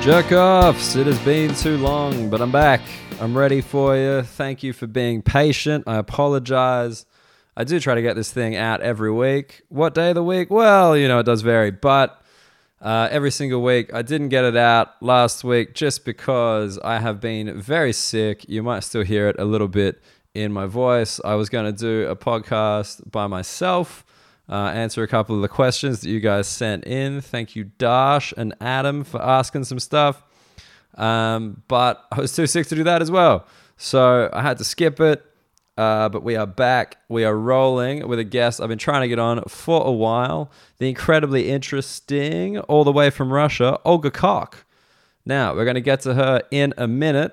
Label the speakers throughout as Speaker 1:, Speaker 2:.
Speaker 1: Jerk offs! It has been too long, but I'm back. I'm ready for you. Thank you for being patient. I apologize. I do try to get this thing out every week. What day of the week? Well, you know, it does vary, but uh, every single week. I didn't get it out last week just because I have been very sick. You might still hear it a little bit in my voice. I was going to do a podcast by myself, uh, answer a couple of the questions that you guys sent in. Thank you, Dash and Adam, for asking some stuff. Um, but I was too sick to do that as well. So I had to skip it. Uh, but we are back. We are rolling with a guest I've been trying to get on for a while. The incredibly interesting, all the way from Russia, Olga Koch. Now, we're going to get to her in a minute,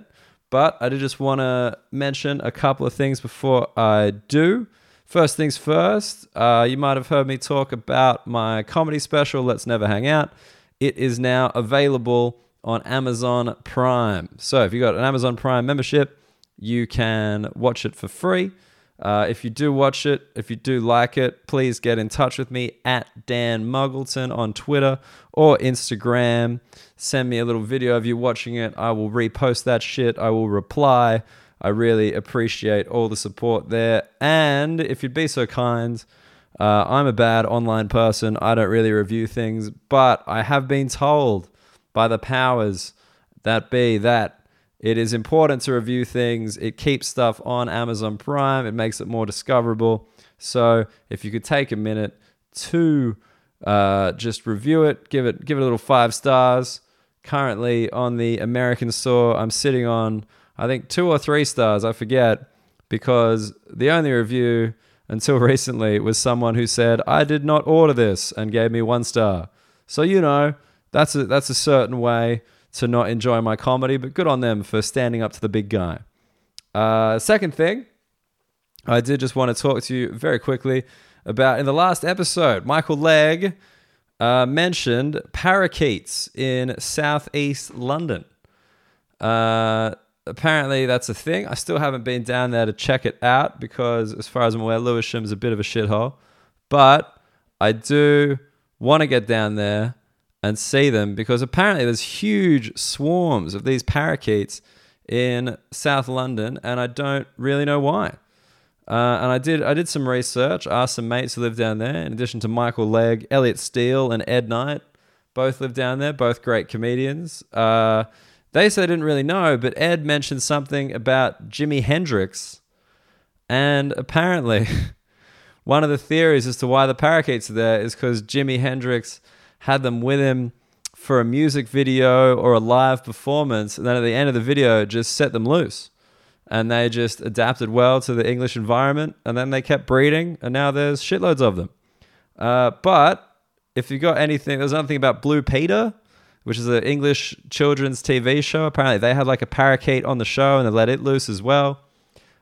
Speaker 1: but I did just want to mention a couple of things before I do. First things first, uh, you might have heard me talk about my comedy special, Let's Never Hang Out. It is now available on Amazon Prime. So if you've got an Amazon Prime membership, you can watch it for free. Uh, if you do watch it, if you do like it, please get in touch with me at Dan Muggleton on Twitter or Instagram. Send me a little video of you watching it. I will repost that shit. I will reply. I really appreciate all the support there. And if you'd be so kind, uh, I'm a bad online person. I don't really review things, but I have been told by the powers that be that it is important to review things. It keeps stuff on Amazon Prime, it makes it more discoverable. So if you could take a minute to uh, just review it, give it give it a little five stars. Currently on the American store, I'm sitting on I think two or three stars, I forget, because the only review until recently was someone who said, I did not order this and gave me one star. So you know, that's a that's a certain way to not enjoy my comedy, but good on them for standing up to the big guy. Uh, second thing, I did just want to talk to you very quickly about in the last episode, Michael Legg uh, mentioned parakeets in southeast London. Uh, apparently, that's a thing. I still haven't been down there to check it out because, as far as I'm aware, Lewisham's a bit of a shithole. But I do want to get down there and see them because apparently there's huge swarms of these parakeets in South London, and I don't really know why. Uh, and I did I did some research, asked some mates who live down there. In addition to Michael Legg, Elliot Steele, and Ed Knight, both live down there, both great comedians. Uh, they said they didn't really know, but Ed mentioned something about Jimi Hendrix, and apparently. One of the theories as to why the parakeets are there is because Jimi Hendrix had them with him for a music video or a live performance. And then at the end of the video, just set them loose. And they just adapted well to the English environment. And then they kept breeding. And now there's shitloads of them. Uh, but if you got anything, there's another thing about Blue Peter, which is an English children's TV show. Apparently, they had like a parakeet on the show and they let it loose as well.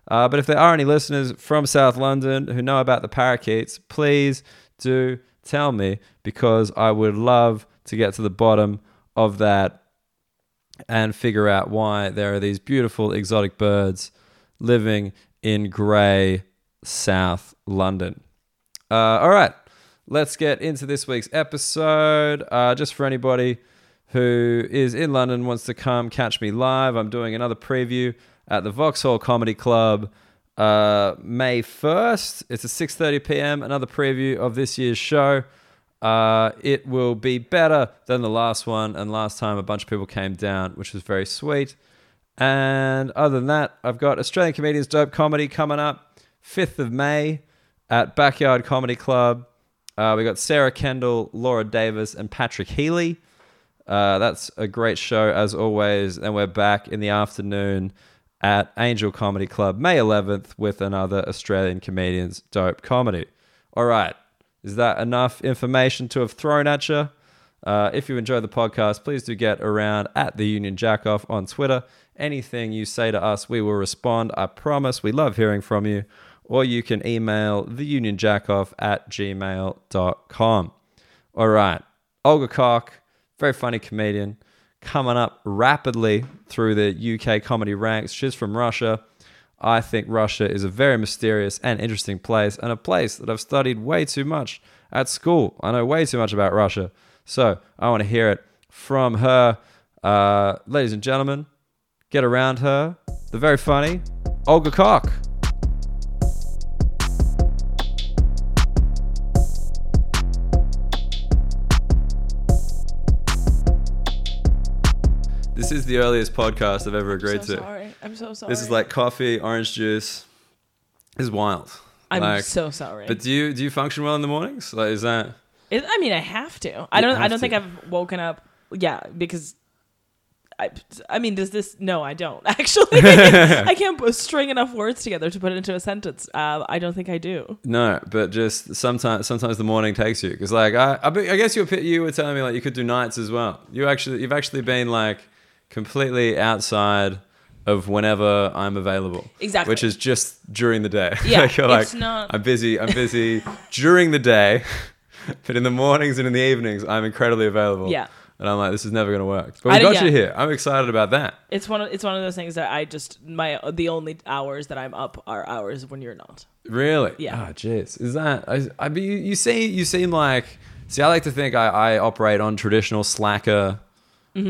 Speaker 1: Uh, but if there are any listeners from South London who know about the parakeets, please do tell me because I would love to get to the bottom of that and figure out why there are these beautiful exotic birds living in grey South London. Uh, all right, let's get into this week's episode. Uh, just for anybody who is in London wants to come catch me live, I'm doing another preview at the Vauxhall Comedy Club uh, May 1st. It's at 6.30 p.m., another preview of this year's show. Uh, it will be better than the last one, and last time a bunch of people came down, which was very sweet. And other than that, I've got Australian Comedians Dope Comedy coming up 5th of May at Backyard Comedy Club. Uh, we got Sarah Kendall, Laura Davis, and Patrick Healy. Uh, that's a great show as always. And we're back in the afternoon at Angel Comedy Club May 11th with another Australian comedian's dope comedy. All right, is that enough information to have thrown at you? Uh, if you enjoy the podcast, please do get around at the Union Jackoff on Twitter. Anything you say to us, we will respond. I promise. We love hearing from you. Or you can email theunionjackoff at gmail.com. All right, Olga Koch, very funny comedian coming up rapidly through the UK comedy ranks. She's from Russia. I think Russia is a very mysterious and interesting place, and a place that I've studied way too much at school. I know way too much about Russia. So I want to hear it from her. Uh, ladies and gentlemen, get around her. The very funny Olga Koch. This is the earliest podcast I've ever agreed
Speaker 2: so
Speaker 1: to.
Speaker 2: sorry. I'm so sorry.
Speaker 1: This is like coffee, orange juice. This is wild.
Speaker 2: I'm
Speaker 1: like,
Speaker 2: so sorry.
Speaker 1: But do you do you function well in the mornings? Like is that
Speaker 2: It, I mean, I have to. I don't. I
Speaker 1: have
Speaker 2: don't think
Speaker 1: to.
Speaker 2: I've woken up. Yeah, because. I, I mean, does this? No, I don't actually. I can't put- string enough words together to put it into a sentence. Uh, I don't think I do.
Speaker 1: no? But just sometimes sometimes the morning takes you because like I I, be- I guess you were, you were telling me like you could do nights as well. You actually you've actually been like completely outside of whenever I'm available.
Speaker 2: Exactly.
Speaker 1: Which is just during the day.
Speaker 2: Yeah,
Speaker 1: like you're
Speaker 2: it's
Speaker 1: like,
Speaker 2: not-
Speaker 1: I'm busy. I'm busy during the day, but in the mornings and in the evenings I'm incredibly available.
Speaker 2: Yeah.
Speaker 1: And I'm like, this is never gonna work. But we
Speaker 2: I don't-
Speaker 1: got you
Speaker 2: yeah.
Speaker 1: here. I'm excited about that.
Speaker 2: It's one. Of, it's one of those things that I just my the only hours that I'm up are hours when you're not.
Speaker 1: Really?
Speaker 2: Yeah.
Speaker 1: Ah, jeez. Is that? I, I mean, you, you see, you seem like. See, I like to think I, I operate on traditional slacker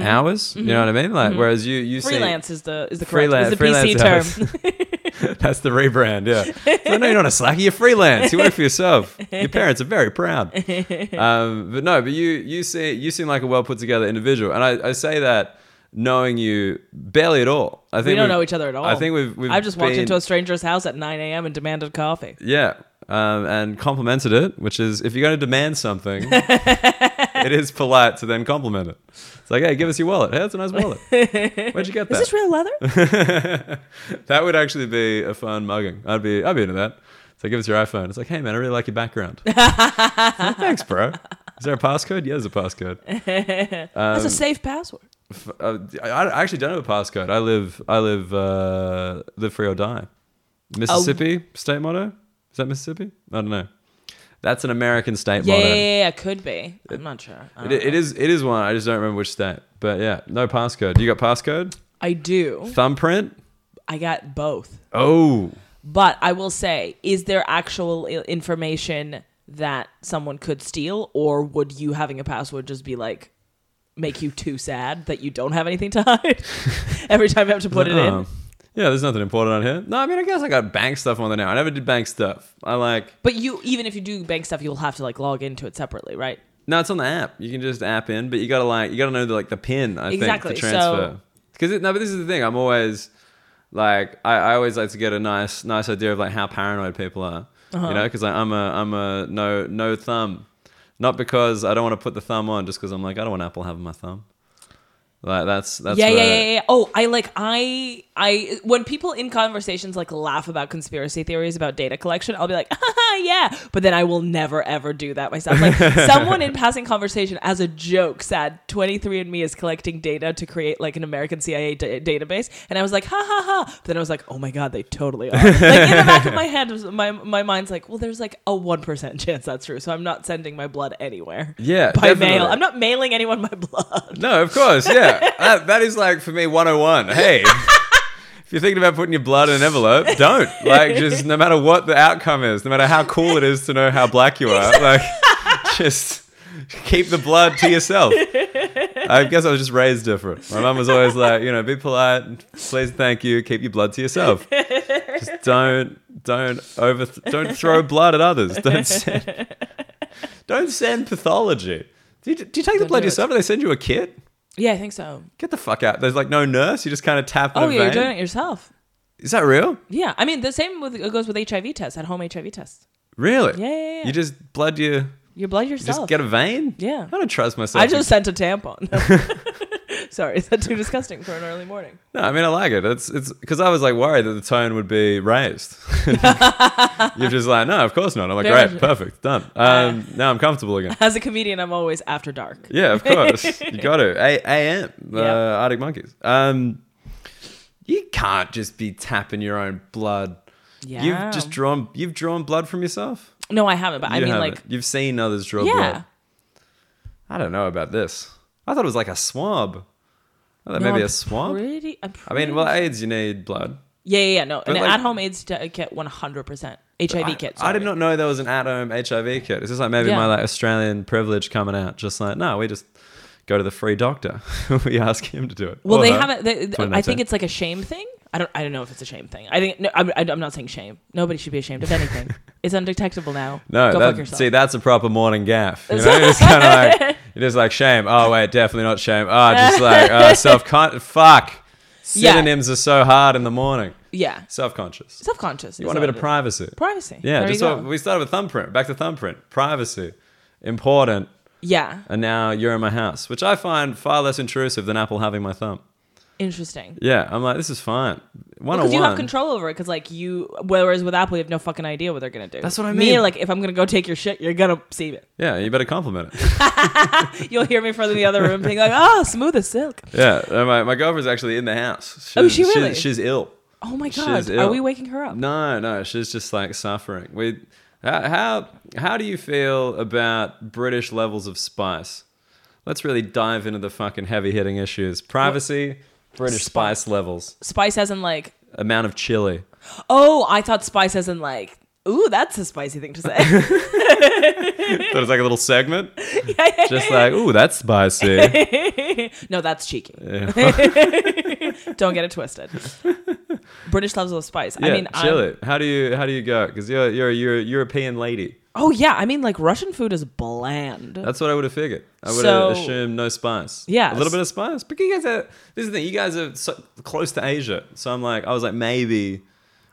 Speaker 1: hours. You know what I mean? Like, whereas you, you
Speaker 2: Mm-hmm. Freelance is the is the
Speaker 1: Freelance-
Speaker 2: correct, is the
Speaker 1: freelance
Speaker 2: PC term.
Speaker 1: see. That's the rebrand. Yeah. so, no, you're not a slacker. You're freelance. You work for yourself. Your parents are very proud. Um, but no, but you, you see, you seem like a well put together individual, and I, I say that knowing you barely at all. I think
Speaker 2: we don't
Speaker 1: we've-
Speaker 2: know each other at all.
Speaker 1: I think we've. we've
Speaker 2: I've just walked
Speaker 1: been-
Speaker 2: into a stranger's house at 9 a.m. and demanded coffee.
Speaker 1: Yeah. Um, and complimented it, which is if you're going to demand something, it is polite to then compliment it. It's like, hey, give us your wallet. Hey, that's a nice wallet. Where'd you get that?
Speaker 2: Is this real leather?
Speaker 1: that would actually be a fun mugging. I'd be, I'd be into that. So give us your iPhone. It's like, hey man, I really like your background. It's like, Thanks, bro. Is there a passcode? Yeah, there's a passcode. Um,
Speaker 2: That's a safe password.
Speaker 1: F- uh, I, I actually don't have a passcode. I live, I live, uh, live free or die. Mississippi
Speaker 2: Oh.
Speaker 1: state motto. Is that Mississippi? I don't know. That's an American state
Speaker 2: Yeah,
Speaker 1: motto.
Speaker 2: yeah, yeah, yeah, could be. I'm not sure. I,
Speaker 1: It,
Speaker 2: don't
Speaker 1: it
Speaker 2: know.
Speaker 1: is, it is one. I just don't remember which state. But yeah, no passcode. You got passcode?
Speaker 2: I do.
Speaker 1: Thumbprint?
Speaker 2: I got both.
Speaker 1: Oh,
Speaker 2: But I will say, is there actual i- information that someone could steal, or would you having a password just be like, make you too sad that you don't have anything to hide every time you have to put it in?
Speaker 1: Oh. Yeah, there's nothing important on here. No, I mean, I guess I got bank stuff on there now. I never did bank stuff. I like,
Speaker 2: But you, even if you do bank stuff, you'll have to like log into it separately, right?
Speaker 1: no, it's on the app. You can just app in, but you gotta like, you gotta know the, like the pin. I
Speaker 2: Exactly,
Speaker 1: think
Speaker 2: so-
Speaker 1: to transfer. Because no, but this is the thing. I'm always like, I, I always like to get a nice, nice idea of like how paranoid people are.
Speaker 2: Uh-huh.
Speaker 1: You know, because I'm a, I'm a no, no thumb. Not because I don't want to put the thumb on, just because I'm like, I don't want Apple having my thumb. Like that's that's
Speaker 2: yeah, yeah,
Speaker 1: where-
Speaker 2: yeah, yeah, yeah. Oh, I like I I when people in conversations like laugh about conspiracy theories about data collection, I'll be like, ah, yeah, but then I will never ever do that myself. Like someone in passing conversation as a joke said, "23andMe is collecting data to create like an American CIA da- database," and I was like, ha ha ha. But then I was like, oh my god, they totally are. like in the back of my head, my my mind's like, well, there's like a one percent chance that's true, so I'm not sending my blood anywhere.
Speaker 1: Yeah,
Speaker 2: by mail.
Speaker 1: definitely.
Speaker 2: I'm not mailing anyone my blood.
Speaker 1: No, of course, yeah. that, that is like for me 101. Hey, if you're thinking about putting your blood in an envelope, don't. Like, just no matter what the outcome is, no matter how cool it is to know how black you are, like, just keep the blood to yourself. I guess I was just raised different. My mum was always like, you know, be polite, please, thank you, keep your blood to yourself. Just don't, don't over, don't throw blood at others. Don't send, don't send pathology. Do you, do you take the
Speaker 2: Don't
Speaker 1: blood
Speaker 2: do it.
Speaker 1: yourself? Do they send you a kit?
Speaker 2: Yeah, I think so.
Speaker 1: Get the fuck out. There's like no nurse. You just kind of tap in
Speaker 2: Oh
Speaker 1: a
Speaker 2: yeah, you're
Speaker 1: vein.
Speaker 2: doing it yourself.
Speaker 1: Is that real?
Speaker 2: Yeah, I mean the same with it goes with HIV tests at home HIV tests.
Speaker 1: Really?
Speaker 2: Yeah, yeah, yeah.
Speaker 1: You just blood your, you
Speaker 2: Your blood
Speaker 1: just
Speaker 2: yourself.
Speaker 1: get a vein?
Speaker 2: Yeah.
Speaker 1: I don't trust myself.
Speaker 2: I just sent a tampon. Sorry, is that too disgusting for an early morning?
Speaker 1: No, I mean, I like it. It's, it's, because I was like worried that the tone would be raised. You're just like, no, of course not. I'm like,
Speaker 2: Very
Speaker 1: great,
Speaker 2: much.
Speaker 1: perfect, done. Um, now I'm comfortable again.
Speaker 2: As a comedian, I'm always after dark.
Speaker 1: Yeah, of course. you got to. A- AM,
Speaker 2: Yeah.
Speaker 1: uh, Arctic Monkeys. Um, you can't just be tapping your own blood.
Speaker 2: Yeah.
Speaker 1: You've just drawn, you've drawn blood from yourself?
Speaker 2: no, I haven't, but I
Speaker 1: You
Speaker 2: mean
Speaker 1: haven't. Oh,
Speaker 2: like
Speaker 1: you've seen others draw blood.
Speaker 2: yeah.
Speaker 1: I don't know about this. I thought it was like a swab. I thought
Speaker 2: No,
Speaker 1: maybe
Speaker 2: I'm
Speaker 1: a swab.
Speaker 2: Pretty, I'm
Speaker 1: I mean,
Speaker 2: pretty
Speaker 1: well,
Speaker 2: sure-
Speaker 1: AIDS, you need blood.
Speaker 2: yeah, yeah, yeah, no, an
Speaker 1: like-
Speaker 2: at-home AIDS te- kit, 100 percent HIV
Speaker 1: I,
Speaker 2: kit.
Speaker 1: I did
Speaker 2: sorry.
Speaker 1: not know there was an at-home HIV kit. Is this like maybe
Speaker 2: Yeah.
Speaker 1: my like Australian privilege coming out? Just like, no, we just go to the free doctor. we ask him to do it.
Speaker 2: Well,
Speaker 1: Or
Speaker 2: they
Speaker 1: her.
Speaker 2: haven't. They, they- I
Speaker 1: 2019.
Speaker 2: think it's like a shame thing. I don't. I don't know if it's a shame thing. I think. No, I'm, I'm not saying shame. Nobody should be ashamed of anything. it's undetectable now.
Speaker 1: No,
Speaker 2: go fuck
Speaker 1: that,
Speaker 2: yourself.
Speaker 1: see, that's a proper morning gaff. You know, it's kind of like it is like shame. Oh wait, definitely not shame. Oh, just like uh, self con. Fuck.
Speaker 2: Yeah.
Speaker 1: Synonyms are so hard in the morning.
Speaker 2: yeah,
Speaker 1: Self conscious.
Speaker 2: self conscious.
Speaker 1: You want a bit of privacy.
Speaker 2: privacy.
Speaker 1: Yeah,
Speaker 2: There
Speaker 1: just
Speaker 2: you go.
Speaker 1: what, we started with thumbprint. Back to thumbprint. Privacy, important,
Speaker 2: yeah.
Speaker 1: and now you're in my house, which I find far less intrusive than Apple having my thumb.
Speaker 2: Interesting.
Speaker 1: Yeah, I'm like, this is fine. One
Speaker 2: Because
Speaker 1: on
Speaker 2: you have
Speaker 1: one.
Speaker 2: control over it. Because like you, whereas with Apple, you have no fucking idea what they're gonna do.
Speaker 1: That's what I
Speaker 2: Me,
Speaker 1: mean.
Speaker 2: like if I'm gonna go take your shit, you're gonna see it.
Speaker 1: Yeah, you better compliment it.
Speaker 2: You'll hear me from the other room being like, "Oh, smooth as silk."
Speaker 1: yeah, uh, my my girlfriend's actually in the house.
Speaker 2: Oh,
Speaker 1: She's-
Speaker 2: she really?
Speaker 1: She's, she's ill.
Speaker 2: Oh my
Speaker 1: She's
Speaker 2: god,
Speaker 1: ill.
Speaker 2: are we waking her up?
Speaker 1: No, no, she's just like suffering. We, how, how how do you feel about British levels of spice? Let's really dive into the fucking heavy hitting issues. Privacy, British
Speaker 2: Spice.
Speaker 1: spice levels,
Speaker 2: Spice as in like,
Speaker 1: amount of chili.
Speaker 2: oh, I thought spice as in like, ooh, that's a spicy thing to say.
Speaker 1: Thought it was like a little segment. Just like, ooh, that's spicy.
Speaker 2: no, that's cheeky.
Speaker 1: Yeah,
Speaker 2: Don't get it twisted. British levels of spice. I mean, I'm-
Speaker 1: chili. How do you how do you go? Because you're you're you're a European lady.
Speaker 2: oh yeah, I mean like Russian food is bland.
Speaker 1: That's what I would have figured. I would
Speaker 2: So-
Speaker 1: have assumed no spice.
Speaker 2: Yes.
Speaker 1: a little bit of spice. But you guys are. This is the thing. You guys are so close to Asia, so I'm like, I was like, maybe.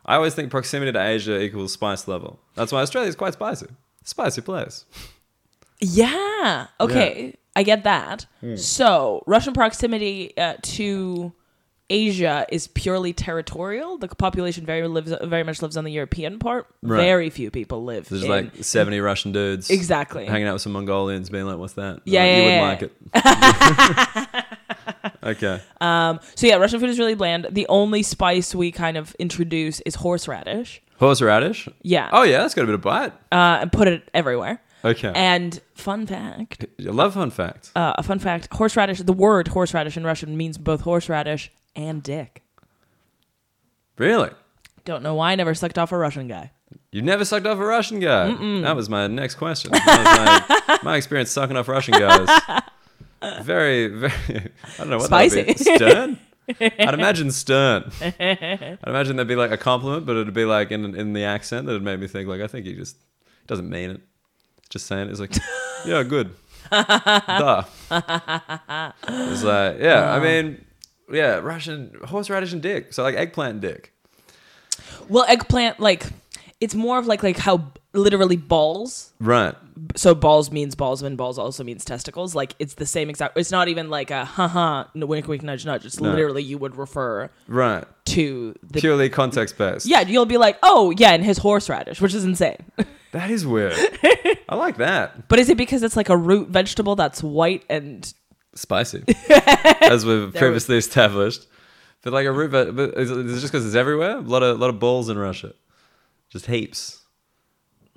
Speaker 1: I always think proximity to Asia equals spice level. That's why Australia is quite spicy. Spicy place.
Speaker 2: yeah. Okay, I get that.
Speaker 1: Hmm.
Speaker 2: So Russian proximity uh, to Asia is purely territorial. The population very lives very much lives on the European part.
Speaker 1: Right.
Speaker 2: Very few people live.
Speaker 1: There's
Speaker 2: in-
Speaker 1: like 70 Russian dudes
Speaker 2: exactly.
Speaker 1: hanging out with some Mongolians, being like, "What's that?"
Speaker 2: Yeah,
Speaker 1: Like, you wouldn't
Speaker 2: yeah,
Speaker 1: like it. okay.
Speaker 2: Um, so yeah, Russian food is really bland. The only spice we kind of introduce is horseradish.
Speaker 1: Horseradish.
Speaker 2: Yeah.
Speaker 1: Oh yeah, that's got a bit of bite.
Speaker 2: uh, and put it everywhere.
Speaker 1: Okay.
Speaker 2: And fun fact,
Speaker 1: I love fun fact.
Speaker 2: uh, a fun fact: horseradish. The word horseradish in Russian means both horseradish and dick.
Speaker 1: Really?
Speaker 2: Don't know why I never sucked off a Russian guy.
Speaker 1: You've never sucked off a Russian guy. That was my next question. That was my, my experience sucking off Russian guys. Very, very. I don't know what that would be.
Speaker 2: Spicy.
Speaker 1: Stern. I'd imagine stern. I'd imagine that'd be like a compliment, but it'd be like in in the accent that'd make me think like I think he just doesn't mean it. Just saying it. it's like yeah, good. Duh. It's like yeah. I mean yeah, Russian horseradish and dick. So like eggplant and dick.
Speaker 2: Well, eggplant, like it's more of like like how literally balls.
Speaker 1: Right.
Speaker 2: So balls means balls, and balls also means testicles. Like it's the same exact. It's not even like a ha ha no, wink wink nudge nudge. It's
Speaker 1: No.
Speaker 2: literally you would refer
Speaker 1: Right.
Speaker 2: to the.
Speaker 1: Purely context based.
Speaker 2: yeah, you'll be like, oh yeah, and his horseradish, which is insane.
Speaker 1: That is weird. I like that.
Speaker 2: But is it because it's like a root vegetable that's white and
Speaker 1: Spicy, as we've previously established. But like a root, but but is it is it just because it's everywhere? A lot of lot of balls in Russia, just heaps.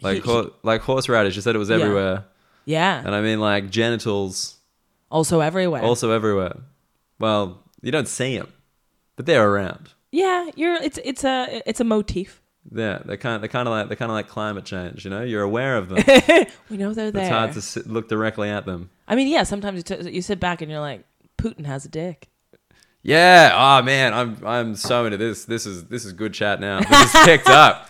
Speaker 1: Like
Speaker 2: He-
Speaker 1: hor- like horseradish. You said it was
Speaker 2: Yeah.
Speaker 1: everywhere,
Speaker 2: yeah,
Speaker 1: and I mean like genitals
Speaker 2: also everywhere.
Speaker 1: also everywhere. Well, you don't see them, but they're around.
Speaker 2: yeah, you're it's it's a it's a motif.
Speaker 1: Yeah, they're kind they're kind of like they're kind of like climate change. You know, you're aware of them.
Speaker 2: We know they're
Speaker 1: it's
Speaker 2: there.
Speaker 1: hard to sit, look directly at them.
Speaker 2: I mean, yeah, sometimes you, t- you sit back and you're like, Putin has a dick.
Speaker 1: Yeah. Oh man, I'm I'm so into this. This is this is good chat now. This is picked up.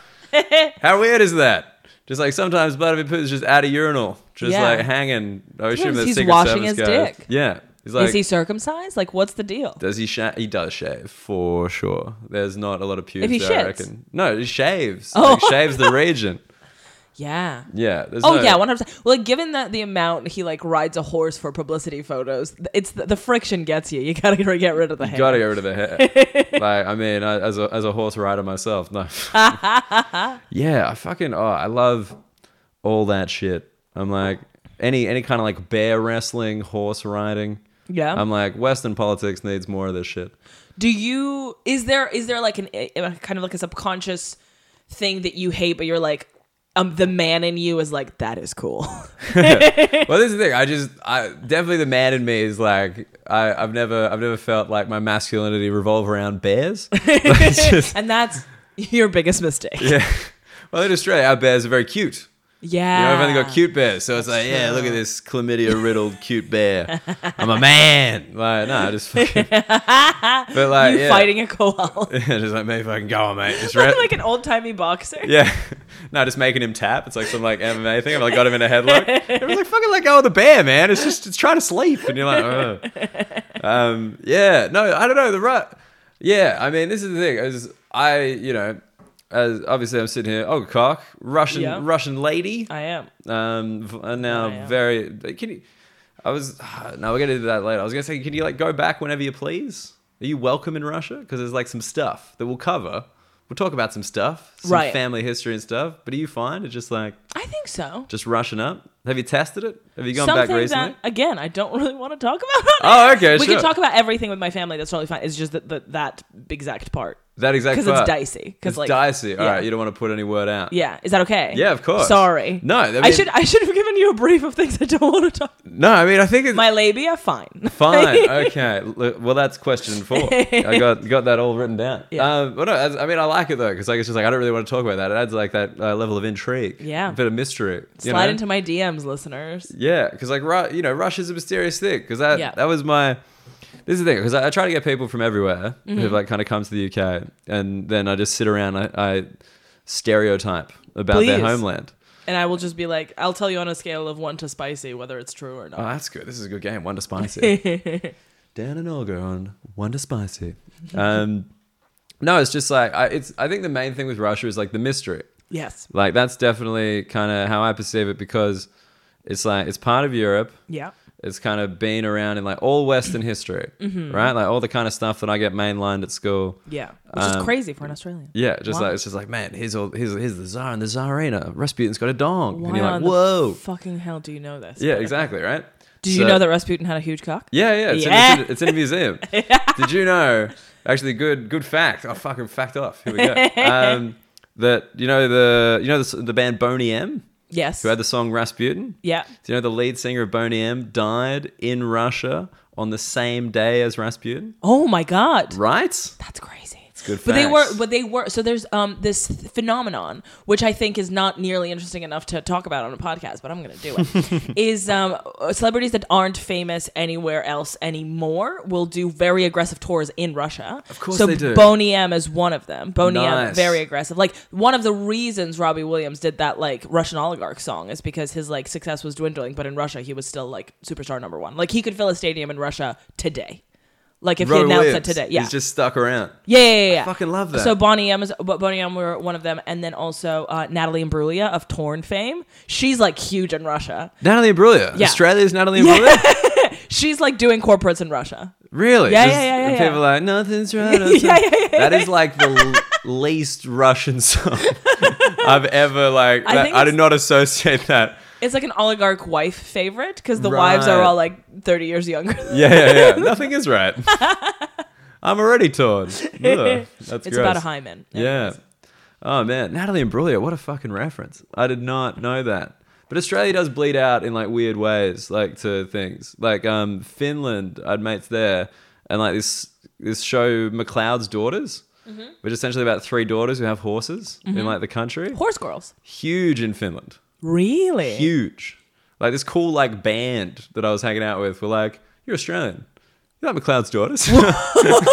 Speaker 1: How weird is that? Just like sometimes Vladimir Putin's just at a urinal, just
Speaker 2: Yeah.
Speaker 1: like hanging. I assume
Speaker 2: is
Speaker 1: that's
Speaker 2: he's
Speaker 1: Secret
Speaker 2: washing
Speaker 1: Service
Speaker 2: his
Speaker 1: guys.
Speaker 2: dick.
Speaker 1: Yeah. He's like,
Speaker 2: is he circumcised? Like, what's the deal?
Speaker 1: does he shave? He does shave for sure. There's not a lot of pubes
Speaker 2: If he
Speaker 1: there, I
Speaker 2: shits.
Speaker 1: reckon. No, he shaves.
Speaker 2: Oh.
Speaker 1: Like, shaves the region.
Speaker 2: Yeah.
Speaker 1: Yeah. There's
Speaker 2: Oh
Speaker 1: no,
Speaker 2: yeah, one hundred percent. Well, like, given that the amount he like rides a horse for publicity photos, th- it's the, the friction gets you. You gotta get rid of the hair.
Speaker 1: Got to get rid of the hair. like, I mean, I, as a as a horse rider myself, no. yeah, I fucking oh, I love all that shit. I'm like any any kind of like bear wrestling, horse riding.
Speaker 2: Yeah.
Speaker 1: I'm like Western politics needs more of this shit.
Speaker 2: Do you is there is there like an a- kind of like a subconscious thing that you hate, but you're like, um, the man in you is like that is cool.
Speaker 1: well, this is the thing. I just, I definitely the man in me is like, I, I've never, I've never felt like my masculinity revolve around bears. Like, it's just-
Speaker 2: and that's your biggest mistake.
Speaker 1: yeah. Well, in Australia, our bears are very cute. You
Speaker 2: Yeah.
Speaker 1: know, I've only got cute bears, so it's like, yeah, look at this chlamydia riddled cute bear. I'm a man. Like, no, I just fucking. but like,
Speaker 2: You
Speaker 1: yeah,
Speaker 2: fighting a koala.
Speaker 1: just like maybe I can go on, mate. Just
Speaker 2: Looking
Speaker 1: re-
Speaker 2: like an old timey boxer.
Speaker 1: yeah, no, just making him tap. It's like some like MMA thing. I've like got him in a headlock. It was like fucking let go of the bear, man. It's just it's trying to sleep, and you're like, Ugh. um, yeah, no, I don't know the right. Yeah, I mean, this is the thing. As I, you know, as obviously I'm sitting here. Oh, cock, Russian,
Speaker 2: Yeah.
Speaker 1: Russian lady
Speaker 2: I am.
Speaker 1: um, v- are now
Speaker 2: Oh, yeah.
Speaker 1: very. uh, Can you? I was. No, we're gonna do that later. I was gonna say, can you like go back whenever you please? Are you welcome in Russia? Because there's like some stuff that we'll cover. We'll talk about some stuff, some
Speaker 2: Right.
Speaker 1: family history and stuff. But do you find it's just like
Speaker 2: I think so.
Speaker 1: just rushing up? Have you tested it? Have you gone
Speaker 2: Something
Speaker 1: back recently?
Speaker 2: that again I don't really want to talk about.
Speaker 1: Oh, okay,
Speaker 2: We
Speaker 1: sure.
Speaker 2: can talk about everything with my family. That's totally fine. It's just that that, that exact part
Speaker 1: That exact
Speaker 2: because it's
Speaker 1: part.
Speaker 2: dicey. Because
Speaker 1: It's
Speaker 2: like
Speaker 1: dicey. All
Speaker 2: yeah.
Speaker 1: right, you don't want to put any word out.
Speaker 2: Yeah, is that okay?
Speaker 1: Yeah, of course.
Speaker 2: Sorry.
Speaker 1: No, I
Speaker 2: I,
Speaker 1: mean-
Speaker 2: should I should have given you a brief of things I don't want to talk.
Speaker 1: No, I mean I think it's
Speaker 2: My labia, fine.
Speaker 1: Fine. Okay. L- Well, that's question four. I got got that all written down.
Speaker 2: Yeah.
Speaker 1: Um, but no, that's- I mean, I like it though because like it's just like I don't really want to talk about that. It adds like that uh, level of intrigue.
Speaker 2: Yeah.
Speaker 1: A bit of mystery. you
Speaker 2: Slide
Speaker 1: know?
Speaker 2: into my DMs, listeners.
Speaker 1: Yeah, because like Ru- you know, Rush is a mysterious thing. Because that
Speaker 2: Yeah.
Speaker 1: that was my. This is the thing because I, I try to get people from everywhere
Speaker 2: Mm-hmm.
Speaker 1: who've like kind of come to the UK, and then I just sit around. I, I stereotype about their
Speaker 2: Please.
Speaker 1: homeland.
Speaker 2: And I will just be like, I'll tell you on a scale of one to spicy whether it's true or
Speaker 1: Oh,
Speaker 2: not.
Speaker 1: that's good. This is a good game. One to spicy. Dan and Olga on one to spicy. Um, no, it's just like I, it's. I think the main thing with Russia is like the mystery.
Speaker 2: yes.
Speaker 1: Like that's definitely kind of how I perceive it because it's like it's part of Europe.
Speaker 2: Yeah.
Speaker 1: It's kind of been around in like all Western history,
Speaker 2: Mm-hmm.
Speaker 1: right? Like all the kind of stuff that I get mainlined at school.
Speaker 2: Yeah. Which is
Speaker 1: Um,
Speaker 2: crazy for an Australian.
Speaker 1: Yeah, just
Speaker 2: Wow.
Speaker 1: like it's just like man, here's all here's here's the Tsar and the Tsarina. Rasputin's got a dong,
Speaker 2: Why
Speaker 1: and you're like,
Speaker 2: on the
Speaker 1: whoa,
Speaker 2: fucking hell do you know this?
Speaker 1: yeah, exactly, right?
Speaker 2: Do you
Speaker 1: So-
Speaker 2: know that Rasputin had a huge cock?
Speaker 1: Yeah, yeah. It's, In,
Speaker 2: Yeah.
Speaker 1: it's, in, it's in a museum. Did you know? Actually, good good fact. Oh, fucking fact off. Here we go. Um, that you know the you know the, the band Boney M
Speaker 2: Yes.
Speaker 1: who had the song Rasputin.
Speaker 2: yeah.
Speaker 1: Do you know the lead singer of Boney M died in Russia on the same day as Rasputin?
Speaker 2: Oh my god.
Speaker 1: Right?
Speaker 2: That's crazy.
Speaker 1: good
Speaker 2: But they were,
Speaker 1: facts.
Speaker 2: but they were. So there's um this phenomenon which I think is not nearly interesting enough to talk about on a podcast, but I'm gonna do it. is um celebrities that aren't famous anywhere else anymore will do very aggressive tours in Russia. Of
Speaker 1: course
Speaker 2: so
Speaker 1: they do.
Speaker 2: Boney M is one of them. Boney M
Speaker 1: Nice.
Speaker 2: very aggressive. Like one of the reasons Robbie Williams did that like Russian oligarch song is because his like success was dwindling, but in Russia he was still like superstar number one. Like he could fill a stadium in Russia today. Like if he
Speaker 1: Robbie
Speaker 2: announced that
Speaker 1: Williams.
Speaker 2: today, yeah,
Speaker 1: He's just stuck around.
Speaker 2: yeah, yeah, yeah, yeah.
Speaker 1: fucking love that.
Speaker 2: So Bonnie M is but Bonnie M were one of them, and then also uh, Natalie Imbruglia of Torn fame. She's like huge in Russia.
Speaker 1: Natalie Imbruglia.
Speaker 2: Yeah.
Speaker 1: Australia's Natalie Imbruglia?
Speaker 2: She's like doing corporates in Russia.
Speaker 1: Really?
Speaker 2: Yeah,
Speaker 1: Just-
Speaker 2: yeah, yeah, yeah,
Speaker 1: and
Speaker 2: yeah.
Speaker 1: People are like, nothing's right.
Speaker 2: Yeah, yeah, yeah,
Speaker 1: That is like the l- least Russian song I've ever like.
Speaker 2: I
Speaker 1: that-
Speaker 2: think
Speaker 1: I, did
Speaker 2: it's-
Speaker 1: not associate that.
Speaker 2: It's like an oligarch wife favorite because the wives are
Speaker 1: Right.
Speaker 2: all like thirty years younger.
Speaker 1: Yeah, yeah, yeah. Nothing is right. I'm already torn. Ugh, that's
Speaker 2: it's about a
Speaker 1: gross.
Speaker 2: hymen.
Speaker 1: Yeah. Oh man, Natalie Imbruglia, what a fucking reference! I did not know that. But Australia does bleed out in like weird ways, like to things like um, Finland. I'd mates there, and like this this show, McLeod's Daughters,
Speaker 2: Mm-hmm.
Speaker 1: which is essentially about three daughters who have horses in like the country.
Speaker 2: Horse girls.
Speaker 1: Huge in Finland
Speaker 2: Really?
Speaker 1: huge. Like this cool like band that I was hanging out with were like, "You're Australian. You're not McLeod's daughters."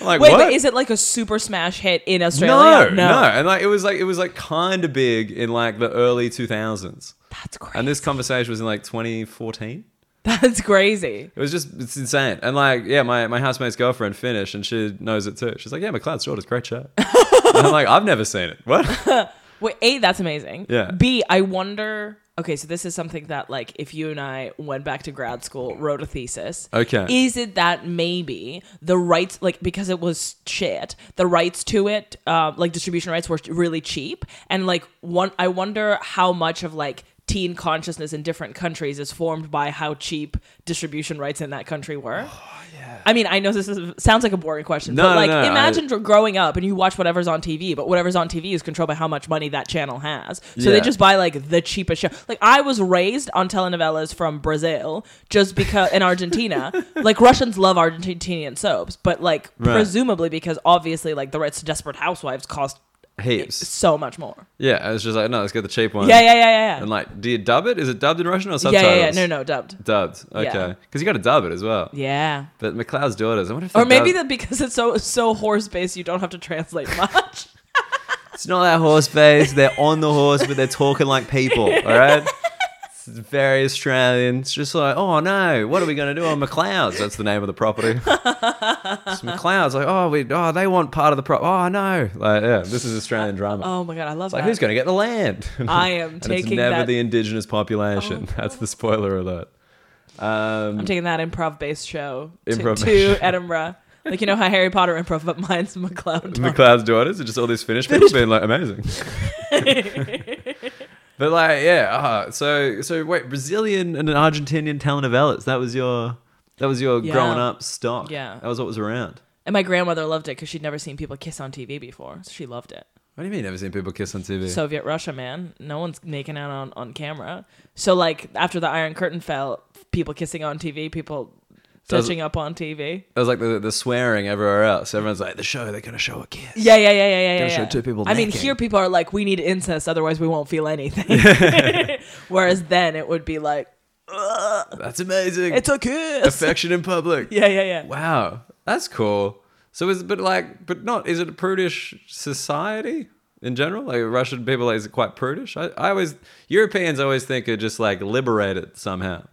Speaker 1: I'm like
Speaker 2: Wait,
Speaker 1: what?
Speaker 2: but is it like a super smash hit in
Speaker 1: no, no,
Speaker 2: Australia?
Speaker 1: and like it was like it was like kind of big in like the early 2000s,
Speaker 2: That's crazy.
Speaker 1: and this conversation was in like 2014.
Speaker 2: That's crazy.
Speaker 1: It was just it's insane, and like yeah, my, my housemate's girlfriend Finnish, and she knows it too. She's like, "Yeah, McLeod's daughters, great show." And I'm like, "I've never seen it. What?"
Speaker 2: Wait, A, that's amazing.
Speaker 1: Yeah.
Speaker 2: B, I wonder. Okay, so this is something that, like, if you and I went back to grad school, wrote a thesis.
Speaker 1: Okay.
Speaker 2: Is it that maybe the rights, like, because it was shit, the rights to it, uh, like, distribution rights were really cheap? And, like, one, I wonder how much of, like, teen consciousness in different countries is formed by how cheap distribution rights in that country were. I mean, I know this is, sounds like a boring question,
Speaker 1: Oh, No,
Speaker 2: but like,
Speaker 1: no, I-
Speaker 2: imagine dr- growing up and you watch whatever's on TV, but whatever's on TV is controlled by how much money that channel has. So
Speaker 1: Yeah.
Speaker 2: they just buy like the cheapest show. Like I was raised on telenovelas from Brazil, just because in Argentina, like Russians love Argentinian soaps, but like
Speaker 1: Right.
Speaker 2: presumably because obviously like the rights to Desperate Housewives cost
Speaker 1: heaps.
Speaker 2: so much more.
Speaker 1: Yeah, I was just like, no, let's get the cheap one.
Speaker 2: Yeah, yeah, yeah, yeah, yeah.
Speaker 1: And like, do you dub it? Is it dubbed in Russian or
Speaker 2: yeah,
Speaker 1: subtitles?
Speaker 2: yeah, yeah. No, no, dubbed.
Speaker 1: Dubbed. Okay.
Speaker 2: Yeah.
Speaker 1: Because you got to dub it as well.
Speaker 2: Yeah.
Speaker 1: But McLeod's daughters. I wonder if
Speaker 2: Or
Speaker 1: they
Speaker 2: maybe
Speaker 1: dub-
Speaker 2: that because it's so so horse based, you don't have to translate much.
Speaker 1: it's not that horse face. They're on the horse, but they're talking like people. All right. It's very Australian. It's just like, oh no, what are we going to do on McLeod's? That's the name of the property. it's McLeod's. Like, oh, we, oh, they want part of the prop. Oh no, like, yeah, this is Australian drama.
Speaker 2: oh my god, I love
Speaker 1: Like,
Speaker 2: that.
Speaker 1: who's going to get the land?
Speaker 2: I am
Speaker 1: and It's
Speaker 2: taking
Speaker 1: never
Speaker 2: that- Oh.
Speaker 1: the indigenous population. That's the spoiler alert. Um,
Speaker 2: I'm taking that improv based show to,
Speaker 1: Improv-based
Speaker 2: to
Speaker 1: show.
Speaker 2: Edinburgh. Like you know how Harry Potter improv, but mine's McLeod.
Speaker 1: McLeod's daughters are just all these Finnish people being like amazing. but like, yeah. Uh, so so wait, Brazilian and Argentinian telenovelas. That was your that was your
Speaker 2: Yeah.
Speaker 1: growing up stock.
Speaker 2: Yeah.
Speaker 1: that was what was around.
Speaker 2: and my grandmother loved it because she'd never seen people kiss on TV before. So she loved it.
Speaker 1: What do you mean? Never seen people kiss on TV?
Speaker 2: Soviet Russia, man. No one's making out on, on camera. So like after the Iron Curtain fell, people kissing on TV, people
Speaker 1: So is it-
Speaker 2: touching up on
Speaker 1: it
Speaker 2: TV.
Speaker 1: was like the, the swearing everywhere else. Everyone's like, the show they're gonna show a kiss.
Speaker 2: Yeah, yeah, yeah, yeah, yeah.
Speaker 1: Gotta show
Speaker 2: yeah.
Speaker 1: two people
Speaker 2: I mean,
Speaker 1: necking.
Speaker 2: here people are like, we need incest, otherwise we won't feel anything. Whereas then it would be like,
Speaker 1: That's amazing.
Speaker 2: it's a kiss.
Speaker 1: affection in public.
Speaker 2: yeah, yeah, yeah.
Speaker 1: Wow, that's cool. So is but like but not is it a prudish society in general? Like Russian people like, is it quite prudish? I, I always Europeans I always think are just like liberated somehow.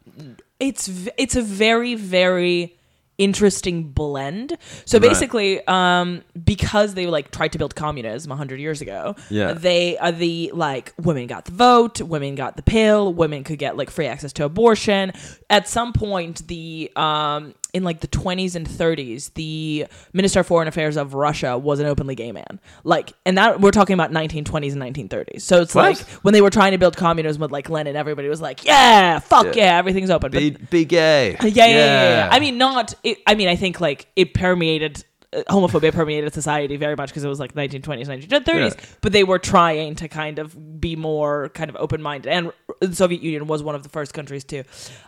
Speaker 2: it's v- it's a very very interesting blend so basically um because they like tried to build communism 100 years ago
Speaker 1: Yeah.
Speaker 2: they are the like women got the vote women got the pill women could get like free access to abortion at some point the um in like the 20s and 30s the minister of foreign affairs of russia was an openly gay man like and that we're talking about 1920s and 1930s so it's
Speaker 1: What?
Speaker 2: like when they were trying to build communism with like lenin everybody was like yeah fuck yeah, everything's open but
Speaker 1: Be be gay.
Speaker 2: Uh, yeah, yeah, yeah, yeah, yeah. I mean, not. It, I mean, I think like it permeated uh, homophobia permeated society very much because it was like 1920s, 1930s.
Speaker 1: Yeah.
Speaker 2: But they were trying to kind of be more kind of open minded, and the Soviet Union was one of the first countries to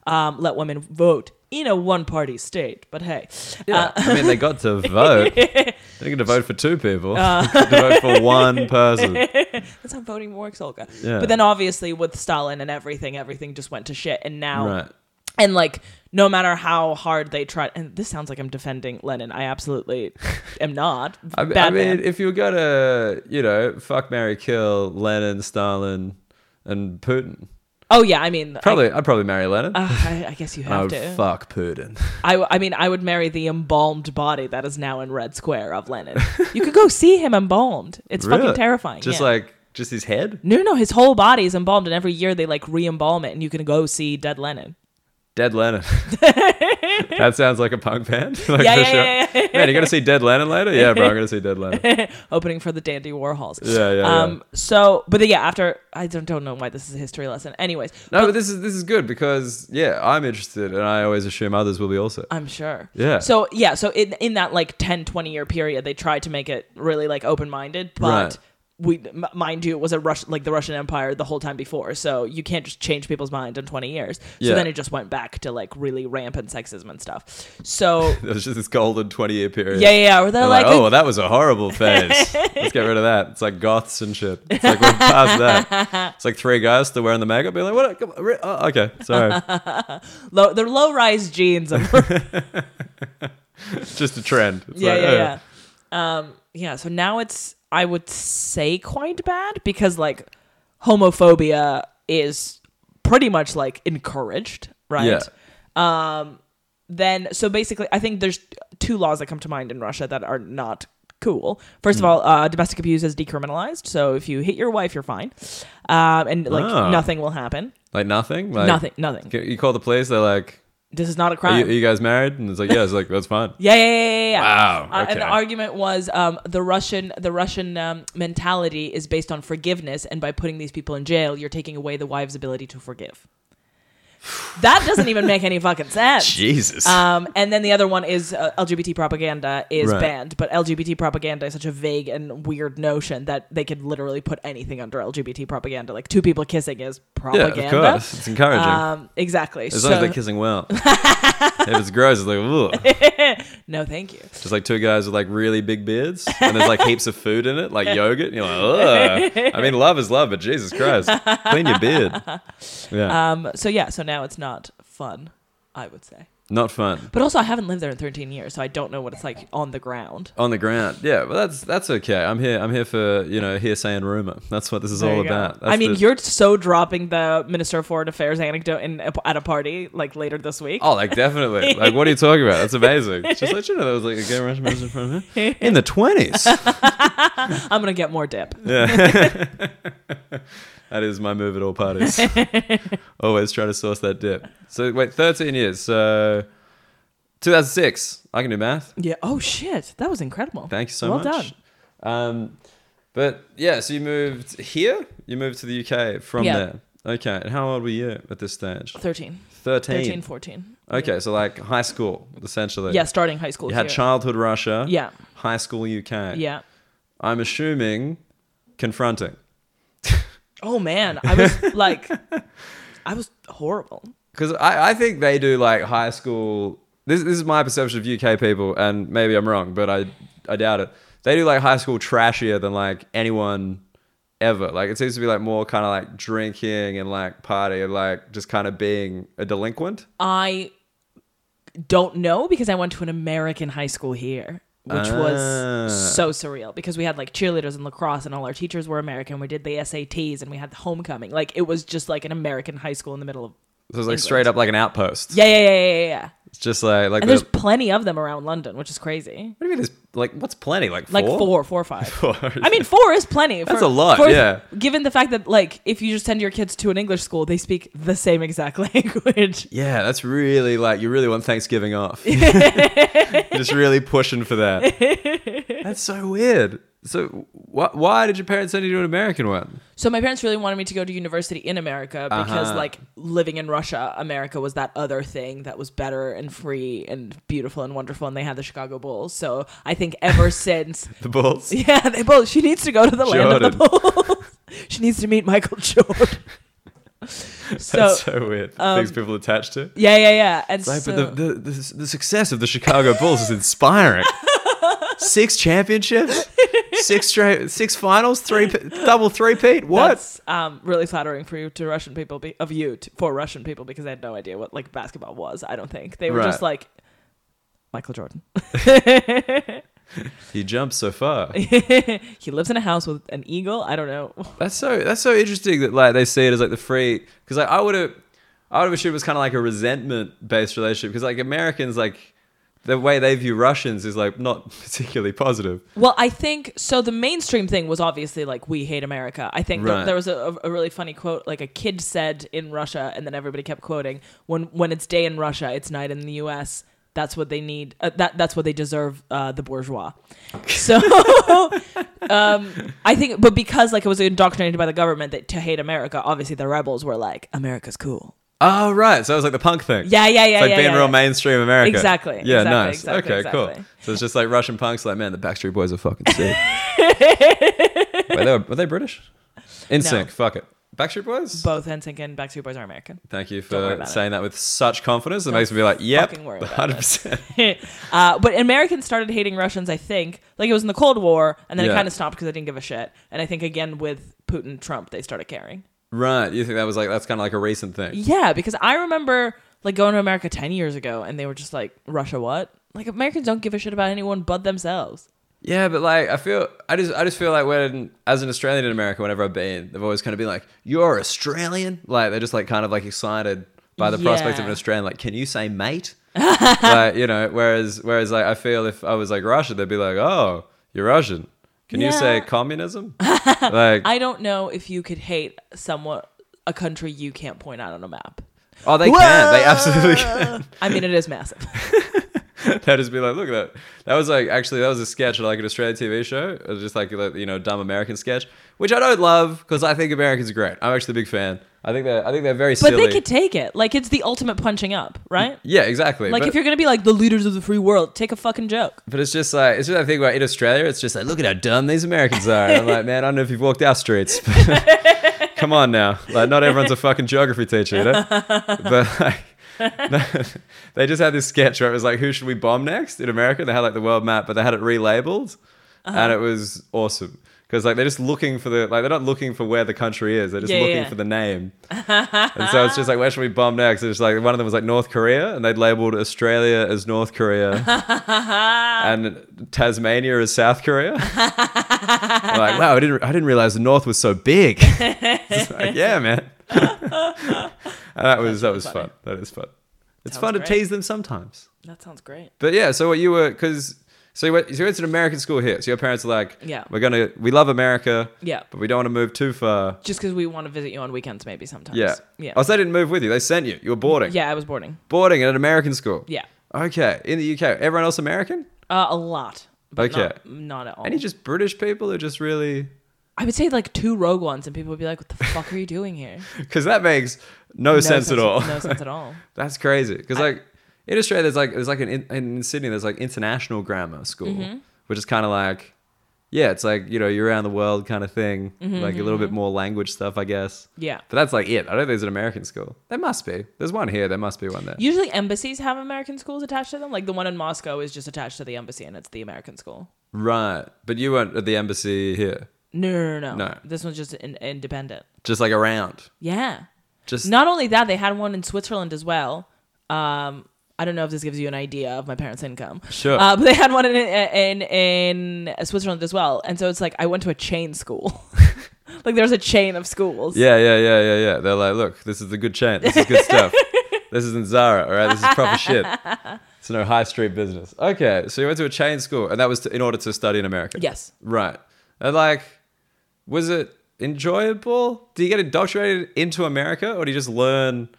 Speaker 2: um, let women vote in a one party state. But hey, uh,
Speaker 1: Yeah. I mean they got to vote. They're going to vote for two people.
Speaker 2: Uh.
Speaker 1: to vote for one person.
Speaker 2: That's how voting works, Olga.
Speaker 1: Yeah.
Speaker 2: But then obviously with Stalin and everything, everything just went to shit. And now,
Speaker 1: Right.
Speaker 2: and like, no matter how hard they try, and this sounds like I'm defending Lenin. I absolutely am not.
Speaker 1: I,
Speaker 2: Bad
Speaker 1: I mean,
Speaker 2: man.
Speaker 1: if you were gonna, you know, fuck Mary Kill, Lenin, Stalin, and Putin.
Speaker 2: oh yeah, I mean,
Speaker 1: Probably I'd probably marry Lenin.
Speaker 2: I, uh, I, I guess you
Speaker 1: I
Speaker 2: have
Speaker 1: would
Speaker 2: to.
Speaker 1: fuck Putin.
Speaker 2: I, w- I mean, I would marry the embalmed body that is now in Red Square of Lenin. you could go see him embalmed. It's
Speaker 1: Really?
Speaker 2: fucking terrifying.
Speaker 1: Just
Speaker 2: yeah.
Speaker 1: like just his head?
Speaker 2: No, no, his whole body is embalmed, and every year they like re-embalm it, and you can go see dead Lenin.
Speaker 1: Dead Lennon. that sounds like a punk band. like
Speaker 2: Yeah,
Speaker 1: for
Speaker 2: yeah,
Speaker 1: sure.
Speaker 2: yeah, yeah,
Speaker 1: Man, you're gonna see Dead Lennon later? Yeah, bro, I'm gonna see Dead Lennon.
Speaker 2: opening for the Dandy Warhols.
Speaker 1: Yeah, yeah,
Speaker 2: Um. So, but yeah, after I don't don't know why this is a history lesson. Anyways,
Speaker 1: No, but this is this is good because yeah, I'm interested and I always assume others will be also.
Speaker 2: I'm sure.
Speaker 1: Yeah.
Speaker 2: So yeah, so in in that like 10, 20 year period, they tried to make it really like open minded, but.
Speaker 1: Right.
Speaker 2: We, m- mind you, it was a Russian, like the Russian Empire the whole time before, so you can't just change people's mind in 20 years. So
Speaker 1: Yeah.
Speaker 2: then it just went back to like really rampant sexism and stuff. So,
Speaker 1: There's just this golden twenty year period.
Speaker 2: yeah, yeah, yeah. Where they're
Speaker 1: They're
Speaker 2: like,
Speaker 1: like, oh, well, that was a horrible phase. Let's get rid of that. It's like goths and shit. It's like we're past that. It's like three guys still wearing the makeup, being like, "What? Come on, re- oh, okay, sorry,
Speaker 2: low, they're low rise jeans. and-
Speaker 1: it's just a trend." It's
Speaker 2: yeah,
Speaker 1: like,
Speaker 2: yeah,
Speaker 1: oh.
Speaker 2: yeah. Um, yeah. So now it's I would say quite bad because like homophobia is pretty much like encouraged, right?
Speaker 1: Yeah.
Speaker 2: Then so basically, I think there's two laws that come to mind in Russia that are not cool. First
Speaker 1: Hmm.
Speaker 2: of all, uh, domestic abuse is decriminalized, so if you hit your wife, you're fine, um, and like
Speaker 1: Ah.
Speaker 2: nothing will happen.
Speaker 1: Like nothing. Like,
Speaker 2: nothing, nothing.
Speaker 1: You call the police. They're like,
Speaker 2: This is not a
Speaker 1: are
Speaker 2: crime.
Speaker 1: you, are you guys married? And it's like, yeah, it's like, that's fine.
Speaker 2: Yeah, yeah, yeah, yeah. yeah.
Speaker 1: Wow,
Speaker 2: Uh, and the
Speaker 1: okay.
Speaker 2: argument was um, the Russian the Russian um, mentality is based on forgiveness, and by putting these people in jail, you're taking away the wives' ability to forgive. That doesn't even make any fucking sense.
Speaker 1: Jesus.
Speaker 2: Um, and then the other one is uh, LGBT propaganda is
Speaker 1: Right.
Speaker 2: banned, but LGBT propaganda is such a vague and weird notion that they could literally put anything under LGBT propaganda. Like two people kissing is
Speaker 1: yeah,
Speaker 2: propaganda.
Speaker 1: of course. It's encouraging.
Speaker 2: Um, exactly.
Speaker 1: as
Speaker 2: so,
Speaker 1: long as they're kissing well. if it's gross, it's like, ugh.
Speaker 2: No, thank you.
Speaker 1: Just like two guys with like really big beards, and there's like heaps of food in it, like yogurt. And you're like, ugh. I mean, love is love, but Jesus Christ, clean your beard. Yeah,
Speaker 2: Um, so yeah, so now it's not fun, I would say.
Speaker 1: not fun
Speaker 2: But also, I haven't lived there in 13 years, so I don't know what it's like on the ground.
Speaker 1: on the ground. Yeah, but that's that's okay. I'm here. I'm here for you know hearsay and rumor. That's what this is all
Speaker 2: There you go.
Speaker 1: about. That's
Speaker 2: I mean,
Speaker 1: the-
Speaker 2: you're so dropping the Minister of Foreign Affairs anecdote in, at a party like later this week.
Speaker 1: Oh, like definitely. like, what are you talking about? That's amazing. Just let you know that was like a game Russian person from here in the twenties.
Speaker 2: I'm gonna get more dip.
Speaker 1: Yeah. that is my move at all parties. Always try to source that dip. So wait, 13 years. So 2006. I can do math.
Speaker 2: Yeah. Oh shit, that was incredible.
Speaker 1: Thank you so
Speaker 2: well
Speaker 1: much.
Speaker 2: Well done.
Speaker 1: Um, but yeah, so you moved here. You moved to the UK from
Speaker 2: Yeah.
Speaker 1: there. Okay. And how old were you at this stage?
Speaker 2: 13,
Speaker 1: 13.
Speaker 2: 13, 14.
Speaker 1: Okay, so like high school essentially.
Speaker 2: Yeah, starting high school.
Speaker 1: You had
Speaker 2: here.
Speaker 1: childhood Russia.
Speaker 2: Yeah.
Speaker 1: High school UK.
Speaker 2: Yeah.
Speaker 1: I'm assuming confronting.
Speaker 2: Oh man, I was like, I was horrible.
Speaker 1: Because I, I think they do like high school. This, this is my perception of UK people, and maybe I'm wrong, but I, I doubt it. They do like high school trashier than like anyone ever. Like it seems to be like more kind of like drinking and like party and like just kind of being a delinquent.
Speaker 2: I don't know because I went to an American high school here, which
Speaker 1: Ah.
Speaker 2: was so surreal because we had like cheerleaders and lacrosse, and all our teachers were American. We did the SATs and we had the homecoming. Like it was just like an American high school in the middle of.
Speaker 1: So it's like straight up like an outpost.
Speaker 2: Yeah, yeah, yeah, yeah, yeah, yeah.
Speaker 1: It's just like like
Speaker 2: And
Speaker 1: the,
Speaker 2: there's
Speaker 1: what
Speaker 2: plenty of them around London, which is crazy.
Speaker 1: do you mean? There's like what's plenty like four?
Speaker 2: Like four, four or five.
Speaker 1: Four.
Speaker 2: I mean, four is plenty.
Speaker 1: That's a lot, yeah.
Speaker 2: Given the fact that, like, if you just send your kids to an English school, they speak the same exact language.
Speaker 1: Yeah, that's really like you really want Thanksgiving off. Just really pushing for that. That's so weird. So wh- why did your parents send you to an American one?
Speaker 2: So my parents really wanted me to go to university in America because
Speaker 1: Uh-huh.
Speaker 2: like living in Russia, America was that other thing that was better and free and beautiful and wonderful and they had the Chicago Bulls. So I think ever since
Speaker 1: The Bulls.
Speaker 2: Yeah, they both she needs to go to the land of the
Speaker 1: Jordan.
Speaker 2: Bulls. she needs to meet Michael Jordan. so
Speaker 1: That's so weird. Things people attach to.
Speaker 2: yeah, yeah, yeah. And
Speaker 1: Like,
Speaker 2: um, so,
Speaker 1: but the, the, the, the success of the Chicago Bulls is inspiring. six championships, six straight, six finals, three p- double three peat. What?
Speaker 2: That's um, really flattering for you to Russian people, be- of you to, for Russian people, because they had no idea what like basketball was. I don't think they were
Speaker 1: Right.
Speaker 2: just like Michael Jordan.
Speaker 1: He jumped so far.
Speaker 2: he lives in a house with an eagle. I don't know.
Speaker 1: That's so that's so interesting that like they see it as like the free because like I would have I would have assumed it was kind of like a resentment based relationship because like Americans like the way they view Russians is like not particularly positive.
Speaker 2: Well, I think so. The mainstream thing was obviously like we hate America. I think
Speaker 1: Right.
Speaker 2: that there was a, a really funny quote, like a kid said in Russia, and then everybody kept quoting when when it's day in Russia, it's night in the U.S. That's what they need. Uh, that that's what they deserve. Uh, the bourgeois. So, um, I think, but because like it was indoctrinated by the government that to hate America, obviously the rebels were like, America's cool.
Speaker 1: Oh right, so it was like the punk thing.
Speaker 2: Yeah, yeah, yeah,
Speaker 1: It's like
Speaker 2: yeah,
Speaker 1: being
Speaker 2: yeah,
Speaker 1: real
Speaker 2: yeah.
Speaker 1: mainstream America.
Speaker 2: Exactly,
Speaker 1: Yeah,
Speaker 2: exactly,
Speaker 1: nice.
Speaker 2: exactly,
Speaker 1: okay, cool.
Speaker 2: exactly.
Speaker 1: So it's just like Russian punks like man, the Backstreet Boys are fucking sick. Wait, they were, were they British? In sync. Fuck it. Backstreet Boys.
Speaker 2: Both NSYNC and Backstreet Boys are American.
Speaker 1: Thank you
Speaker 2: Don't worry
Speaker 1: for
Speaker 2: about it.
Speaker 1: saying that with such confidence. It makes me be like, yep,
Speaker 2: fucking worry about it.
Speaker 1: hundred percent.
Speaker 2: uh, but Americans started hating Russians, I think. Like it was in the Cold War, and then it
Speaker 1: Yeah.
Speaker 2: kind of stopped because they didn't give a shit. And I think again with Putin, Trump, they started caring.
Speaker 1: Right. You think that was like that's kind of like a recent thing.
Speaker 2: Yeah, because I remember like going to America ten years ago, and they were just like, "Russia, what?" Like Americans don't give a shit about anyone but themselves.
Speaker 1: Yeah, but like I feel I just I just feel like when as an Australian in America, whenever I've been, they've always kind of been like, You're Australian? Like they're just like kind of like excited by the prospect of
Speaker 2: Yeah.
Speaker 1: an Australian, like, can you say mate? like, you know, whereas whereas like I feel if I was like Russian, they'd be like, Oh, you're Russian. Can you say
Speaker 2: Yeah.
Speaker 1: communism? like
Speaker 2: I don't know if you could hate someone, a country you can't point out on a map.
Speaker 1: Oh they can. They absolutely can.
Speaker 2: I mean, it is massive.
Speaker 1: They'd just be like, look at that. That was like actually that was a sketch of like an Australian TV show. It was just like a, you know dumb American sketch, which I don't love because I think Americans are great. I'm actually a big fan. I think they're I think they're very
Speaker 2: But
Speaker 1: silly.
Speaker 2: they could take it. Like it's the ultimate punching up, right?
Speaker 1: yeah, exactly.
Speaker 2: Like
Speaker 1: but,
Speaker 2: if you're gonna be like the leaders of the free world, take a fucking joke.
Speaker 1: but it's just like it's just that thing where in Australia it's just like look at how dumb these Americans are. And I'm like man, I don't know if you've walked our streets. Come on now, like not everyone's a fucking geography teacher, you know. But like, they just had this sketch where it was like, who should we bomb next in America? They had like the world map, but they had it relabeled,
Speaker 2: Uh-huh.
Speaker 1: and it was awesome because like they're just looking for the like they're not looking for where the country is, they're just
Speaker 2: Yeah,
Speaker 1: looking
Speaker 2: yeah.
Speaker 1: for the name. and so it's just like, where should we bomb next? And it's like one of them was like North Korea, and they'd labeled Australia as North Korea and Tasmania is South Korea. I'm like, wow, I didn't, I didn't realize the North was so big. It's like, yeah, man. And that was that was
Speaker 2: funny.
Speaker 1: fun. That is fun. It's
Speaker 2: Sounds
Speaker 1: fun
Speaker 2: great.
Speaker 1: to tease them sometimes.
Speaker 2: That sounds great.
Speaker 1: But yeah, so what you were because so you went, so you went to an American school here. So your parents are like,
Speaker 2: Yeah.
Speaker 1: we're gonna we love America,
Speaker 2: Yeah.
Speaker 1: but we don't want to move too far.
Speaker 2: Just because we want to visit you on weekends, maybe sometimes.
Speaker 1: Yeah,
Speaker 2: Yeah.
Speaker 1: Oh, so they didn't move with you. They sent you. You were boarding.
Speaker 2: yeah, I was boarding.
Speaker 1: Boarding at an American school.
Speaker 2: Yeah.
Speaker 1: Okay. In the UK, everyone else American.
Speaker 2: Uh, a lot. But
Speaker 1: Okay.
Speaker 2: Not, not at all.
Speaker 1: Any just British people who just really
Speaker 2: I would say like two rogue ones, and people would be like, what the fuck are you doing here?
Speaker 1: because that makes no, sense, at all.
Speaker 2: No sense at all.
Speaker 1: That's crazy. Because like in Australia, there's like there's like an in, in Sydney, there's like international grammar school, which is kind of like yeah, it's like you know you're around the world kind of thing, like a little bit more language stuff, I guess.
Speaker 2: Yeah.
Speaker 1: But that's like it. I don't think there's an American school. There must be. There's one here. There must be one there.
Speaker 2: Usually embassies have American schools attached to them. Like the one in Moscow is just attached to the embassy, and it's the American school.
Speaker 1: right. But you weren't at the embassy here.
Speaker 2: No, no, no. no.
Speaker 1: No.
Speaker 2: This one's just in, independent.
Speaker 1: Just like around.
Speaker 2: Yeah.
Speaker 1: Just
Speaker 2: Not only that, they had one in Switzerland as well. Um, I don't know if this gives you an idea of my parents' income.
Speaker 1: Sure.
Speaker 2: Uh, but they had one in, in in Switzerland as well, and so it's like I went to a chain school. like there's a chain of schools.
Speaker 1: Yeah, yeah, yeah, yeah, yeah. They're like, look, this is the good chain. This is good stuff. this isn't Zara, all right? This is proper shit. It's no high street business. Okay, so you went to a chain school, and that was to, in order to study in America.
Speaker 2: Yes.
Speaker 1: Right. And like, was it enjoyable? Do you get indoctrinated into America, or do you just learn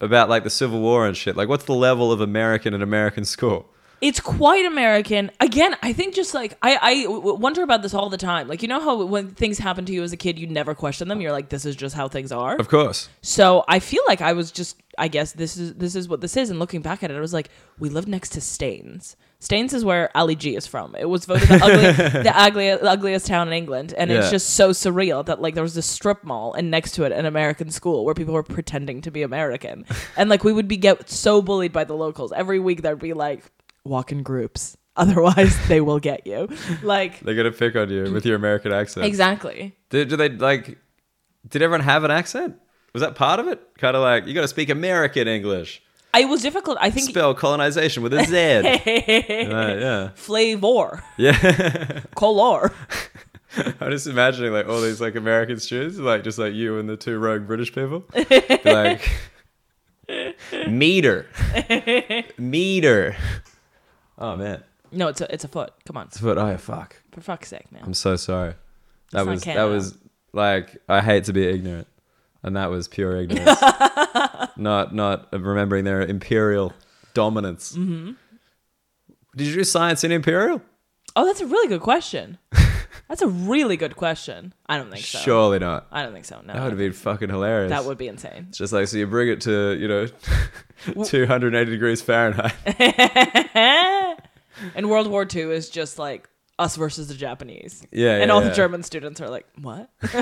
Speaker 1: about like the Civil War and shit? Like, what's the level of American in American school?
Speaker 2: it's quite American. Again, I think just like I, I w- wonder about this all the time. Like you know how when things happen to you as a kid, you never question them. You're like, this is just how things are.
Speaker 1: Of course.
Speaker 2: So I feel like I was just, I guess this is this is what this is. And looking back at it, I was like, we lived next to Staines. Staines is where Ali G is from. It was voted the, ugly, the ugly, ugliest town in England, and it's
Speaker 1: Yeah.
Speaker 2: just so surreal that like there was this strip mall, and next to it, an American school where people were pretending to be American, and like we would be get so bullied by the locals every week. There'd be like walk in groups, otherwise they will get you. Like
Speaker 1: They're gonna pick on you with your American accent.
Speaker 2: exactly.
Speaker 1: Did, do they like? Did everyone have an accent? Was that part of it? Kind of like you got to speak American English.
Speaker 2: I was difficult. I think
Speaker 1: Spell colonization with a Z. Right, yeah,
Speaker 2: flavor,
Speaker 1: yeah.
Speaker 2: color.
Speaker 1: I'm just imagining like all these like American students, like just like you and the two rogue British people, Be like meter, meter. Oh man,
Speaker 2: No, it's a it's a foot. Come on,
Speaker 1: That's what- oh fuck.
Speaker 2: for fuck's sake, man.
Speaker 1: I'm so sorry. That
Speaker 2: It's not
Speaker 1: was that
Speaker 2: Canada.
Speaker 1: was like I hate to be ignorant, and that was pure ignorance. not not remembering their imperial dominance. Mm-hmm. Did you do science in imperial?
Speaker 2: Oh, that's a really good question. that's a really good question. I don't think so.
Speaker 1: Surely not.
Speaker 2: I don't think so. No,
Speaker 1: That would have been fucking hilarious.
Speaker 2: that would be insane.
Speaker 1: It's just like so you bring it to you know, 280 degrees Fahrenheit.
Speaker 2: And World War II is just like us versus the Japanese.
Speaker 1: Yeah,
Speaker 2: and
Speaker 1: yeah,
Speaker 2: all
Speaker 1: yeah.
Speaker 2: the German students are like, what?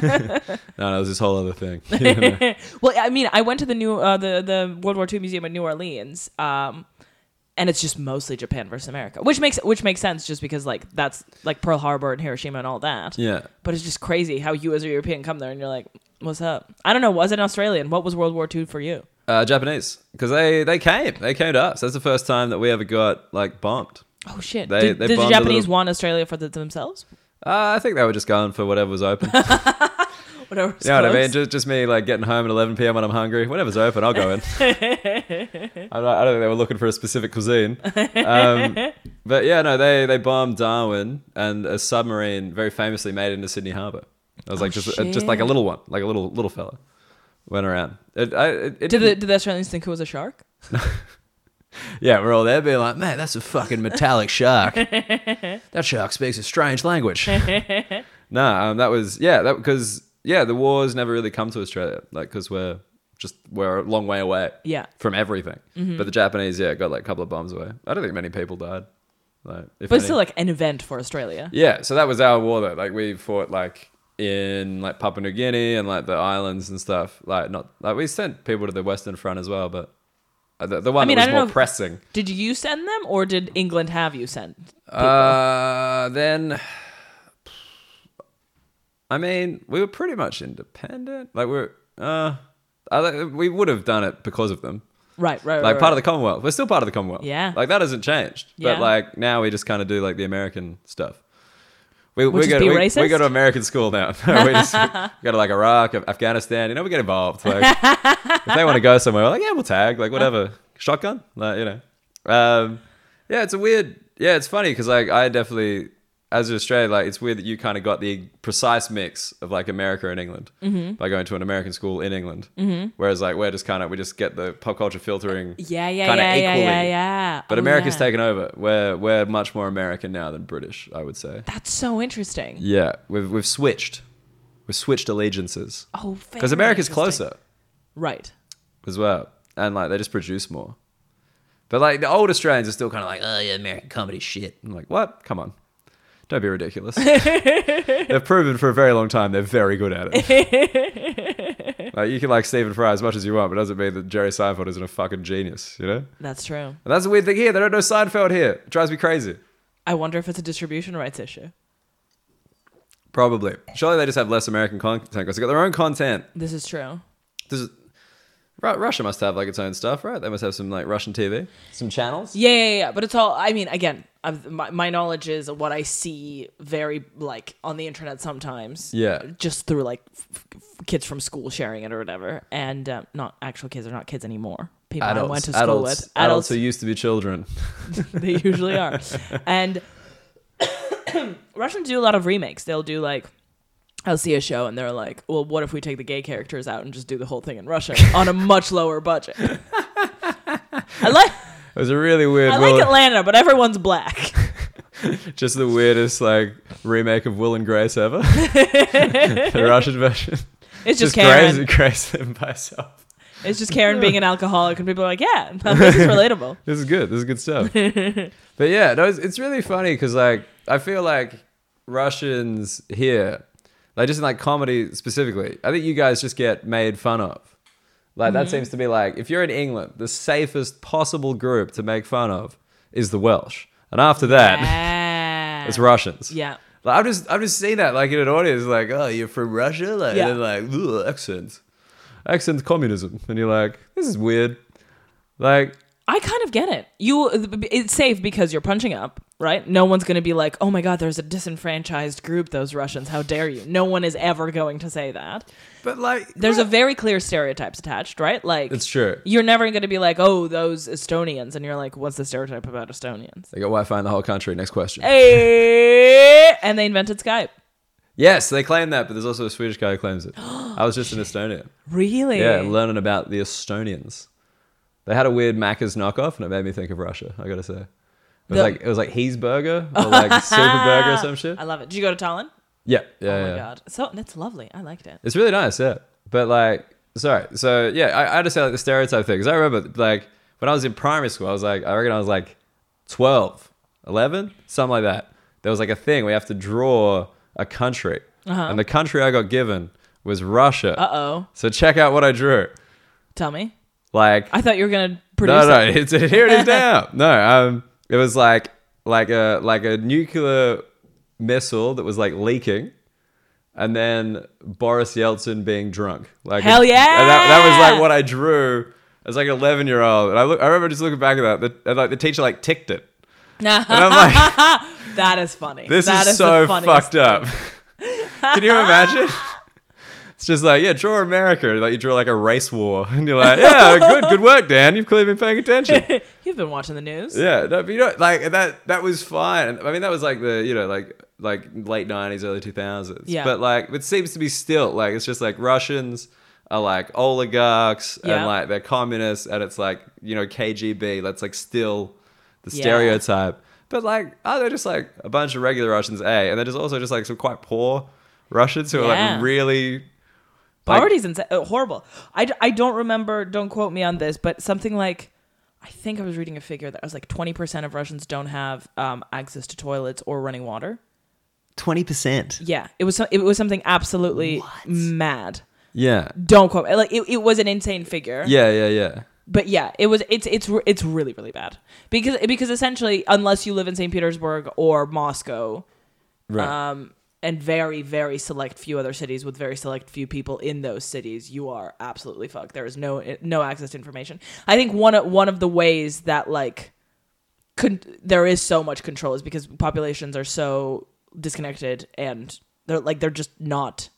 Speaker 1: No, no, it was this whole other thing. You know?
Speaker 2: well, I mean, I went to the new uh, the the World War II museum in New Orleans, um, and it's just mostly Japan versus America, which makes which makes sense just because like that's like Pearl Harbor and Hiroshima and all that.
Speaker 1: yeah.
Speaker 2: But it's just crazy how you as a European come there and you're like, what's up? I don't know. Was it an Australian? What was World War II for you?
Speaker 1: Uh, Japanese, because they they came, they came to us. That's the first time that we ever got like bombed.
Speaker 2: Oh shit!
Speaker 1: They-
Speaker 2: did
Speaker 1: they
Speaker 2: did the
Speaker 1: bombed a
Speaker 2: Japanese
Speaker 1: little-
Speaker 2: want Australia for the, themselves?
Speaker 1: Uh, I think they were just going for whatever was open.
Speaker 2: Whatever.
Speaker 1: You know what I mean? Just, just me like getting home at 11 p.m. when I'm hungry. Whatever's open, I'll go in. I, don't, I don't think they were looking for a specific cuisine. Um, but yeah, no, they, they bombed Darwin and a submarine very famously made it into Sydney Harbour. I was like, just, just like a
Speaker 2: shit.
Speaker 1: little one, like a little little fella went around. It, I, it, it
Speaker 2: Did the,
Speaker 1: didn't-
Speaker 2: did the Australians think it was a shark?
Speaker 1: yeah, we're all there being like, man, that's a fucking metallic shark. that shark speaks a strange language. nah, um, that was, yeah, that because, yeah, the wars never really come to Australia, like, because we're just, we're a long way away
Speaker 2: Yeah. Mm-hmm.
Speaker 1: from everything. But the Japanese, yeah, got like a couple of bombs away. I don't think many people died. Like, if any.
Speaker 2: But it's still like an event for Australia.
Speaker 1: Yeah, so that was our war though. Like we fought like in like Papua New Guinea and like the islands and stuff. Like not like we sent people to the Western Front as well, but Uh, The, the one
Speaker 2: mean, I
Speaker 1: that was
Speaker 2: don't
Speaker 1: more
Speaker 2: know if-
Speaker 1: pressing.
Speaker 2: Did you send them or did England have you send?
Speaker 1: Uh, then, I mean, we were pretty much independent. Like we we're, uh, I, thi- we would have done it because of them.
Speaker 2: Right, right, right.
Speaker 1: Like part of the Commonwealth, we're still part of the Commonwealth.
Speaker 2: Yeah.
Speaker 1: like that hasn't changed.
Speaker 2: Yeah.
Speaker 1: But like now we just kind of do like the American stuff. We,
Speaker 2: Which
Speaker 1: we,
Speaker 2: is
Speaker 1: go,
Speaker 2: be
Speaker 1: we,
Speaker 2: racist?
Speaker 1: we go to American school now. No, we just we go to like Iraq, Af- Afghanistan. You know, we get involved. Like if they want to go somewhere, we're like yeah, we'll tag, like whatever, shotgun, like you know. Um, yeah, it's a weird. Yeah, it's funny because like I definitely, as an Australian, like it's weird that you kind of got the precise mix of like America and England
Speaker 2: Mm-hmm.
Speaker 1: by going to an American school in England, mm-hmm. whereas like we're just kind of we just get the pop culture filtering.
Speaker 2: Uh, yeah, yeah,
Speaker 1: kinda
Speaker 2: yeah, yeah,
Speaker 1: equally.
Speaker 2: yeah, yeah.
Speaker 1: But
Speaker 2: Oh,
Speaker 1: America's
Speaker 2: yeah.
Speaker 1: taken over. We're we're much more American now than British, I would say.
Speaker 2: That's so interesting.
Speaker 1: Yeah, we've we've switched. We've switched allegiances.
Speaker 2: Oh,
Speaker 1: Because
Speaker 2: very
Speaker 1: America's
Speaker 2: interesting.
Speaker 1: closer
Speaker 2: Right.
Speaker 1: as well. And like they just produce more. But like the old Australians are still kind of like, oh yeah, American comedy shit. I'm like, what? Come on. Don't be ridiculous. They've proven for a very long time they're very good at it. like you can like Stephen Fry as much as you want, but it doesn't mean that Jerry Seinfeld isn't a fucking genius, you know?
Speaker 2: That's true.
Speaker 1: And that's the weird thing here. They don't know Seinfeld here. It drives me crazy.
Speaker 2: I wonder if it's a distribution rights issue.
Speaker 1: Probably. Surely they just have less American content because they got their own content.
Speaker 2: This is true.
Speaker 1: This is Ru- Russia must have like its own stuff, right? They must have some like Russian TV, some channels.
Speaker 2: Yeah, yeah, yeah. But it's all. I mean, again, I've, my my knowledge is what I see very like on the internet sometimes.
Speaker 1: Yeah.
Speaker 2: Just through like f- f- kids from school sharing it or whatever, and um, not actual kids are not kids anymore. People I went to school
Speaker 1: adults,
Speaker 2: with.
Speaker 1: adults, who used to be children.
Speaker 2: they usually are. And Russians do a lot of remakes. They'll do like I'll see a show and they're like, "Well, what if we take the gay characters out and just do the whole thing in Russian on a much lower budget?" I like
Speaker 1: It was a really weird,
Speaker 2: I
Speaker 1: Will-
Speaker 2: like Atlanta, but everyone's black.
Speaker 1: just the weirdest like remake of Will and Grace ever. the Russian version,
Speaker 2: It's
Speaker 1: just
Speaker 2: just, Karen.
Speaker 1: Grace, Grace them by herself.
Speaker 2: It's just Karen being an alcoholic, and people are like, "Yeah, this is relatable."
Speaker 1: This is good. This is good stuff. but yeah, no, it's, it's really funny because like I feel like Russians here, like just in like comedy specifically, I think you guys just get made fun of. Like
Speaker 2: Mm-hmm.
Speaker 1: that seems to be like if you're in England, the safest possible group to make fun of is the Welsh, and after that,
Speaker 2: Yeah.
Speaker 1: it's Russians.
Speaker 2: Yeah.
Speaker 1: Like, I've just I've just seen that like in an audience, like oh you're from Russia, like
Speaker 2: Yeah.
Speaker 1: and then like "Ugh, accent, accent communism, and you're like this is weird, like.
Speaker 2: I kind of get it. You, it's safe because you're punching up, right? No one's going to be like, "Oh my God, there's a disenfranchised group, those Russians. How dare you?" No one is ever going to say that.
Speaker 1: But like,
Speaker 2: There's a very clear stereotypes attached, right? Like,
Speaker 1: It's true.
Speaker 2: You're never going to be like, "Oh, those Estonians," and you're like, "What's the stereotype about Estonians?"
Speaker 1: They got Wi-Fi in the whole country. Next question.
Speaker 2: Hey, Eh, and they invented Skype.
Speaker 1: Yes, they claim that, but there's also a Swedish guy who claims it. I was just in Estonia.
Speaker 2: Really?
Speaker 1: Yeah, learning about the Estonians. They had a weird Macca's knockoff, and it made me think of Russia. I gotta say, it was
Speaker 2: The-
Speaker 1: like it was like He's Burger or like Super Burger or some shit.
Speaker 2: Ah. I love it. Did you go to Tallinn?
Speaker 1: Yeah, yeah,
Speaker 2: oh my
Speaker 1: yeah.
Speaker 2: god, so that's lovely. I liked it.
Speaker 1: It's really nice, yeah. But like, sorry. So yeah, I, I just say like the stereotype thing because I remember like when I was in primary school, I was like, I reckon I was like 12, 11, something like that. There was like a thing we have to draw a country, and the country I got given was Russia.
Speaker 2: Uh oh,
Speaker 1: So check out what I drew.
Speaker 2: tell me.
Speaker 1: Like
Speaker 2: I thought you were gonna produce.
Speaker 1: no, no,
Speaker 2: it.
Speaker 1: it's here it is now. No, um, it was like like a like a nuclear missile that was like leaking, and then Boris Yeltsin being drunk. Like
Speaker 2: Hell
Speaker 1: and that, that was
Speaker 2: yeah!
Speaker 1: like what I drew as like an eleven year old, and I look, I remember just looking back at that, the, and like the teacher like ticked it, and I'm like,
Speaker 2: that is funny.
Speaker 1: this
Speaker 2: That
Speaker 1: is
Speaker 2: the
Speaker 1: so
Speaker 2: funniest-
Speaker 1: fucked up. Can you imagine? It's just like, yeah, draw America. Like you draw like a race war, and you're like, yeah, good, good work, Dan. You've clearly been paying attention.
Speaker 2: You've been watching the news.
Speaker 1: Yeah, no, but you know, like that. That was fine. I mean, that was like the you know, like like late nineties, early two thousands.
Speaker 2: Yeah.
Speaker 1: But like, it seems to be still like it's just like Russians are like oligarchs
Speaker 2: Yeah.
Speaker 1: and like they're communists, and it's like you know KGB. That's like still the
Speaker 2: Yeah.
Speaker 1: stereotype. But like, are they just like a bunch of regular Russians? A, and they're just also just like some quite poor Russians who are
Speaker 2: Yeah.
Speaker 1: like really. like-
Speaker 2: Poverty's insa- uh, horrible. I, d- I don't remember, don't quote me on this, but something like, I think I was reading a figure that was like 20% of Russians don't have um, access to toilets or running water.
Speaker 3: 20%.
Speaker 2: Yeah, it was, so- it was something absolutely mad.
Speaker 1: Yeah.
Speaker 2: Don't quote me. Like, it, it was an insane figure.
Speaker 1: Yeah. Yeah. Yeah.
Speaker 2: but yeah, it was it's it's re- it's really really bad because because essentially unless you live in St. Petersburg or Moscow
Speaker 1: Right.
Speaker 2: um and very very select few other cities with very select few people in those cities, you are absolutely fucked. There is no eh, no access to information. I think one of, one of the ways that like con- there is so much control is because populations are so disconnected and they're like they're just not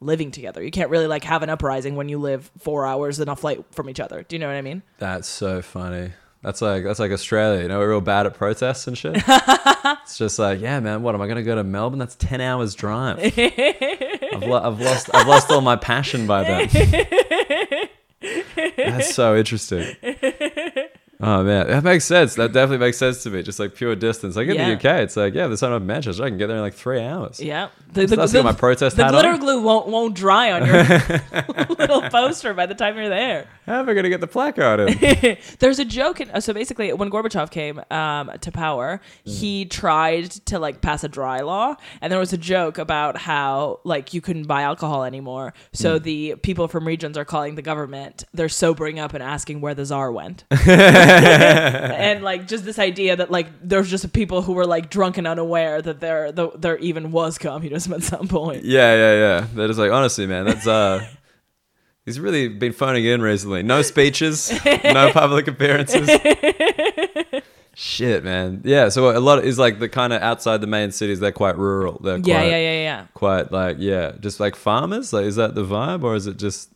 Speaker 2: living together. You can't really like have an uprising when you live 4 hours in a flight from each other. Do you know what I mean?
Speaker 1: that's so funny. That's like that's like Australia. You know, we're real bad at protests and shit. it's just like, yeah, man. What am I gonna go to Melbourne? That's ten hours drive. I've, lo- I've lost I've lost all my passion by then. that's so interesting. Oh man, that makes sense. That definitely makes sense to me. Just like pure distance. Like in
Speaker 2: Yeah.
Speaker 1: the UK, it's like, yeah, there's time I'm Manchester, I can get there in like three hours.
Speaker 2: Yeah. The, the,
Speaker 1: that's got my protest
Speaker 2: the
Speaker 1: hat
Speaker 2: glitter
Speaker 1: on.
Speaker 2: glue won't won't dry on your little poster by the time you're there.
Speaker 1: How am I gonna get the placard in?
Speaker 2: There's a joke. In, so basically, when Gorbachev came um, to power,
Speaker 1: Mm.
Speaker 2: he tried to like pass a dry law, and there was a joke about how like you couldn't buy alcohol anymore.
Speaker 1: Mm.
Speaker 2: So the people from regions are calling the government. They're sobering up and asking where the czar went, and like just this idea that like there's just people who were like drunk and unaware that there th- there even was communism at some point.
Speaker 1: yeah, yeah, yeah. They're just like, honestly, man, that's uh He's really been phoning in recently. No speeches, no public appearances. Shit, man. Yeah, so a lot is like the kind of outside the main cities. They're quite rural. They're
Speaker 2: Yeah,
Speaker 1: quite,
Speaker 2: yeah, yeah, yeah.
Speaker 1: quite like yeah just like farmers like is that the vibe or is it just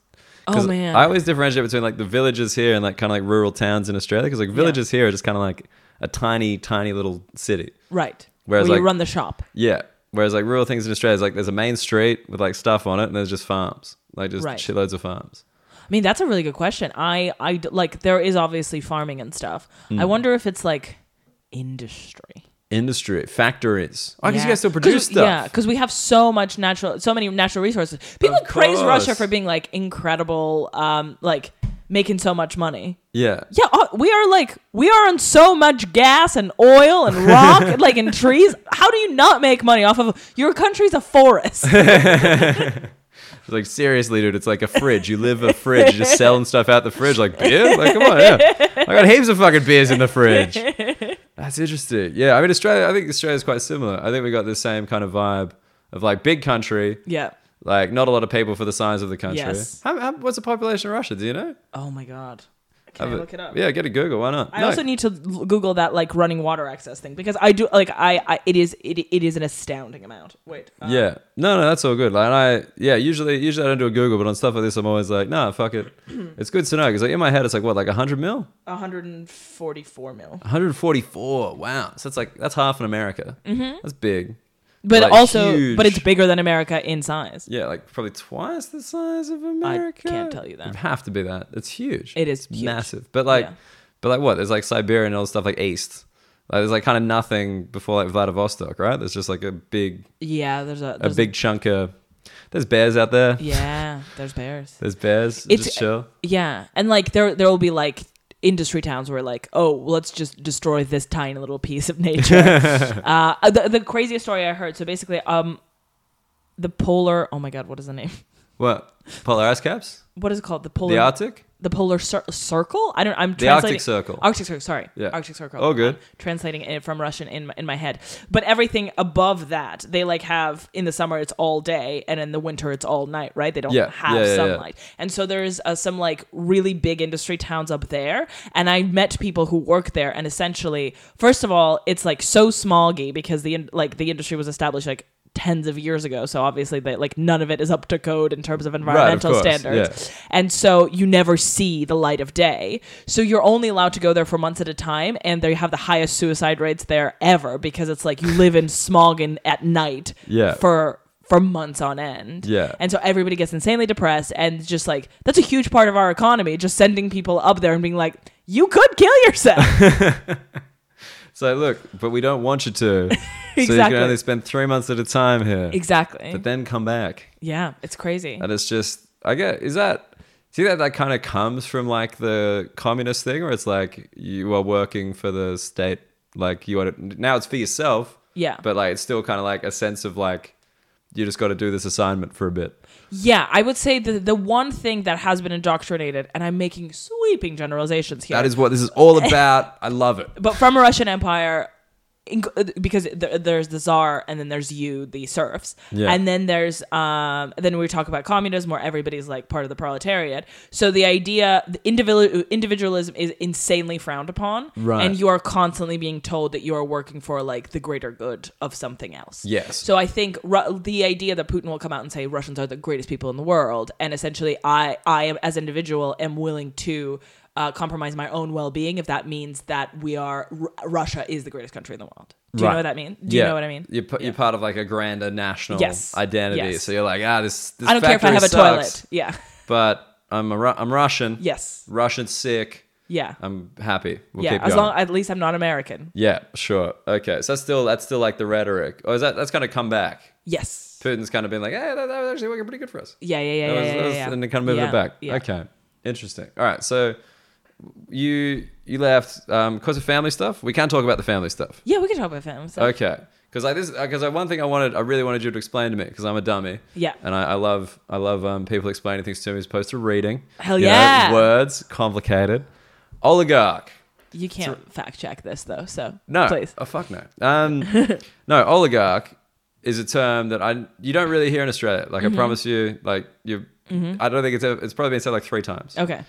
Speaker 1: 'cause
Speaker 2: Oh, man.
Speaker 1: i always differentiate between like the villages here and like kind of like rural towns in australia because like villages here are just kind of like a tiny tiny little city
Speaker 2: Right.
Speaker 1: Whereas,
Speaker 2: Where you
Speaker 1: like-
Speaker 2: run the shop.
Speaker 1: yeah whereas like rural things in australia is like there's a main street with like stuff on it and there's just farms like just
Speaker 2: Right.
Speaker 1: shitloads of farms
Speaker 2: I mean, that's a really good question. I, I d- like there is obviously farming and stuff.
Speaker 1: Hmm.
Speaker 2: I wonder if it's like industry.
Speaker 1: industry factories i guess
Speaker 2: Yeah.
Speaker 1: Oh, you guys still produce
Speaker 2: 'Cause- Yeah,
Speaker 1: stuff
Speaker 2: because we have so much natural, so many natural resources. People
Speaker 1: Of
Speaker 2: praise Russia
Speaker 1: course.
Speaker 2: for being like incredible, um, like making so much money.
Speaker 1: yeah
Speaker 2: Yeah, uh, we are like we are on so much gas and oil and rock, and, like and trees. How do you not make money off of your country's a forest?
Speaker 1: It's like seriously, dude, it's like a fridge. You live a fridge, you're just selling stuff out the fridge, like beer. Like, come on, yeah. I got heaps of fucking beers in the fridge. That's interesting. Yeah, I mean, Australia. I think Australia's quite similar. I think we got the same kind of vibe of like big country,
Speaker 2: yeah.
Speaker 1: like not a lot of people for the size of the country.
Speaker 2: Yes.
Speaker 1: How, how, what's the population of Russia? Do you know?
Speaker 2: Oh my god. Can I
Speaker 1: Have
Speaker 2: look it up?
Speaker 1: Yeah, get a Google. Why not?
Speaker 2: I
Speaker 1: No.
Speaker 2: also need to l- Google that like running water access thing because I do like I, I it is it, it is an astounding amount. Wait. uh,
Speaker 1: Yeah. No, no, that's all good. Like, and I, yeah, usually, usually I don't do a Google, but on stuff like this, I'm always like, nah, fuck it. It's good to know because like in my head, it's like what, like hundred mil?
Speaker 2: 144 mil.
Speaker 1: 144. Wow. So that's like that's half in America. Mm-hmm. That's big.
Speaker 2: But
Speaker 1: Like,
Speaker 2: also but
Speaker 1: huge.
Speaker 2: it's bigger than America in size.
Speaker 1: Yeah, like probably twice the size of America.
Speaker 2: can't tell you that.
Speaker 1: It'd have to be that. It's huge.
Speaker 2: It is
Speaker 1: It's
Speaker 2: huge.
Speaker 1: massive. But like,
Speaker 2: Yeah.
Speaker 1: but like what? There's like Siberia and all this stuff like east. Like there's like kind of nothing before like Vladivostok, right? There's just like a big,
Speaker 2: Yeah, there's a
Speaker 1: a
Speaker 2: there's
Speaker 1: big chunk of. There's bears out there.
Speaker 2: Yeah, there's bears.
Speaker 1: There's bears.
Speaker 2: It's-
Speaker 1: just chill.
Speaker 2: Yeah. And like there there will be like industry towns where like oh well, let's just destroy this tiny little piece of nature. uh the, the craziest story I heard so basically um the polar oh my god what is the name?
Speaker 1: What? Polar ice caps?
Speaker 2: What is it called? The polar
Speaker 1: The Arctic?
Speaker 2: the polar cir- circle. I don't. I'm
Speaker 1: The Arctic
Speaker 2: translating-
Speaker 1: Circle.
Speaker 2: Arctic circle. Sorry.
Speaker 1: Yeah.
Speaker 2: Arctic circle.
Speaker 1: Oh, good.
Speaker 2: I'm translating it from Russian in my, in my head, but everything above that they like have in the summer it's all day, and in the winter it's all night. Right? They don't
Speaker 1: Yeah.
Speaker 2: have
Speaker 1: Yeah, yeah, yeah.
Speaker 2: sunlight, and so there's uh, some like really big industry towns up there, and I met people who work there, and essentially, first of all, it's like so smoggy because the in- like the industry was established like tens of years ago so obviously they like none of it is up to code in terms of environmental
Speaker 1: course.
Speaker 2: standards
Speaker 1: Yeah.
Speaker 2: and so you never see the light of day. So you're only allowed to go there for months at a time, and they have the highest suicide rates there ever because it's like you live in smog and at night
Speaker 1: Yeah.
Speaker 2: for for months on end.
Speaker 1: Yeah.
Speaker 2: And so everybody gets insanely depressed and just like that's a huge part of our economy, just sending people up there and being like, You could kill yourself.
Speaker 1: So look, but we don't want you to. So you can
Speaker 2: Exactly.
Speaker 1: only spend three months at a time here.
Speaker 2: exactly.
Speaker 1: But then come back.
Speaker 2: yeah, it's crazy.
Speaker 1: And it's just, I get, is that, see that that kind of comes from like the communist thing where it's like you are working for the state, like you are, now it's for yourself.
Speaker 2: Yeah.
Speaker 1: But like it's still kind of like a sense of like you just got to do this assignment for a bit.
Speaker 2: Yeah, I would say the the one thing that has been indoctrinated, and I'm making sweeping generalizations here.
Speaker 1: That is what this is all about. I love it.
Speaker 2: but from a Russian Empire, in- because th- there's the czar, and then there's you, the serfs,
Speaker 1: Yeah.
Speaker 2: and then there's um, then we talk about communism, where everybody's like part of the proletariat. So the idea, the individual individualism is insanely frowned upon,
Speaker 1: Right.
Speaker 2: and you are constantly being told that you are working for like the greater good of something else.
Speaker 1: Yes.
Speaker 2: So I think Ru- the idea that Putin will come out and say Russians are the greatest people in the world, and essentially I, I am as an individual am willing to uh, compromise my own well being if that means that we are R- Russia is the greatest country in the world. Do you
Speaker 1: Right.
Speaker 2: know what I mean? Do you
Speaker 1: Yeah.
Speaker 2: know what I mean?
Speaker 1: You're, p- you're part of like a grander national
Speaker 2: Yes.
Speaker 1: identity.
Speaker 2: Yes.
Speaker 1: So you're like, ah, this. this
Speaker 2: I don't care if I
Speaker 1: factory
Speaker 2: have a
Speaker 1: sucks,
Speaker 2: toilet. Yeah.
Speaker 1: but I'm a Ru- I'm Russian.
Speaker 2: Yes.
Speaker 1: Russian sick.
Speaker 2: Yeah.
Speaker 1: I'm happy. We'll
Speaker 2: yeah.
Speaker 1: keep
Speaker 2: As
Speaker 1: going.
Speaker 2: long, at least I'm not American.
Speaker 1: yeah, sure. Okay, so that's still that's still like the rhetoric. Or is that that's kind of come back?
Speaker 2: Yes.
Speaker 1: Putin's kind of been like, hey, that, that was actually working pretty good for us.
Speaker 2: Yeah. Yeah. Yeah.
Speaker 1: That
Speaker 2: yeah,
Speaker 1: was-
Speaker 2: yeah,
Speaker 1: that was-
Speaker 2: yeah, yeah.
Speaker 1: And they kind of moved
Speaker 2: Yeah,
Speaker 1: it back.
Speaker 2: yeah.
Speaker 1: Okay, interesting. All right, so you you left um, because of family stuff. We can talk about the family stuff.
Speaker 2: Yeah, we can talk about film. So.
Speaker 1: Okay, because like this, because one thing I wanted, I really wanted you to explain to me because I'm a dummy.
Speaker 2: Yeah.
Speaker 1: and I, I love I love um, people explaining things to me as opposed to reading.
Speaker 2: Hell
Speaker 1: You know,
Speaker 2: yeah.
Speaker 1: words complicated. Oligarch.
Speaker 2: You can't fact check this though. So
Speaker 1: No.
Speaker 2: please.
Speaker 1: Oh fuck no. Um, no, oligarch is a term that I you don't really hear in Australia. Like
Speaker 2: Mm-hmm.
Speaker 1: I promise you, like you, I don't think it's ever, it's probably been said like three times.
Speaker 2: Okay.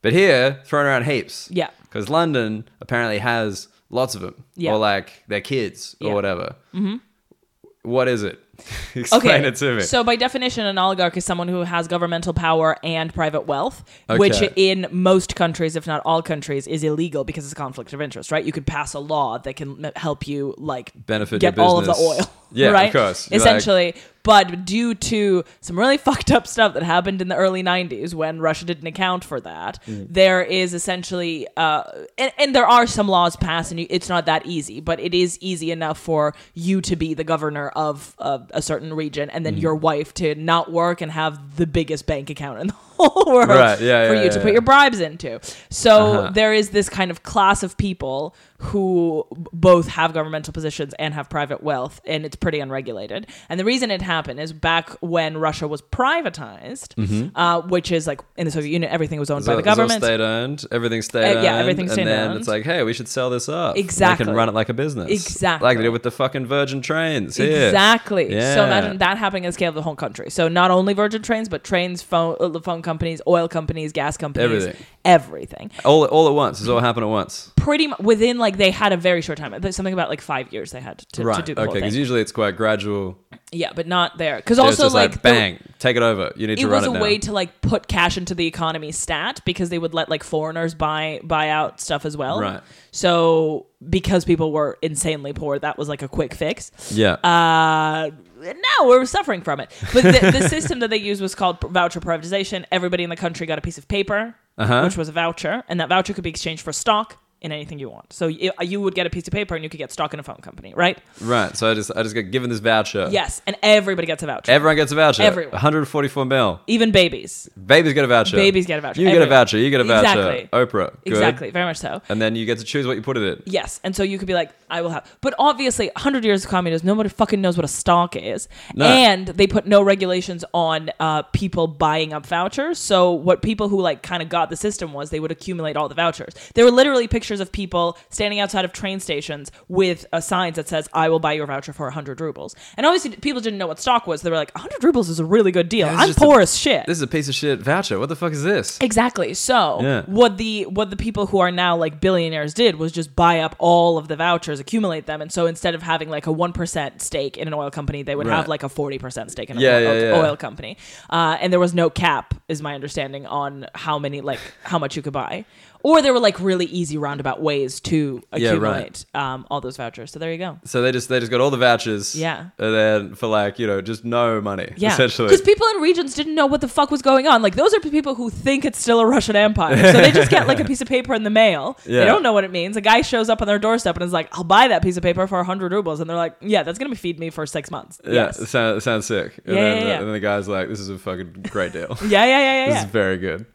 Speaker 1: But here, thrown around heaps.
Speaker 2: Yeah.
Speaker 1: Because London apparently has lots of them,
Speaker 2: Yeah.
Speaker 1: or like their kids or
Speaker 2: Yeah.
Speaker 1: whatever. Mm-hmm. is it? Explain it to me.
Speaker 2: So, by definition, an oligarch is someone who has governmental power and private wealth, which
Speaker 1: Okay.
Speaker 2: in most countries, if not all countries, is illegal because it's a conflict of interest, right? You could pass a law that can m- help you, like,
Speaker 1: Benefit
Speaker 2: get
Speaker 1: your
Speaker 2: all of the
Speaker 1: business.
Speaker 2: oil.
Speaker 1: Yeah, of
Speaker 2: right?
Speaker 1: course. You're like-
Speaker 2: Essentially. but due to some really fucked up stuff that happened in the early 90s when Russia didn't account for that,
Speaker 1: Mm.
Speaker 2: there is essentially, uh, and, and there are some laws passed, and you, it's not that easy, but it is easy enough for you to be the governor of uh, a certain region and then
Speaker 1: Mm.
Speaker 2: your wife to not work and have the biggest bank account in the whole world
Speaker 1: Right, yeah,
Speaker 2: for
Speaker 1: yeah,
Speaker 2: you to
Speaker 1: yeah,
Speaker 2: put
Speaker 1: yeah.
Speaker 2: your bribes into. So
Speaker 1: Uh-huh.
Speaker 2: there is this kind of class of people who b- both have governmental positions and have private wealth, and it's pretty unregulated. And the reason it happened is back when Russia was privatized,
Speaker 1: Mm-hmm.
Speaker 2: uh, which is like in the Soviet Union, everything was owned by
Speaker 1: So
Speaker 2: the
Speaker 1: it's all
Speaker 2: government.
Speaker 1: state owned. Everything's state
Speaker 2: Uh,
Speaker 1: owned.
Speaker 2: yeah, everything's
Speaker 1: And then
Speaker 2: state-owned.
Speaker 1: it's like, hey, we should sell this up. We
Speaker 2: Exactly.
Speaker 1: can run it like a business. Like
Speaker 2: Exactly.
Speaker 1: they did with the fucking Virgin trains. Here.
Speaker 2: Exactly. So
Speaker 1: Yeah.
Speaker 2: imagine that happening at the scale of the whole country. So not only Virgin trains, but trains, phone, uh, phone companies, oil companies, gas companies,
Speaker 1: Everything.
Speaker 2: everything.
Speaker 1: All, all at once. It's all happened at once.
Speaker 2: pretty much within like they had a very short time. There's something about like five years they had to,
Speaker 1: right.
Speaker 2: to do the
Speaker 1: okay.
Speaker 2: whole
Speaker 1: Because
Speaker 2: thing.
Speaker 1: usually it's quite gradual.
Speaker 2: yeah, but not there because
Speaker 1: Also, it's
Speaker 2: also
Speaker 1: just like,
Speaker 2: like, the-
Speaker 1: bang, take it over. You need
Speaker 2: it
Speaker 1: to run
Speaker 2: was
Speaker 1: it
Speaker 2: a
Speaker 1: now.
Speaker 2: way to like put cash into the economy stat because they would let like foreigners buy buy out stuff as well.
Speaker 1: Right.
Speaker 2: So because people were insanely poor, that was like a quick fix.
Speaker 1: yeah.
Speaker 2: Uh, now we're suffering from it. But the, the system that they used was called voucher privatization. Everybody in the country got a piece of paper,
Speaker 1: Uh-huh.
Speaker 2: which was a voucher, and that voucher could be exchanged for stock in anything you want. So you, you would get a piece of paper and you could get stock in a phone company, right?
Speaker 1: right. So I just I just got given this voucher.
Speaker 2: Yes, and everybody gets a voucher.
Speaker 1: Everyone gets a voucher.
Speaker 2: Everyone.
Speaker 1: 144 mil.
Speaker 2: even babies.
Speaker 1: Babies get a voucher.
Speaker 2: Babies get a voucher.
Speaker 1: You get a
Speaker 2: Everyone.
Speaker 1: voucher. You get a voucher.
Speaker 2: Exactly.
Speaker 1: Oprah. Good.
Speaker 2: Exactly, very much so.
Speaker 1: And then you get to choose what you put in it.
Speaker 2: Yes, and so you could be like, I will have. But obviously, 100 years of communism, nobody fucking knows what a stock is.
Speaker 1: No.
Speaker 2: And they put no regulations on uh, people buying up vouchers. So what people who like kind of got the system was they would accumulate all the vouchers. There were literally pictures of people standing outside of train stations with uh, signs that says, "I will buy your voucher for 100 rubles." And obviously, people didn't know what stock was. They were like, "100 rubles is a really good deal.
Speaker 1: this is
Speaker 2: I'm
Speaker 1: just
Speaker 2: poor
Speaker 1: a-
Speaker 2: as shit."
Speaker 1: This is a piece of shit voucher. What the fuck is this?
Speaker 2: Exactly. So
Speaker 1: Yeah.
Speaker 2: what the what the people who are now like billionaires did was just buy up all of the vouchers, accumulate them, and so instead of having like a one percent stake in an oil company, they would
Speaker 1: Right.
Speaker 2: have like a forty percent stake in an
Speaker 1: Yeah,
Speaker 2: oil,
Speaker 1: yeah, yeah.
Speaker 2: oil company. Uh, and there was no cap, is my understanding, on how many like how much you could buy, or there were like really easy roundabout ways to
Speaker 1: Yeah, right.
Speaker 2: accumulate um, all those vouchers. So there you go.
Speaker 1: So they just they just got all the vouchers.
Speaker 2: Yeah.
Speaker 1: And then for like, you know, just no money.
Speaker 2: Yeah,
Speaker 1: Essentially.
Speaker 2: because people in regions didn't know what the fuck was going on. Like those are people who think it's still a Russian empire, so they just get like a piece of paper in the mail.
Speaker 1: Yeah.
Speaker 2: They don't know what it means. A guy shows up on their doorstep and is like, "I'll buy that piece of paper for hundred rubles," and they're like, "Yeah, that's gonna feed me for six months."
Speaker 1: yeah.
Speaker 2: Yes.
Speaker 1: it Sound, it sounds sick. And,
Speaker 2: Yeah,
Speaker 1: then,
Speaker 2: yeah,
Speaker 1: the,
Speaker 2: yeah.
Speaker 1: and then the guy's like, this is a fucking great deal.
Speaker 2: Yeah, yeah, yeah, yeah.
Speaker 1: This
Speaker 2: yeah.
Speaker 1: is very good.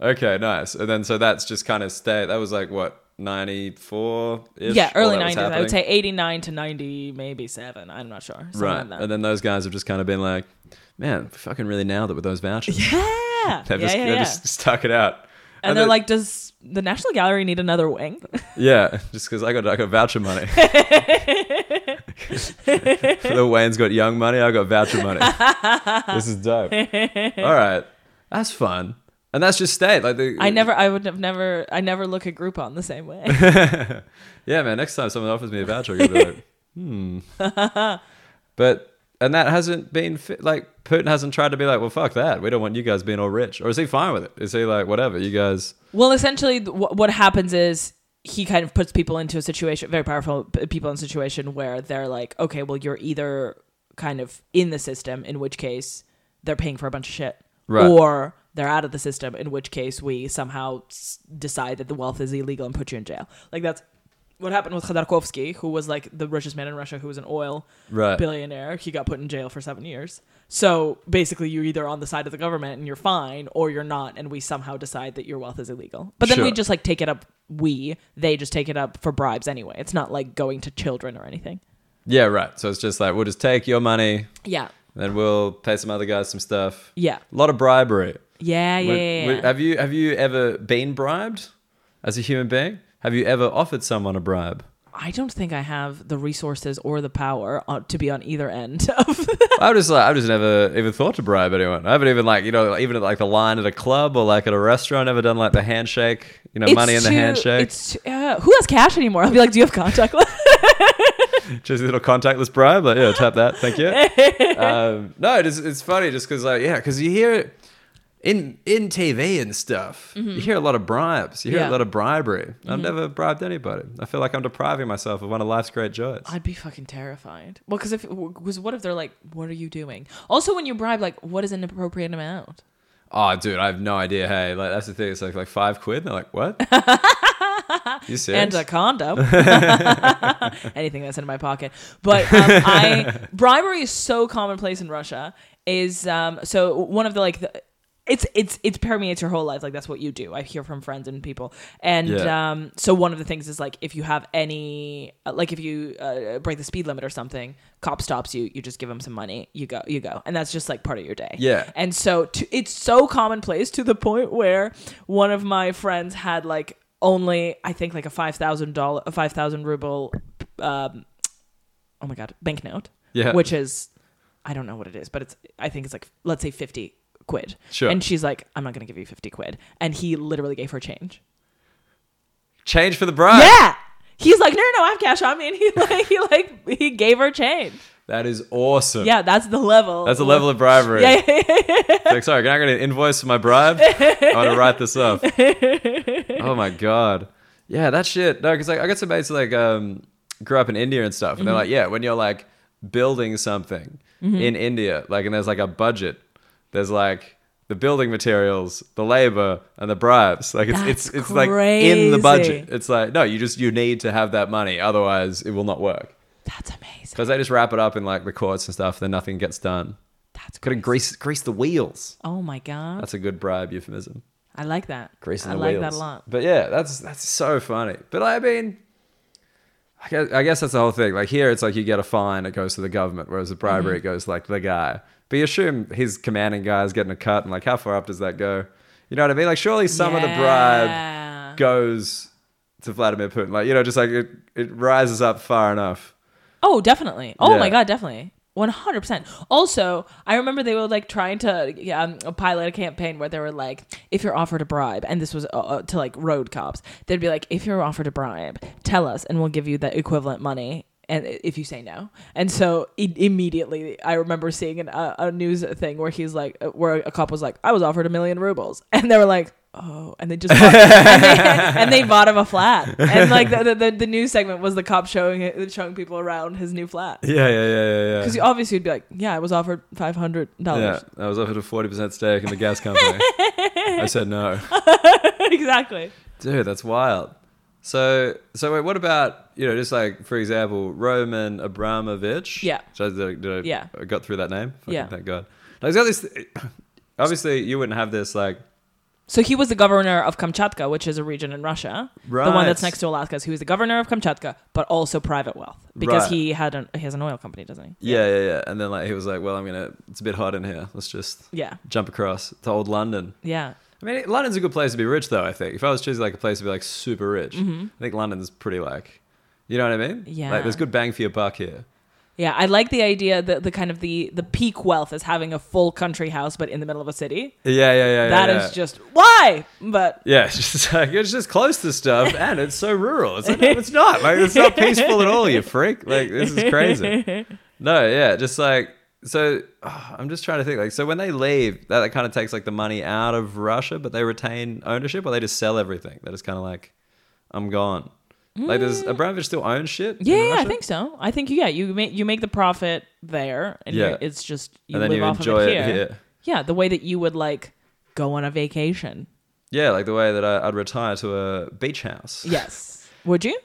Speaker 1: Okay, nice. And then so that's just kind of stay. That was like what 94 ish.
Speaker 2: yeah, early 90s. I would say 89 to 90, maybe 7. I'm not sure. Something
Speaker 1: Right.
Speaker 2: like that.
Speaker 1: And then those guys have just kind of been like, man, fucking really nailed it with those vouchers.
Speaker 2: yeah.
Speaker 1: They've
Speaker 2: yeah,
Speaker 1: just,
Speaker 2: yeah,
Speaker 1: they've
Speaker 2: yeah.
Speaker 1: just stuck it out.
Speaker 2: and they're
Speaker 1: then-
Speaker 2: like, does the National Gallery need another wing?
Speaker 1: yeah, just because I got I got voucher money. For the Wayne's got young money, I got voucher money. this is dope. All right, that's fun, and that's just state. Like the,
Speaker 2: I never, I would have never, I never look at Groupon the same way.
Speaker 1: Yeah, man. Next time someone offers me a voucher, I'm gonna be like, hmm. But and that hasn't been fi- like Putin hasn't tried to be like, well, fuck that. We don't want you guys being all rich. Or is he fine with it? Is he like, whatever, you guys?
Speaker 2: Well, essentially, th- wh- what happens is he kind of puts people into a situation, very powerful p- people in a situation where they're like, okay, well, you're either kind of in the system, in which case they're paying for a bunch of shit,
Speaker 1: Right.
Speaker 2: or they're out of the system, in which case we somehow s- decide that the wealth is illegal and put you in jail. Like that's what happened with Khodorkovsky, who was like the richest man in Russia, who was an oil
Speaker 1: Right.
Speaker 2: billionaire. He got put in jail for seven years. So basically, you're either on the side of the government and you're fine, or you're not, and we somehow decide that your wealth is illegal. But then we
Speaker 1: Sure.
Speaker 2: just like take it up. We they just take it up for bribes anyway. It's not like going to children or anything.
Speaker 1: Yeah, right. So it's just like we'll just take your money,
Speaker 2: Yeah,
Speaker 1: then we'll pay some other guys some stuff.
Speaker 2: yeah,
Speaker 1: A lot of bribery.
Speaker 2: yeah, yeah.
Speaker 1: Would-
Speaker 2: yeah,
Speaker 1: would-
Speaker 2: yeah.
Speaker 1: have you have you ever been bribed as a human being? Have you ever offered someone a bribe?
Speaker 2: I don't think I have the resources or the power uh, to be on either end of.
Speaker 1: I was just like, I've just never even thought to bribe anyone. I haven't even like, you know, even at like the line at a club or like at a restaurant, ever done like the handshake, you know, money in
Speaker 2: It's
Speaker 1: the
Speaker 2: too-
Speaker 1: handshake,
Speaker 2: It's too- uh, who has cash anymore? I'll be like, do you have contact?
Speaker 1: just a little contactless bribe. Like, yeah, tap that. Thank you. um, no, it's, it's funny just because like, yeah, because you hear it in, in TV and stuff, you hear a lot of bribes. You hear
Speaker 2: Mm-hmm. Yeah. Mm-hmm.
Speaker 1: a lot of bribery. I've never bribed anybody. I feel like I'm depriving myself of one of life's great joys.
Speaker 2: I'd be fucking terrified. Well, because if because what if they're like, "What are you doing?" Also, when you bribe, like, what is an appropriate amount?
Speaker 1: oh, dude, I have no idea. Hey, like that's the thing. It's like like five quid. And they're like, what? you serious?
Speaker 2: And a condom. Anything that's in my pocket. But um, I bribery is so commonplace in Russia. Is um so one of the like the. It's it's it's permeates your whole life like that's what you do. I hear from friends and people, and
Speaker 1: Yeah.
Speaker 2: um, so one of the things is like if you have any uh, like if you uh, break the speed limit or something, cop stops you, you just give them some money, you go you go, and that's just like part of your day.
Speaker 1: Yeah.
Speaker 2: And so to, it's so commonplace to the point where one of my friends had like only I think like a five thousand dollar a five thousand ruble um oh my god banknote
Speaker 1: Yeah.
Speaker 2: which is I don't know what it is but it's I think it's like let's say fifty quid
Speaker 1: Sure.
Speaker 2: and she's like I'm not gonna give you fifty quid and he literally gave her change
Speaker 1: change for the bribe.
Speaker 2: yeah he's like no no no I have cash on me and he like he like he gave her change
Speaker 1: That is awesome.
Speaker 2: yeah that's the level
Speaker 1: That's a level of bribery.
Speaker 2: yeah, yeah, yeah.
Speaker 1: It's like, sorry, can I get an invoice for my bribe? I want to write this up. Oh my god. Yeah, that shit. No, because like I got some mates who, like um grew up in India and stuff, and
Speaker 2: Mm-hmm.
Speaker 1: they're like, yeah, when you're like building something in India, like, and there's like a budget. There's like the building materials, the labor, and the bribes. Like it's it's
Speaker 2: That's
Speaker 1: it's like in the budget.
Speaker 2: crazy.
Speaker 1: It's like no, you just you need to have that money, otherwise it will not work.
Speaker 2: that's amazing
Speaker 1: Because they just wrap it up in like the courts and stuff, then nothing gets done.
Speaker 2: that's
Speaker 1: Gotta
Speaker 2: crazy.
Speaker 1: grease grease the wheels.
Speaker 2: oh my god
Speaker 1: That's a good bribe euphemism.
Speaker 2: I like that.
Speaker 1: Greasing
Speaker 2: I
Speaker 1: the
Speaker 2: like
Speaker 1: wheels.
Speaker 2: that a lot.
Speaker 1: But yeah, that's that's so funny. But I mean, I guess, I guess that's the whole thing. Like here, it's like you get a fine, it goes to the government, whereas the
Speaker 2: Mm-hmm.
Speaker 1: bribery it goes to like the guy. But you assume his commanding guy is getting a cut, and like how far up does that go? You know what I mean? Like surely some of the bribe
Speaker 2: Yeah.
Speaker 1: goes to Vladimir Putin. Like you know, just like it, it rises up far enough.
Speaker 2: Oh, definitely. Oh
Speaker 1: Yeah.
Speaker 2: my god, definitely. One hundred percent. Also, I remember they were like trying to um, pilot a campaign where they were like, if you're offered a bribe, and this was uh, uh, to like road cops, they'd be like, if you're offered a bribe, tell us, and we'll give you the equivalent money. And i- if you say no, and so i immediately, I remember seeing an, uh, a news thing where he's like, uh, where a cop was like, I was offered a million rubles, and they were like, oh, and they just bought, and, they, and they bought him a flat, and like the, the- the the news segment was the cop showing it, showing people around his new flat.
Speaker 1: Yeah, yeah, yeah, yeah, yeah.
Speaker 2: Because you obviously would be like, yeah, I was offered five hundred
Speaker 1: yeah,
Speaker 2: dollars.
Speaker 1: I was offered a forty percent stake in the gas company. I said no.
Speaker 2: exactly.
Speaker 1: Dude, that's wild. So, so wait, what about you know, just like for example, Roman Abramovich?
Speaker 2: Yeah.
Speaker 1: Should I- did I, did I-
Speaker 2: Yeah.
Speaker 1: I got through that name. Fucking
Speaker 2: Yeah.
Speaker 1: Thank God. Now he's got this. Obviously, you wouldn't have this like
Speaker 2: So he was the governor of Kamchatka, which is a region in Russia, the one
Speaker 1: Right.
Speaker 2: that's next to Alaska. So he was the governor of Kamchatka, but also private wealth because
Speaker 1: Right.
Speaker 2: he had an he has an oil company, doesn't he?
Speaker 1: Yeah, yeah, yeah. And then like he was like, "Well, I'm gonna. It's a bit hot in here. Let's just
Speaker 2: Yeah,
Speaker 1: jump across to old London."
Speaker 2: yeah.
Speaker 1: I mean, London's a good place to be rich, though. I think if I was choosing like a place to be like super rich, I think London's pretty like, you know what I mean?
Speaker 2: Mm-hmm. Yeah.
Speaker 1: Like, there's good bang for your buck here.
Speaker 2: Yeah, I like the idea that the kind of the the peak wealth is having a full country house, but in the middle of a city.
Speaker 1: Yeah, yeah, yeah.
Speaker 2: That is
Speaker 1: yeah, yeah.
Speaker 2: just why, but
Speaker 1: Yeah, it's just like it's just close to stuff, and it's so rural. It's like no, it's not. Like it's not peaceful at all. You freak! Like this is crazy. No, yeah, just like so. ah, I'm just trying to think. Like so, when they leave, that, that kind of takes like the money out of Russia, but they retain ownership, or they just sell everything. They're just kind of like, I'm gone. Like does Abramovich still own shit? in
Speaker 2: Mm. yeah, yeah, I
Speaker 1: Russia?
Speaker 2: think so. I think yeah, you make you make the profit there, and
Speaker 1: Yeah.
Speaker 2: you- it's just you
Speaker 1: And then
Speaker 2: live
Speaker 1: you
Speaker 2: off
Speaker 1: enjoy
Speaker 2: of
Speaker 1: it
Speaker 2: it here.
Speaker 1: here.
Speaker 2: Yeah, the way that you would like go on a vacation.
Speaker 1: Yeah, like the way that I, I'd retire to a beach house.
Speaker 2: Yes, would you?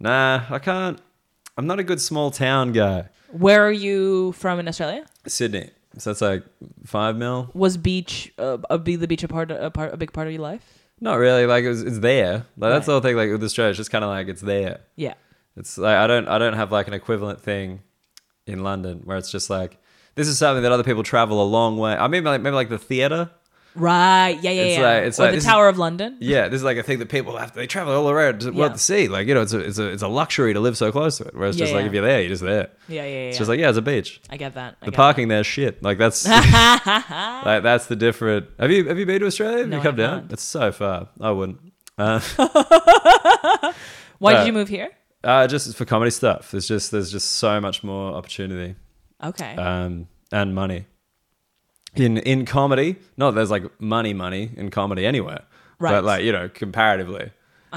Speaker 1: Nah, I can't. I'm not a good small town guy.
Speaker 2: Where are you from in Australia?
Speaker 1: Sydney. So that's like five mil.
Speaker 2: Was beach uh, uh, be the beach a part, a part a big part of your life?
Speaker 1: Not really. Like it's, it's there. Like that's the whole thing. Like with Australia, it's just kind of like it's there.
Speaker 2: Yeah,
Speaker 1: It's like I don't I don't have like an equivalent thing in London where it's just like this is something that other people travel a long way. I mean, like maybe like the theater.
Speaker 2: right. Yeah, yeah,
Speaker 1: It's
Speaker 2: yeah.
Speaker 1: like- it's
Speaker 2: or
Speaker 1: like-
Speaker 2: the
Speaker 1: this is-
Speaker 2: Tower of London.
Speaker 1: Yeah, this is like a thing that people have. They travel all around the
Speaker 2: Yeah.
Speaker 1: world to see. Like you know, it's a it's a it's a luxury to live so close to it. Where it's just
Speaker 2: Yeah,
Speaker 1: like
Speaker 2: yeah.
Speaker 1: if you're there, you're just there.
Speaker 2: Yeah, yeah, yeah.
Speaker 1: It's
Speaker 2: yeah.
Speaker 1: just like yeah, it's a beach.
Speaker 2: I get that. I
Speaker 1: The
Speaker 2: get
Speaker 1: parking there's shit. Like that's like that's the different. Have you have you been to Australia? Have
Speaker 2: No,
Speaker 1: you
Speaker 2: I
Speaker 1: come
Speaker 2: have
Speaker 1: down?
Speaker 2: not.
Speaker 1: It's so far. I wouldn't. Uh,
Speaker 2: that. Why
Speaker 1: uh,
Speaker 2: did you move here?
Speaker 1: Uh, just for comedy stuff. There's just there's just so much more opportunity
Speaker 2: Okay.
Speaker 1: um, and money in in comedy. Not that there's like money money in comedy anywhere,
Speaker 2: Right.
Speaker 1: but like you know comparatively,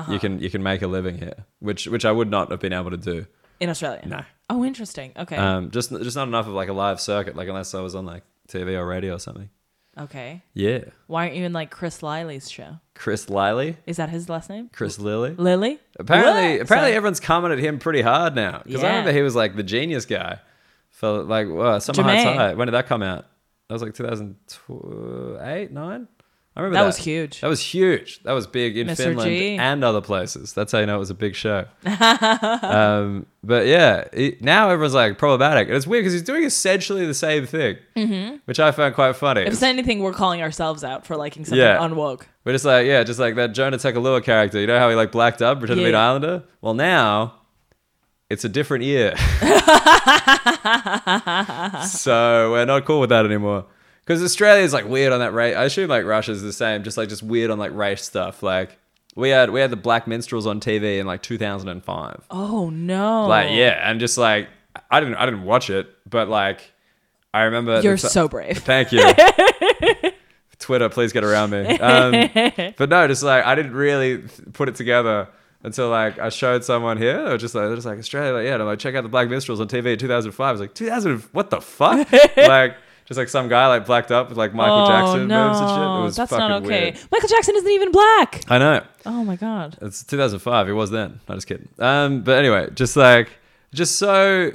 Speaker 1: you can you can make a living here, which which I would not have been able to do.
Speaker 2: in Australia.
Speaker 1: No.
Speaker 2: Oh, interesting. Okay.
Speaker 1: Um, just just not enough of like a live circuit, like unless I was on like TV or radio or something.
Speaker 2: okay.
Speaker 1: Yeah,
Speaker 2: Why aren't you in like Chris Liley's show?
Speaker 1: Chris Liley,
Speaker 2: Is that his last name?
Speaker 1: Chris Lilly.
Speaker 2: Lily.
Speaker 1: Apparently,
Speaker 2: What?
Speaker 1: apparently
Speaker 2: Sorry.
Speaker 1: everyone's coming at him pretty hard now. Because
Speaker 2: Yeah.
Speaker 1: I remember he was like the genius guy. For like, wow, Summer Heights
Speaker 2: Jermaine.
Speaker 1: High. When did that come out? That was like 2008, nine. I remember
Speaker 2: That
Speaker 1: that
Speaker 2: was huge.
Speaker 1: That was huge. That was big in
Speaker 2: Mr.
Speaker 1: Finland
Speaker 2: G.
Speaker 1: and other places. That's how you know it was a big show. um, but yeah, it, now everyone's like problematic, and it's weird because he's doing essentially the same thing,
Speaker 2: Mm-hmm.
Speaker 1: which I found quite funny.
Speaker 2: If it's anything, we're calling ourselves out for liking something
Speaker 1: Yeah.
Speaker 2: unwoke.
Speaker 1: We're just like, yeah, just like that Jonah Tekalua character. You know how he like blacked up, pretended to be an
Speaker 2: Yeah.
Speaker 1: islander? Well, now it's a different year. so we're not cool with that anymore. Because Australia's like weird on that race. I assume like Russia's the same, just like just weird on like race stuff. Like we had we had the black minstrels on TV in like 2005.
Speaker 2: Oh no.
Speaker 1: Like yeah, and just like I didn't I didn't watch it, but like I remember
Speaker 2: You're
Speaker 1: the-
Speaker 2: so brave.
Speaker 1: Thank you. Twitter, please get around me. Um, but no, just like I didn't really th- put it together until like I showed someone here. They were just like they're just like Australia, like, yeah. And I'm like, check out the Black Minstrels on TV in 2005. I was like, 2000, what the fuck? like just like some guy like blacked up with like Michael
Speaker 2: oh,
Speaker 1: Jackson
Speaker 2: no.
Speaker 1: moves and shit. It was
Speaker 2: That's
Speaker 1: fucking
Speaker 2: not okay.
Speaker 1: weird. Uh,
Speaker 2: Michael Jackson isn't even black.
Speaker 1: I know.
Speaker 2: Oh my god.
Speaker 1: It's 2005. It was then. No, just kidding. Um, but anyway, just like, just so,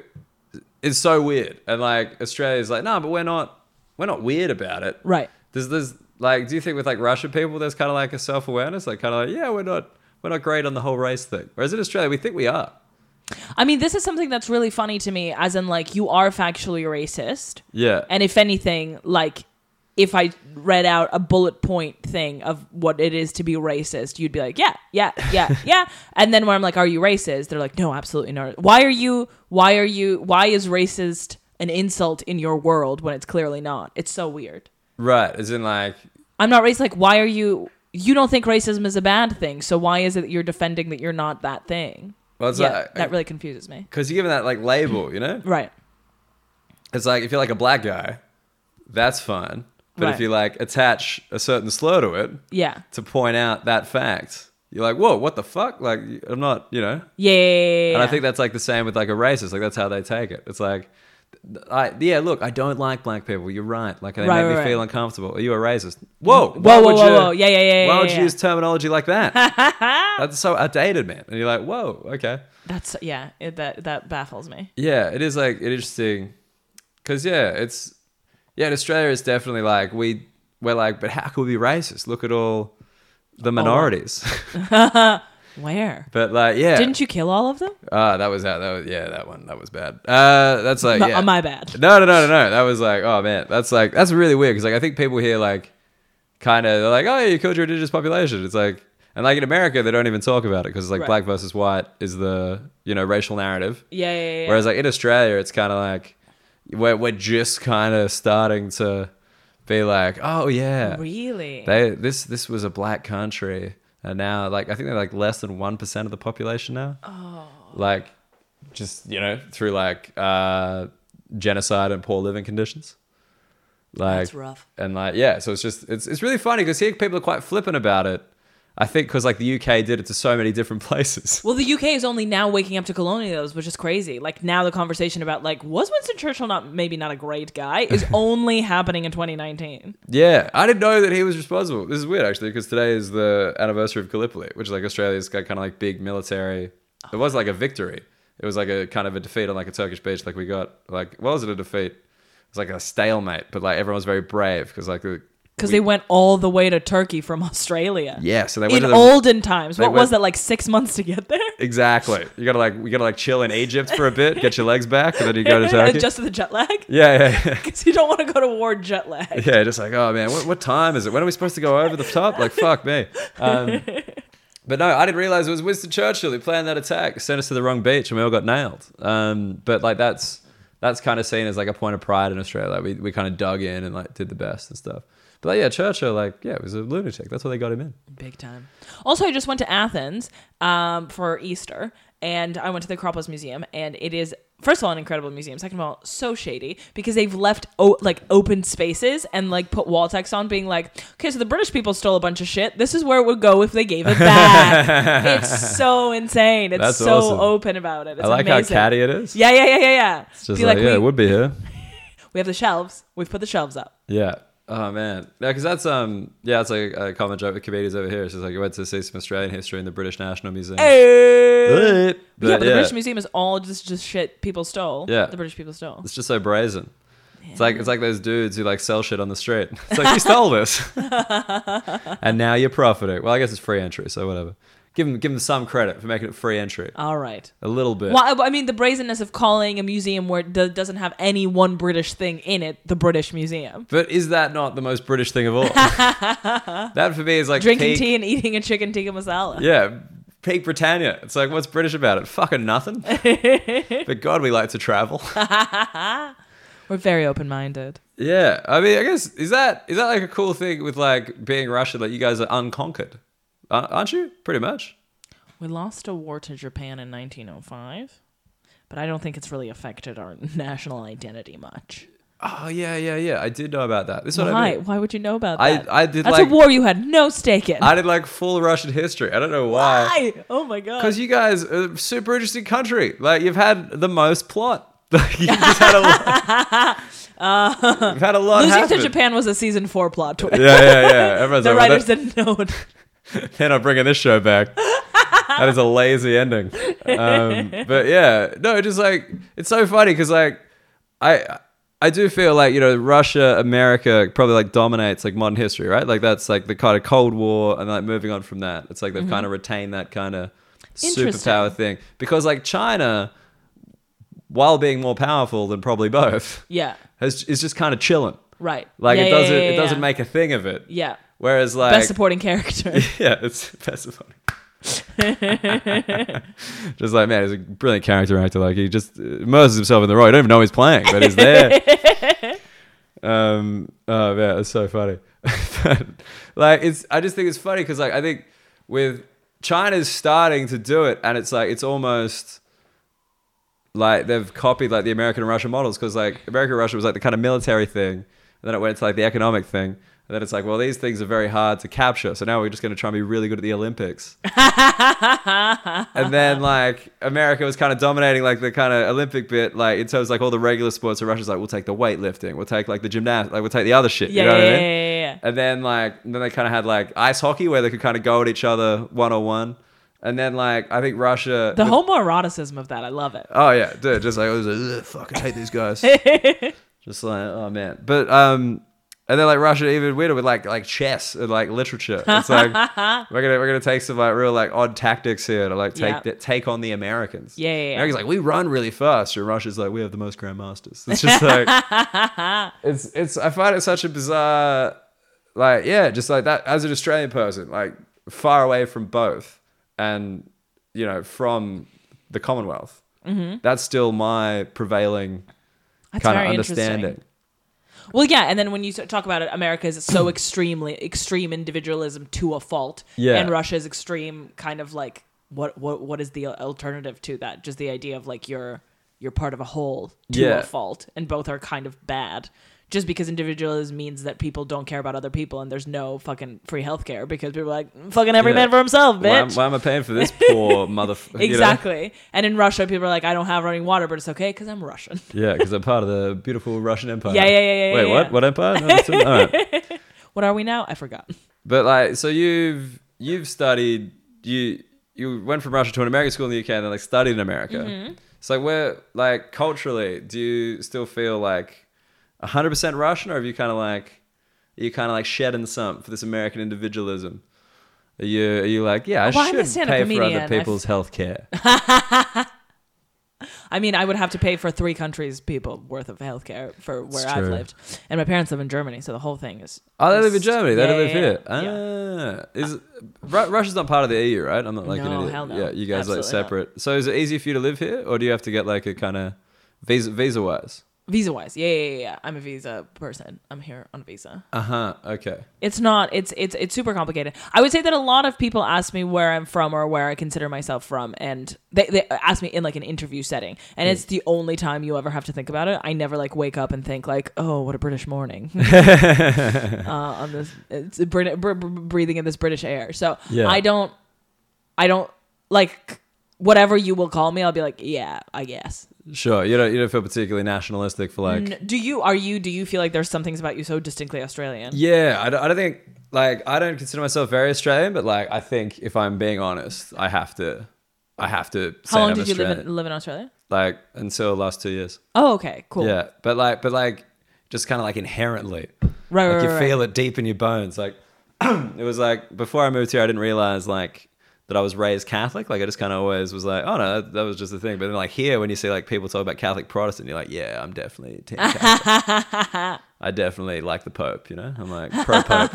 Speaker 1: it's so weird. And like, Australia's like, no, but we're not, we're not weird about it.
Speaker 2: Right.
Speaker 1: There's, there's like, do you think with like Russian people, there's kind of like a self awareness, like kind of like, yeah, we're not, we're not great on the whole race thing. Whereas in Australia, we think we are.
Speaker 2: I mean, this is something that's really funny to me, as in like you are factually racist.
Speaker 1: Yeah.
Speaker 2: And if anything, like if I read out a bullet point thing of what it is to be racist, you'd be like, yeah, yeah, yeah, yeah. And then when I'm like, are you racist? They're like, no, absolutely not. Why are you, why are you, why is racist an insult in your world when it's clearly not? It's so weird.
Speaker 1: right. As in like,
Speaker 2: I'm not racist. Like, why are you, you don't think racism is a bad thing. So why is it that you're defending that you're not that thing?
Speaker 1: well, it's
Speaker 2: yeah,
Speaker 1: like,
Speaker 2: that really Mm. confuses me.
Speaker 1: cause you're given that like label, you know?
Speaker 2: Right.
Speaker 1: It's like, if you're like a black guy, that's fine. But if
Speaker 2: Right.
Speaker 1: you like attach a certain slur to it,
Speaker 2: Yeah.
Speaker 1: to point out that fact. You're like, whoa, what the fuck? Like, I'm not, you know.
Speaker 2: Yeah.
Speaker 1: And I think that's like the same with like a racist. Like that's how they take it. It's like, th- I yeah, look, I don't like black people. You're right. Like they
Speaker 2: Right,
Speaker 1: make me
Speaker 2: right,
Speaker 1: feel
Speaker 2: right.
Speaker 1: uncomfortable. Are you a racist? Whoa,
Speaker 2: Whoa,
Speaker 1: why
Speaker 2: whoa,
Speaker 1: would
Speaker 2: whoa,
Speaker 1: you-
Speaker 2: whoa. Yeah, yeah, yeah.
Speaker 1: Why
Speaker 2: yeah,
Speaker 1: would you
Speaker 2: yeah.
Speaker 1: use terminology like that? that's so outdated, man. And you're like, whoa, okay.
Speaker 2: That's yeah. It, that that baffles me.
Speaker 1: Yeah, it is like interesting because yeah, it's yeah in Australia it's definitely like we we're like, but how could we be racist? Look at all
Speaker 2: Oh,
Speaker 1: the minorities.
Speaker 2: Where?
Speaker 1: but like, yeah,
Speaker 2: Didn't you kill all of them?
Speaker 1: Ah, that was that. That was yeah, that one. That was bad. Uh, that's like
Speaker 2: My-
Speaker 1: yeah.
Speaker 2: my bad.
Speaker 1: No, no, no, no, no. That was like oh man, that's like that's really weird because like I think people here like kind of they're like oh yeah, you killed your indigenous population. It's like and like in America they don't even talk about it because it's like
Speaker 2: Right.
Speaker 1: black versus white is the you know racial narrative.
Speaker 2: Yeah, yeah, yeah. yeah.
Speaker 1: Whereas like in Australia it's kind of like we're we're just kind of starting to be like oh yeah
Speaker 2: really?
Speaker 1: they this this was a black country and now like i think they're like less than 1% of the population now oh like just you know through like uh genocide and poor living conditions like
Speaker 2: That's rough.
Speaker 1: and like yeah so it's just it's, it's really funny because here people are quite flippant about it i think because like the uk did it to so many different places
Speaker 2: well, the UK is only now waking up to colonialism, which is crazy. Like now, the conversation about like was Winston Churchill not maybe not a great guy is only happening in 2019.
Speaker 1: Yeah, I didn't know that he was responsible. This is weird actually, because today is the anniversary of Gallipoli, which is like Australia's got kind of like big military. It was like a victory. It was like a kind of a defeat on like a Turkish beach. Like we got like what was it a defeat? It was like a stalemate, but like everyone was very brave because like the
Speaker 2: Because
Speaker 1: we-
Speaker 2: they went all the way to Turkey from Australia.
Speaker 1: yeah, so they went
Speaker 2: In
Speaker 1: to the,
Speaker 2: olden times,
Speaker 1: they
Speaker 2: what was
Speaker 1: went-
Speaker 2: it like six months to get there?
Speaker 1: exactly. You gotta like you gotta like chill in Egypt for a bit, get your legs back, and then you go to Turkey.
Speaker 2: Just to the jet lag.
Speaker 1: yeah, yeah, yeah.
Speaker 2: Because you don't want to go to war jet lag.
Speaker 1: Yeah, just like, oh man, what, what time is it? When are we supposed to go over the top? Like, fuck me. Um, but no, I didn't realize it was Winston Churchill who planned that attack, sent us to the wrong beach, and we all got nailed. Um, but like, that's that's kind of seen as like a point of pride in Australia. Like, we we kind of dug in and like did the best and stuff. But like, yeah, Churchill, like, yeah, was a lunatic. That's why they got him in.
Speaker 2: Big time. Also, I just went to Athens um, for Easter, and I went to the Acropolis Museum, and it is first of all an incredible museum. Second of all, so shady because they've left o- like open spaces and like put wall text on, being like, "Okay, so the British people stole a bunch of shit. This is where it would go if they gave it back." it's so insane. It's
Speaker 1: That's
Speaker 2: so
Speaker 1: awesome.
Speaker 2: open about it. It's
Speaker 1: I like
Speaker 2: amazing.
Speaker 1: how catty it is.
Speaker 2: Yeah, yeah, yeah, yeah, yeah.
Speaker 1: It's just
Speaker 2: Be
Speaker 1: like,
Speaker 2: like,
Speaker 1: yeah,
Speaker 2: we,
Speaker 1: it would be here.
Speaker 2: we have the shelves. We've put the shelves up.
Speaker 1: Yeah. Oh man. Yeah, because that's um yeah, it's like a common joke with comedians over here. It's just like I went to see some Australian history in the British National Museum.
Speaker 2: Hey.
Speaker 1: But,
Speaker 2: But yeah, but the
Speaker 1: yeah,
Speaker 2: British Museum is all just just shit people stole.
Speaker 1: Yeah.
Speaker 2: the British people stole.
Speaker 1: it's just so brazen. It's like it's like those dudes who like sell shit on the street. It's like you stole this, and now you're profiting. Well, I guess it's free entry, so whatever. Give them give them some credit for making it free entry.
Speaker 2: All right.
Speaker 1: A little bit.
Speaker 2: Well, I I mean, the brazenness of calling a museum where it do- doesn't have any one British thing in it the British Museum.
Speaker 1: But is that not the most British thing of all? that for me is like
Speaker 2: Drinking
Speaker 1: peak-
Speaker 2: tea and eating a chicken tikka masala.
Speaker 1: Yeah, peak Britannia. It's like what's British about it? Fucking nothing. but God, we like to travel.
Speaker 2: We're very open minded.
Speaker 1: Yeah, I mean, I guess is that is that like a cool thing with like being Russian? Like you guys are unconquered, uh, aren't you? Pretty much.
Speaker 2: We lost a war to Japan in 1905, but I don't think it's really affected our national identity much.
Speaker 1: Oh yeah, yeah, yeah. I did know about that. This is what I
Speaker 2: Why?
Speaker 1: mean.
Speaker 2: Why would you know about
Speaker 1: I-
Speaker 2: that?
Speaker 1: I did
Speaker 2: That's
Speaker 1: like-
Speaker 2: a war you had no stake in.
Speaker 1: I uh, did like full Russian history. I don't know why.
Speaker 2: Why? Oh my god.
Speaker 1: Because you guys are a super interesting country. Like you've had the most plot. Like you've just had a lot. you've had a lot.
Speaker 2: Losing
Speaker 1: happen.
Speaker 2: to Japan was a season four plot twist.
Speaker 1: Yeah, yeah, yeah. Everyone's
Speaker 2: The
Speaker 1: like, well,
Speaker 2: writers
Speaker 1: that-
Speaker 2: didn't know. it.
Speaker 1: they're not bringing this show back. that is a lazy ending. Um, but yeah, no, just like it's so funny because like I I do feel like you know Russia, America probably like dominates like modern history, right? Like that's like the kind of Cold War and like moving on from that. It's like they've kind of retained that kind of
Speaker 2: Mm-hmm. Interesting.
Speaker 1: superpower thing because like China, while being more powerful than probably both,
Speaker 2: Yeah.
Speaker 1: has is just kind of chilling.
Speaker 2: Right.
Speaker 1: Like
Speaker 2: Yeah,
Speaker 1: it
Speaker 2: yeah,
Speaker 1: doesn't
Speaker 2: yeah,
Speaker 1: it
Speaker 2: yeah,
Speaker 1: doesn't
Speaker 2: yeah.
Speaker 1: make a thing of it.
Speaker 2: Yeah.
Speaker 1: Whereas like
Speaker 2: Best supporting character.
Speaker 1: yeah, it's that's funny. just like man, he's a brilliant character actor. Like he just uh, immerses himself in the role. You don't even know he's playing, but he's there. um, oh man, it's so funny. But, like it's, I just think it's funny because like I think with China's starting to do it, and it's like it's almost like they've copied like the American and Russian models because like America and Russia was like the kind of military thing, and then it went to like the economic thing, and then it's like well these things are very hard to capture, so now we're just going to try and be really good at the Olympics, and then like America was kind of dominating like the kind of Olympic bit like in terms of, like all the regular sports, and Russia's like we'll take the weightlifting, we'll take like the gymnastics, like we'll take the other shit,
Speaker 2: Yeah,
Speaker 1: you know what I
Speaker 2: yeah, yeah,
Speaker 1: mean?
Speaker 2: yeah, yeah.
Speaker 1: And then like then they kind of had like ice hockey where they could kind of go at each other one on one. And then like I think Russia
Speaker 2: The homoeroticism of that, I love it.
Speaker 1: Oh yeah, dude. Just like I was like, "Ugh, fuck, I hate these guys. just like, oh man. But um, And then like Russia even weirder with like like chess and like literature. It's like we're gonna we're gonna take some like real like odd tactics here to like take
Speaker 2: Yeah.
Speaker 1: the, take on the Americans.
Speaker 2: Yeah, yeah, yeah.
Speaker 1: Americans like we run really fast, and Russia's like we have the most grandmasters. It's just like it's it's I find it such a bizarre like yeah, just like that as an Australian person, like far away from both, and you know from the Commonwealth. Mm-hmm. That's still my prevailing
Speaker 2: That's
Speaker 1: kind of
Speaker 2: very interesting.
Speaker 1: understanding.
Speaker 2: Well, yeah, and then when you s- talk about it, America is so extremely extreme individualism to a fault,
Speaker 1: Yeah.
Speaker 2: and Russia's extreme kind of like what what what is the alternative to that? Just the idea of like you're you're part of a whole to
Speaker 1: Yeah.
Speaker 2: a fault, and both are kind of bad. Just because individualism means that people don't care about other people and there's no fucking free healthcare because people are like fucking every
Speaker 1: Yeah.
Speaker 2: man for himself,
Speaker 1: Why, am-
Speaker 2: bitch.
Speaker 1: why am I paying for this poor motherfucker?
Speaker 2: exactly. And in Russia, people are like, I don't have running water, but it's okay because I'm Russian.
Speaker 1: Yeah, because I'm part of the beautiful Russian Empire.
Speaker 2: Yeah, yeah, yeah, yeah,
Speaker 1: Wait,
Speaker 2: yeah,
Speaker 1: what?
Speaker 2: yeah.
Speaker 1: What empire? No, that's all right.
Speaker 2: What are we now? I forgot.
Speaker 1: But like, so you've you've studied you you went from Russia to an American school in the UK and then like studied in America.
Speaker 2: Mm-hmm.
Speaker 1: So where like culturally, do you still feel like 100 percent Russian, or have you kind of like are you kind of like shedding some for this American individualism? Are you are you like yeah I
Speaker 2: Well, I'm a
Speaker 1: should
Speaker 2: stand-up
Speaker 1: pay for
Speaker 2: comedian.
Speaker 1: other
Speaker 2: I've-
Speaker 1: people's health care?
Speaker 2: I mean, I would have to pay for three countries' people worth of healthcare for where
Speaker 1: It's
Speaker 2: I've
Speaker 1: true.
Speaker 2: lived, and my parents live in Germany, so the whole thing is.
Speaker 1: Oh, they live in
Speaker 2: is-
Speaker 1: Germany. They
Speaker 2: Yeah,
Speaker 1: don't live
Speaker 2: yeah,
Speaker 1: here.
Speaker 2: yeah. Yeah.
Speaker 1: Ah, is Ru- Russia's not part of the EU, right? I'm not like an
Speaker 2: No,
Speaker 1: idiot.
Speaker 2: hell no.
Speaker 1: Yeah, you guys like
Speaker 2: Absolutely not.
Speaker 1: separate. So is it easy for you to live here, or do you have to get like a kind of visa visa wise?
Speaker 2: Visa wise, yeah, yeah, yeah, yeah. I'm a visa person. I'm here on a visa.
Speaker 1: Uh huh. Okay.
Speaker 2: It's not. It's it's it's super complicated. I would say that a lot of people ask me where I'm from or where I consider myself from, and they they ask me in like an interview setting,
Speaker 1: Hmm.
Speaker 2: and it's the only time you ever have to think about it. I never like wake up and think like, oh, what a British morning. uh, on this, it's Brit- br- br- breathing in this British air. So
Speaker 1: Yeah.
Speaker 2: I don't, I don't like whatever you will call me. I'll be like, yeah, I guess.
Speaker 1: Sure. You don't you don't feel particularly nationalistic for like.
Speaker 2: N- Do you? Are you? Do you feel like there's some things about you so distinctly Australian?
Speaker 1: Yeah, I don't, I don't think like I don't consider myself very Australian, but like I think if I'm being honest, I have to, I have to. Say
Speaker 2: How long
Speaker 1: I'm
Speaker 2: did you live
Speaker 1: Australian.
Speaker 2: in, live in Australia?
Speaker 1: Like until the last two years.
Speaker 2: Oh, okay, cool.
Speaker 1: Yeah, but like but like just kind of like inherently.
Speaker 2: Right,
Speaker 1: like
Speaker 2: right,
Speaker 1: you
Speaker 2: right,
Speaker 1: feel it deep in your bones. Like it was like before I moved here, I didn't realize like that I was raised Catholic. Like I just kind of always was like, oh no, that, that was just a thing. But then like here, when you see like people talk about Catholic Protestant, you're like, yeah, I'm definitely team Catholic. I definitely like the Pope. You know, I'm like pro Pope.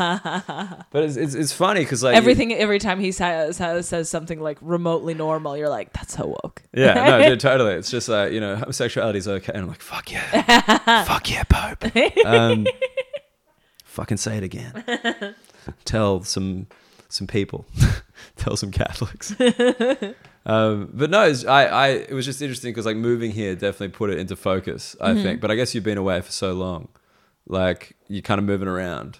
Speaker 1: but it's it's, it's funny because like you-
Speaker 2: Everything every time he says, says says something like remotely normal, you're like, that's so woke.
Speaker 1: yeah, no, dude, totally. It's just like you know, homosexuality's okay, and I'm like, fuck yeah, fuck yeah, Pope. Um, fucking say it again. Tell some some people. Tell some Catholics. um, but no, it's, I, I it was just interesting because like moving here definitely put it into focus. I
Speaker 2: Mm-hmm.
Speaker 1: think, but I guess you've been away for so long, like you're kind of moving around.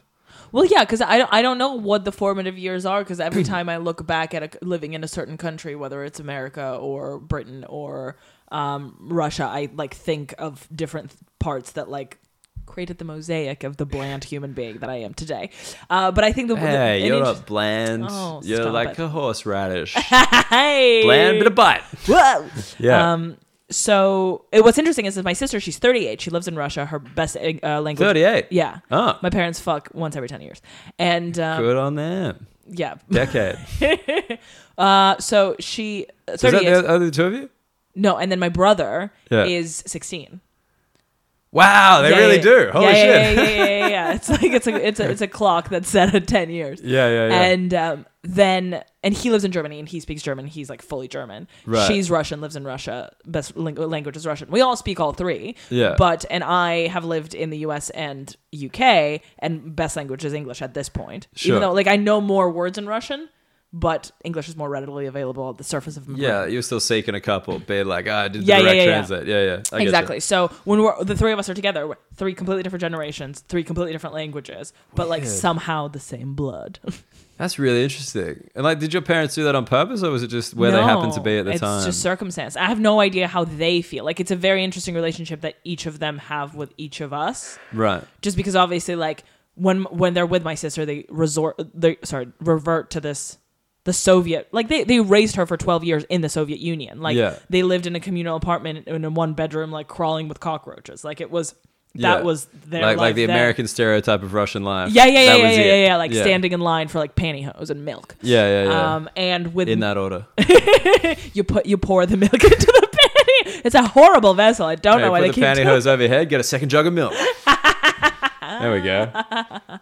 Speaker 2: Well, yeah, because I don't, I don't know what the formative years are because every time I look back at a, living in a certain country, whether it's America or Britain or um, Russia, I like think of different parts that like created the mosaic of the bland human being that I am today. Uh, but I think the
Speaker 1: Hey,
Speaker 2: the,
Speaker 1: you're not bland.
Speaker 2: Oh,
Speaker 1: you're
Speaker 2: stop
Speaker 1: like
Speaker 2: it.
Speaker 1: a horseradish,
Speaker 2: hey,
Speaker 1: bland but a bite.
Speaker 2: Whoa.
Speaker 1: Yeah.
Speaker 2: Um, so it, what's interesting is that my sister, she's 38. She lives in Russia. Her best uh, language.
Speaker 1: 38?
Speaker 2: Yeah.
Speaker 1: Oh.
Speaker 2: My parents fuck once every 10 years. And um,
Speaker 1: Good on them.
Speaker 2: yeah.
Speaker 1: Decade.
Speaker 2: Uh, so she, uh,
Speaker 1: So is that
Speaker 2: 38.
Speaker 1: the other two of you?
Speaker 2: no, and then my brother
Speaker 1: Yeah.
Speaker 2: is 16.
Speaker 1: Wow, they
Speaker 2: Yeah,
Speaker 1: really
Speaker 2: yeah,
Speaker 1: do. Holy
Speaker 2: yeah, yeah,
Speaker 1: shit.
Speaker 2: Yeah, yeah, yeah, yeah, yeah. It's like, it's a, it's a, it's a clock that's set at 10 years.
Speaker 1: Yeah, yeah, yeah.
Speaker 2: And um, then, and he lives in Germany and he speaks German. He's like fully German.
Speaker 1: Right.
Speaker 2: She's Russian, lives in Russia. Best ling- language is Russian. We all speak all three.
Speaker 1: Yeah.
Speaker 2: But, and I have lived in the US and UK, and best language is English at this point.
Speaker 1: Sure.
Speaker 2: Even though, like, I know more words in Russian, but English is more readily available at the surface of my brain.
Speaker 1: yeah, you're still seeking a couple. Be like, ah, I did
Speaker 2: Yeah,
Speaker 1: the
Speaker 2: yeah,
Speaker 1: direct
Speaker 2: yeah, yeah.
Speaker 1: translate. Yeah, yeah. I get you.
Speaker 2: exactly. So when we're the three of us are together, we're three completely different generations, three completely different languages, but like
Speaker 1: Weird.
Speaker 2: somehow the same blood.
Speaker 1: That's really interesting. And like, did your parents do that on purpose, or was it just where they happened to be at the
Speaker 2: it's
Speaker 1: time?
Speaker 2: It's just circumstance. I have no idea how they feel. Like it's a very interesting relationship that each of them have with each of us.
Speaker 1: right.
Speaker 2: Just because obviously, like when when they're with my sister, they resort they sorry revert to this the Soviet like they they raised her for twelve years in the Soviet Union. Like
Speaker 1: Yeah.
Speaker 2: they lived in a communal apartment in a one bedroom, like crawling with cockroaches. Like it was That
Speaker 1: Yeah.
Speaker 2: was their
Speaker 1: like like
Speaker 2: life
Speaker 1: the
Speaker 2: then.
Speaker 1: American stereotype of Russian life.
Speaker 2: Yeah, yeah, yeah,
Speaker 1: That
Speaker 2: yeah,
Speaker 1: was
Speaker 2: yeah,
Speaker 1: it.
Speaker 2: yeah, yeah, Like standing in line for like pantyhose and milk.
Speaker 1: Yeah, yeah, yeah.
Speaker 2: Um, and with
Speaker 1: in that order.
Speaker 2: you put you pour the milk into the panty. It's a horrible vessel. I don't
Speaker 1: Hey,
Speaker 2: know why
Speaker 1: put
Speaker 2: they
Speaker 1: the
Speaker 2: keep doing
Speaker 1: pantyhose over your head. Get a second jug of milk. there we go.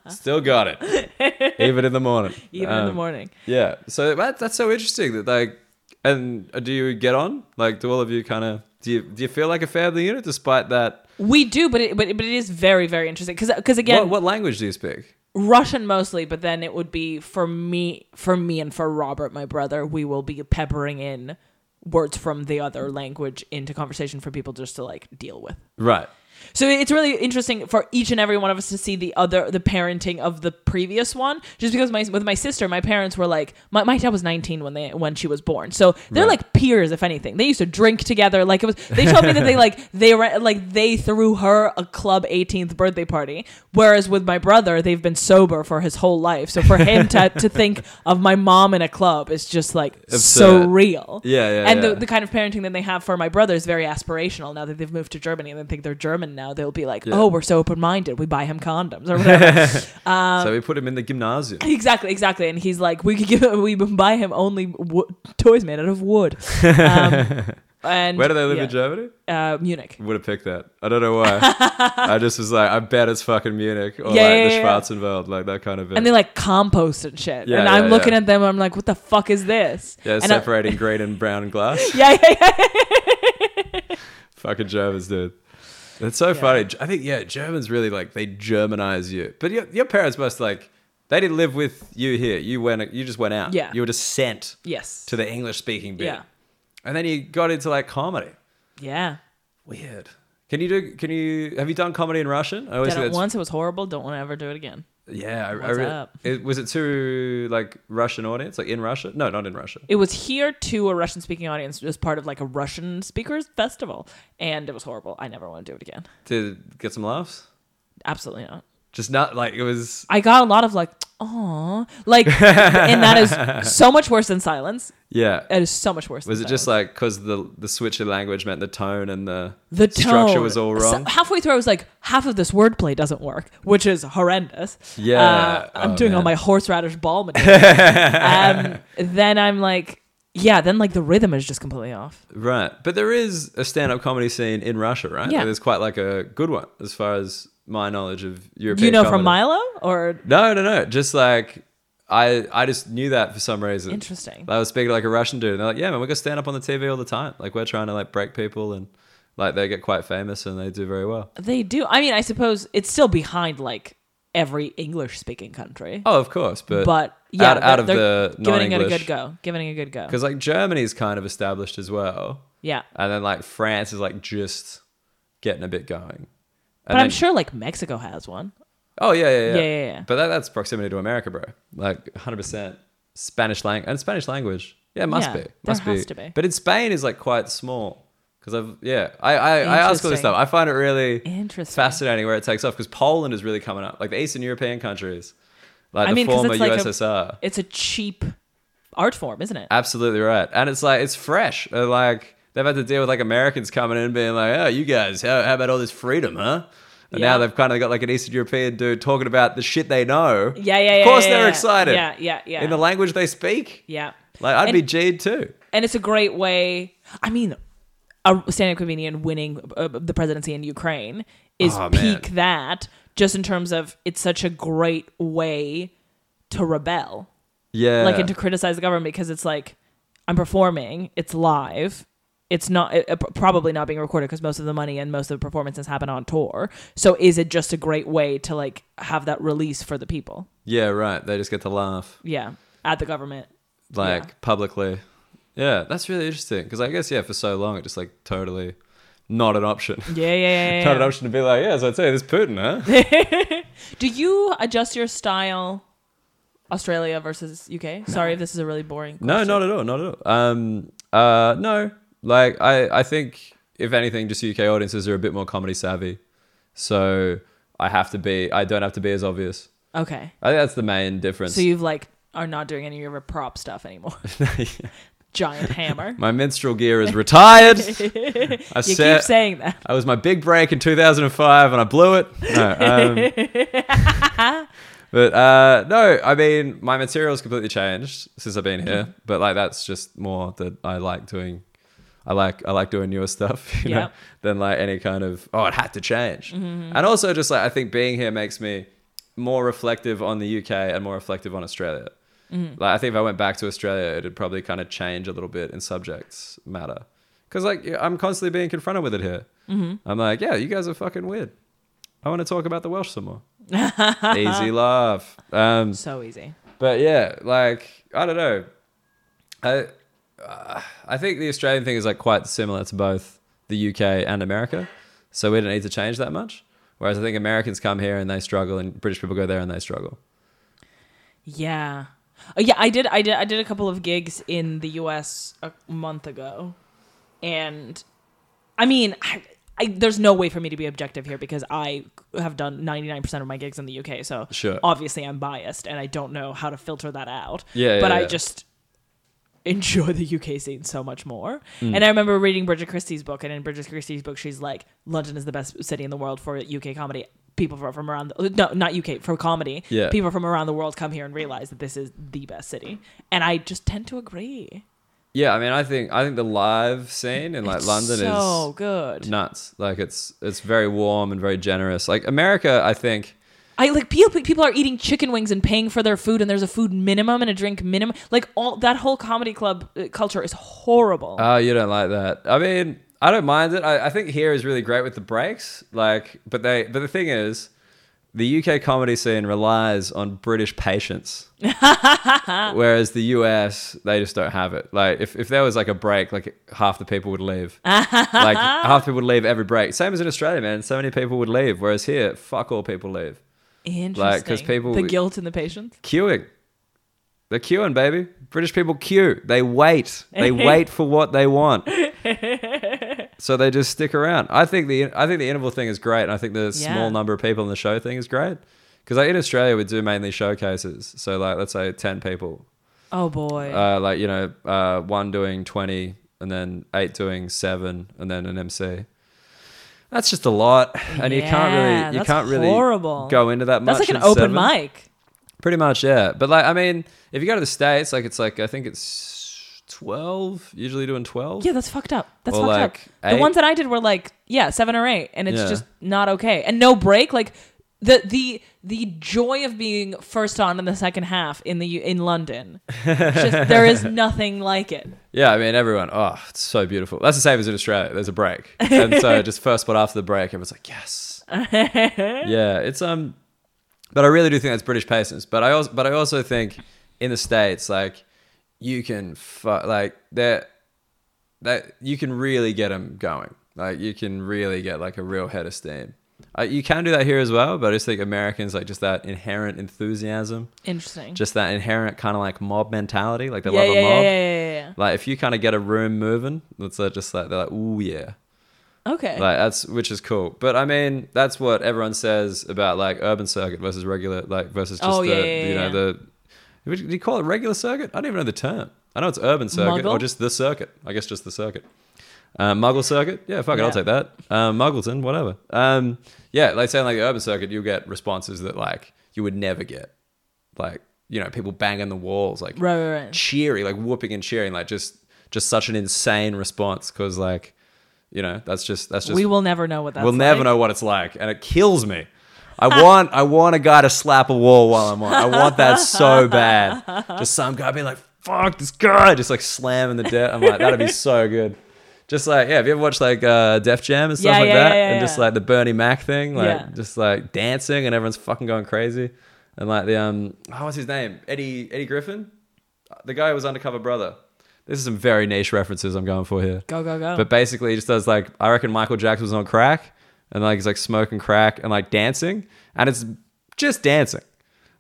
Speaker 1: Still got it. Even in the morning.
Speaker 2: even in the
Speaker 1: Um,
Speaker 2: morning.
Speaker 1: Yeah. So that, that's so interesting that like, and uh, do you get on? Like, do all of you kind of do you do you feel like a family unit despite that?
Speaker 2: We do, but it, but, it- but it is very very interesting because again
Speaker 1: What, what language do you speak?
Speaker 2: Russian mostly, but then it would be for me for me and for Robert, my brother, we will be peppering in words from the other language into conversation for people just to like deal with.
Speaker 1: Right.
Speaker 2: So it's really interesting for each and every one of us to see the other the parenting of the previous one. Just because my with my sister, my parents were like my, my dad was 19 when they when she was born. So they're like peers if anything. They used to drink together like it was they told me that they like they were like they threw her a club 18th birthday party whereas with my brother they've been sober for his whole life. So for him to to think of my mom in a club is just like so
Speaker 1: Absurd.
Speaker 2: real.
Speaker 1: Yeah, yeah,
Speaker 2: And
Speaker 1: yeah.
Speaker 2: The, the kind of parenting that they have for my brother is very aspirational now that they've moved to Germany and they think they're German now. They'll be like, oh, we're so open minded. We buy him condoms or whatever. um,
Speaker 1: so we put him in the gymnasium.
Speaker 2: exactly, exactly. And he's like, we could give we buy him only wo- toys made out of wood. Um, and
Speaker 1: Where do they live in
Speaker 2: yeah,
Speaker 1: Germany?
Speaker 2: Uh, Munich.
Speaker 1: Would have picked that. I don't know why. I just was like, I bet it's fucking Munich or
Speaker 2: Yeah,
Speaker 1: like
Speaker 2: yeah,
Speaker 1: the
Speaker 2: yeah.
Speaker 1: Schwarzenwald, like that kind of.
Speaker 2: And they like compost and shit.
Speaker 1: Yeah,
Speaker 2: and
Speaker 1: yeah,
Speaker 2: I'm looking
Speaker 1: yeah.
Speaker 2: at them. I'm like, what the fuck is this?
Speaker 1: yeah,
Speaker 2: and I-
Speaker 1: separating green and brown glass.
Speaker 2: yeah, yeah, yeah.
Speaker 1: Fucking Germans, dude. That's so funny. I think yeah, Germans really like they Germanize you. But your, your parents must like they didn't live with you here. You went. You just went out.
Speaker 2: Yeah.
Speaker 1: You were just sent
Speaker 2: Yes.
Speaker 1: to the English speaking bit.
Speaker 2: Yeah.
Speaker 1: And then you got into like comedy.
Speaker 2: yeah.
Speaker 1: Weird. Can you do? Can you? Have you done comedy in Russian? I always
Speaker 2: Did it
Speaker 1: think
Speaker 2: once. It was horrible. Don't want to ever do it again.
Speaker 1: Yeah. I, I
Speaker 2: What's
Speaker 1: really-
Speaker 2: up?
Speaker 1: It, was it to like Russian audience? Like in Russia? No, not in Russia.
Speaker 2: It was here to a Russian speaking audience as part of like a Russian speakers festival, and it was horrible. I never want to do it again.
Speaker 1: To get some laughs.
Speaker 2: Absolutely not.
Speaker 1: Just not like it was.
Speaker 2: I got a lot of like, oh, like, and that is so much worse than silence.
Speaker 1: Yeah.
Speaker 2: It is so much worse.
Speaker 1: Was
Speaker 2: than
Speaker 1: it just
Speaker 2: silence.
Speaker 1: like because the the switch in language meant the tone and the
Speaker 2: the tone?
Speaker 1: structure was all
Speaker 2: So-
Speaker 1: wrong?
Speaker 2: halfway through, I was like, half of this wordplay doesn't work, which is horrendous.
Speaker 1: Yeah.
Speaker 2: Uh, I'm
Speaker 1: Oh,
Speaker 2: doing all
Speaker 1: man.
Speaker 2: my horseradish ball material. um, then I'm like, yeah. Then like the rhythm is just completely off.
Speaker 1: Right, but there is a stand up comedy scene in Russia, right?
Speaker 2: Yeah.
Speaker 1: there's quite like a good one as far as my knowledge of European.
Speaker 2: Do you know
Speaker 1: comedy.
Speaker 2: from Milo or
Speaker 1: No, no, no. Just like I, I just knew that for some reason.
Speaker 2: Interesting.
Speaker 1: I was speaking to like a Russian dude, and they're like, "Yeah, man, we got stand up on the TV all the time. Like we're trying to like break people, and like they get quite famous and they do very well."
Speaker 2: They do. I mean, I suppose it's still behind like every English speaking country.
Speaker 1: Oh, of course, but
Speaker 2: but yeah,
Speaker 1: out, out of
Speaker 2: they're- they're
Speaker 1: the non
Speaker 2: giving it a good
Speaker 1: English,
Speaker 2: go. Giving it a good go.
Speaker 1: because like Germany's kind of established as well,
Speaker 2: Yeah.
Speaker 1: and then like France is like just getting a bit going.
Speaker 2: But I'm sure like Mexico has one.
Speaker 1: Oh yeah, yeah, yeah.
Speaker 2: Yeah, yeah, yeah.
Speaker 1: But that, that's proximity to America, bro. Like 100 percent Spanish language and Spanish language. Yeah, it must
Speaker 2: Yeah,
Speaker 1: be.
Speaker 2: there
Speaker 1: Must
Speaker 2: has to be.
Speaker 1: But in Spain is like quite small. Because I've yeah, I I, I ask all
Speaker 2: Interesting.
Speaker 1: this stuff. I find it really
Speaker 2: Interesting.
Speaker 1: fascinating where it takes off because Poland is really coming up, like the Eastern European countries, like
Speaker 2: I
Speaker 1: the
Speaker 2: mean, 'cause
Speaker 1: former
Speaker 2: it's like a-
Speaker 1: USSR.
Speaker 2: It's a cheap art form, isn't it?
Speaker 1: Absolutely right, and it's like it's fresh. They're like they've had to deal with like Americans coming in and being like, "Oh, you guys, how, how about all this freedom, huh?" And
Speaker 2: Yeah.
Speaker 1: now they've kind of got like an Eastern European dude talking about the shit they know.
Speaker 2: Yeah, yeah, yeah.
Speaker 1: Of course,
Speaker 2: yeah,
Speaker 1: they're
Speaker 2: yeah.
Speaker 1: excited.
Speaker 2: Yeah, yeah, yeah.
Speaker 1: In the language they speak.
Speaker 2: yeah.
Speaker 1: Like I'd
Speaker 2: And-
Speaker 1: be G'd too.
Speaker 2: and it's a great way. I mean, a stand-up comedian winning uh, the presidency in Ukraine is
Speaker 1: Oh, man.
Speaker 2: peak that. Just in terms of, it's such a great way to rebel.
Speaker 1: Yeah.
Speaker 2: like and to criticize the government because it's like I'm performing, it's live, it's not it, it- probably not being recorded because most of the money and most of the performances happen on tour. So is it just a great way to like have that release for the people?
Speaker 1: yeah, right. They just get to laugh
Speaker 2: Yeah, at the government.
Speaker 1: like
Speaker 2: Yeah.
Speaker 1: publicly. Yeah, that's really interesting because I guess yeah, for so long it just like totally not an option.
Speaker 2: Yeah, yeah,
Speaker 1: not
Speaker 2: yeah.
Speaker 1: an
Speaker 2: yeah.
Speaker 1: option to be like, yeah, so I'd say this Putin, huh?
Speaker 2: Do you adjust your style? Australia versus UK. Sorry if this is a really boring.
Speaker 1: no,
Speaker 2: question.
Speaker 1: not at all, not at all. Um, uh, no, like I, I think if anything, just UK audiences are a bit more comedy savvy, so I have to be, I don't have to be as obvious.
Speaker 2: Okay,
Speaker 1: I think that's the main difference.
Speaker 2: so you've like are not doing any of your prop stuff anymore. giant hammer.
Speaker 1: My minstrel gear is retired. I
Speaker 2: you
Speaker 1: said-
Speaker 2: keep saying that.
Speaker 1: I was my big break in 2005 and I blew it. No, um, but uh, no, I mean, my material's completely changed since I've been here. But like, that's just more that I like doing. I like I like doing newer stuff, you know,
Speaker 2: Yep.
Speaker 1: than like any kind of oh, it had to change. And also, just like I think being here makes me more reflective on the UK and more reflective on Australia. Like I think if I went back to Australia, it'd probably kind of change a little bit in subjects matter. Cause like yeah, I'm constantly being confronted with it here. I'm like, yeah, you guys are fucking weird. I want to talk about the Welsh some more. Easy laugh. Um,
Speaker 2: So easy.
Speaker 1: but yeah, like I don't know. I uh, I think the Australian thing is like quite similar to both the UK and America, so we don't need to change that much. Whereas I think Americans come here and they struggle, and British people go there and they struggle.
Speaker 2: Yeah. Uh, yeah, I did I did I did a couple of gigs in the US a month ago. And I mean, I, I, there's no way for me to be objective here because I have done 99% of my gigs in the UK, so
Speaker 1: Sure.
Speaker 2: obviously I'm biased and I don't know how to filter that out.
Speaker 1: Yeah,
Speaker 2: But
Speaker 1: yeah,
Speaker 2: I
Speaker 1: yeah.
Speaker 2: just enjoy the UK scene so much more.
Speaker 1: Mm.
Speaker 2: And I remember reading Bridget Christie's book, and in Bridget Christie's book, she's like, London is the best city in the world for UK comedy. People fro- from around the, uh, no, not UK for comedy.
Speaker 1: Yeah.
Speaker 2: People from around the world come here and realize that this is the best city, and I just tend to agree.
Speaker 1: Yeah, I mean, I think I think the live scene in like
Speaker 2: It's
Speaker 1: London
Speaker 2: so
Speaker 1: is
Speaker 2: good.
Speaker 1: nuts. Like it's it's very warm and very generous. Like America, I think.
Speaker 2: I like people. People are eating chicken wings and paying for their food, and there's a food minimum and a drink minimum. Like all that whole comedy club uh, culture is horrible.
Speaker 1: Oh, you don't like that. I mean, I don't mind it. I, I think here is really great with the breaks. Like, but they, but the thing is, the UK comedy scene relies on British patience, whereas the US they just don't have it. Like, if, if there was like a break, like half the people would leave. like half the people would leave every break. Same as in Australia, man. So many people would leave, whereas here, fuck all people leave.
Speaker 2: Interesting.
Speaker 1: like, 'cause people- e-
Speaker 2: the guilt and the patience.
Speaker 1: queuing. They're queuing, baby. British people queue. They wait. They wait for what they want. so they just stick around. I think the I think the interval thing is great, and I think the
Speaker 2: Yeah.
Speaker 1: small number of people in the show thing is great. Because like in Australia, we do mainly showcases. So like, let's say ten people,
Speaker 2: Oh boy.
Speaker 1: uh, like you know, uh, one doing twenty, and then eight doing seven, and then an MC. That's just a lot, and you can't
Speaker 2: Yeah,
Speaker 1: really you
Speaker 2: that's
Speaker 1: can't really
Speaker 2: horrible.
Speaker 1: go into that much.
Speaker 2: That's like
Speaker 1: in
Speaker 2: an
Speaker 1: seven.
Speaker 2: open mic.
Speaker 1: Pretty much, yeah. But like, I mean, if you go to the states, like it's like I think it's twelve. Usually doing twelve.
Speaker 2: Yeah, that's fucked up. That's
Speaker 1: Or,
Speaker 2: fucked
Speaker 1: like,
Speaker 2: up.
Speaker 1: eight?
Speaker 2: The ones that I did were like, yeah, seven or eight, and it's
Speaker 1: Yeah.
Speaker 2: just not okay. And no break. Like the the the joy of being first on in the second half in the U- in London. just, there is nothing like it.
Speaker 1: Yeah, I mean, everyone. Oh, it's so beautiful. That's the same as in Australia. There's a break, and so just first spot after the break, everyone's like, yes. yeah, it's um, but I really do think that's British patience. But I also, but I also think in the states, like you can fu- like that that you can really get them going. Like you can really get like a real head of steam. Uh, you can do that here as well, but I just think Americans like just that inherent enthusiasm,
Speaker 2: Interesting.
Speaker 1: just that inherent kind of like mob mentality. Like they
Speaker 2: yeah,
Speaker 1: love
Speaker 2: yeah,
Speaker 1: a mob.
Speaker 2: yeah, yeah, yeah,
Speaker 1: Like if you kind of get a room moving, it's like just like they're like, ooh yeah,
Speaker 2: yeah. Okay.
Speaker 1: like that's which is cool. But I mean, that's what everyone says about like urban circuit versus regular, like versus just
Speaker 2: Oh,
Speaker 1: the
Speaker 2: yeah, yeah,
Speaker 1: you know
Speaker 2: yeah.
Speaker 1: the. what Do you call it regular circuit? I don't even know the term. I know it's urban circuit or
Speaker 2: Muggle?
Speaker 1: just the circuit. I guess just the circuit. Uh, Muggle circuit, yeah, fuck it, I'll
Speaker 2: Yeah.
Speaker 1: take that. Um, Muggleton, whatever. Um, yeah, like saying like the urban circuit, you'll get responses that like you would never get, like you know people banging the walls, like
Speaker 2: right, right, right.
Speaker 1: cheery, like whooping and cheering, like just just such an insane response because like you know that's just that's just
Speaker 2: we will never know what that's.
Speaker 1: we'll never
Speaker 2: like.
Speaker 1: know what it's like, and it kills me. I want I want a guy to slap a wall while I'm on. I want that so bad. Just some guy being like, "Fuck this guy," just like slamming the deck. I'm like, that'd be so good. Just like yeah, have you ever watched like uh, Def Jam and stuff
Speaker 2: Yeah,
Speaker 1: like
Speaker 2: yeah,
Speaker 1: that,
Speaker 2: yeah, yeah,
Speaker 1: and just
Speaker 2: yeah.
Speaker 1: like the Bernie Mac thing, like
Speaker 2: Yeah.
Speaker 1: just like dancing and everyone's fucking going crazy, and like the um, oh, what's his name, Eddie Eddie Griffin, the guy who was undercover brother. This is some very niche references I'm going for here.
Speaker 2: Go, go, go.
Speaker 1: But basically, he just does like I reckon Michael Jackson was on crack, and like he's like smoking crack and like dancing, and it's just dancing.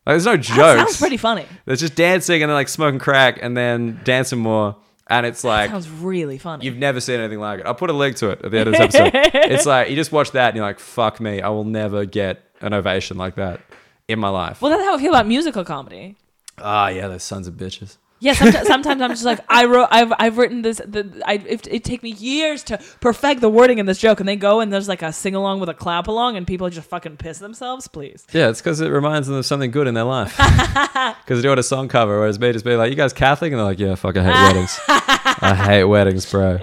Speaker 1: Like there's no jokes.
Speaker 2: that sounds pretty funny.
Speaker 1: There's just dancing and then like smoking crack and then dancing more, and it's like
Speaker 2: Sounds really funny.
Speaker 1: you've never seen anything like it. I'll put a link to it at the end of this episode. it's like you just watch that and you're like, fuck me, I will never get an ovation like that in my life.
Speaker 2: well, that's how I feel about musical comedy.
Speaker 1: Ah, yeah, those sons of bitches.
Speaker 2: Yeah, sometimes, sometimes I'm just like I wrote. I've I've written this. The, I it, it take me years to perfect the wording in this joke, and they go and there's like a sing along with a clap along, and people just fucking piss themselves. Please.
Speaker 1: Yeah, it's because it reminds them of something good in their life. Because they do it a song cover where it's made just be like, "You guys Catholic?" and they're like, "Yeah, fuck, I hate weddings. I hate weddings, bro."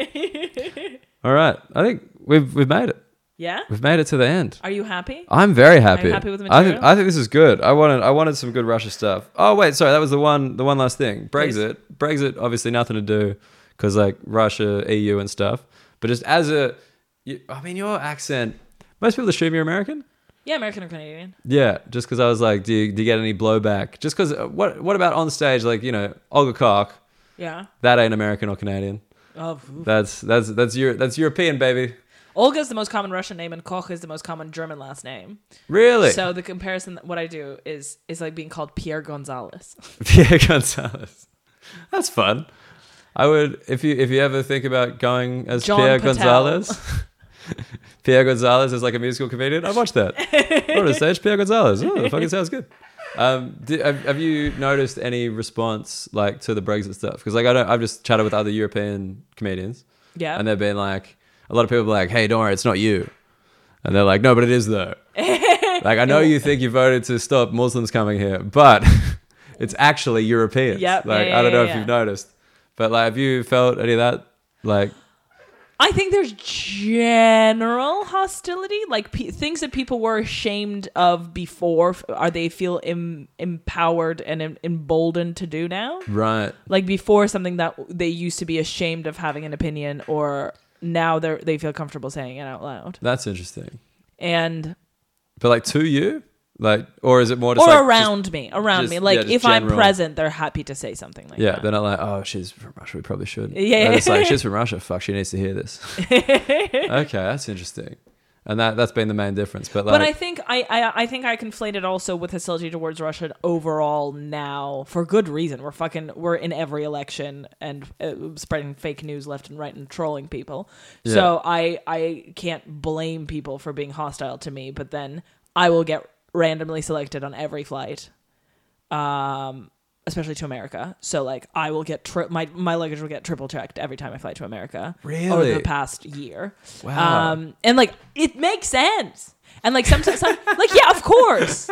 Speaker 1: All right, I think we've we've made it.
Speaker 2: Yeah.
Speaker 1: We've made it to the end.
Speaker 2: Are you happy?
Speaker 1: I'm very happy.
Speaker 2: happy with the
Speaker 1: I think
Speaker 2: material?
Speaker 1: I think this is good. I wanted I wanted some good Russia stuff. Oh wait, sorry, that was the one the one last thing. Brexit. Brexit obviously nothing to do because like Russia, EU, and stuff. But just as a, you, I mean, your accent. Most people assume you're American.
Speaker 2: Yeah, American or Canadian.
Speaker 1: Yeah, just because I was like, do you, do you get any blowback? Just because what what about on stage? Like you know, Olga Koch,
Speaker 2: Yeah.
Speaker 1: that ain't American or Canadian.
Speaker 2: Oh,
Speaker 1: That's that's that's Euro, that's European, baby.
Speaker 2: Olga's the most common Russian name, and Koch is the most common German last name.
Speaker 1: Really?
Speaker 2: So the comparison, what I do is is like being called Pierre Gonzalez.
Speaker 1: Pierre Gonzalez. That's fun. I would if you if you ever think about going as
Speaker 2: John
Speaker 1: Pierre
Speaker 2: Patel.
Speaker 1: Gonzalez. Pierre Gonzalez is like a musical comedian. I watched that. What a stage, Pierre Gonzalez. Oh, that fucking sounds good. Um, do, have, have you noticed any response like to the Brexit stuff? Because like I don't, I've just chatted with other European comedians,
Speaker 2: Yeah.
Speaker 1: and they've been like, a lot of people are like, "Hey, don't worry, it's not you," and they're like, "No, but it is though." like I know you think you voted to stop Muslims coming here, but it's actually Europeans.
Speaker 2: Yep, yeah,
Speaker 1: Like
Speaker 2: yeah,
Speaker 1: I don't know
Speaker 2: yeah.
Speaker 1: if you've noticed, but like, have you felt any of that? Like,
Speaker 2: I think there's general hostility, like pe- things that people were ashamed of before, f- are they feel em- empowered and em- emboldened to do now?
Speaker 1: right?
Speaker 2: Like before, something that they used to be ashamed of having an opinion, or now they are they feel comfortable saying it out loud.
Speaker 1: That's interesting.
Speaker 2: And
Speaker 1: But like to you, like, or is it more just
Speaker 2: or
Speaker 1: like, just-
Speaker 2: around me, around
Speaker 1: just-
Speaker 2: me. Like
Speaker 1: yeah, just
Speaker 2: if I'm
Speaker 1: general.
Speaker 2: present, they're happy to say something like
Speaker 1: yeah,
Speaker 2: that.
Speaker 1: they're not like, oh, she's from Russia. We probably should.
Speaker 2: Yeah.
Speaker 1: They're just like, she's from Russia. Fuck, she needs to hear this. okay, that's interesting, and that that's been the main difference. But like,
Speaker 2: But I think I, I I think I conflate it also with hostility towards Russia overall now for good reason. We're fucking we're in every election and uh, spreading fake news left and right and trolling people. So I I can't blame people for being hostile to me. But then I will get randomly selected on every flight, um, especially to America. So like I will get tri- my my luggage will get triple checked every time I fly to America over
Speaker 1: Really?
Speaker 2: the past year.
Speaker 1: Wow.
Speaker 2: Um, and like it makes sense. And like sometimes, some, like yeah, of course,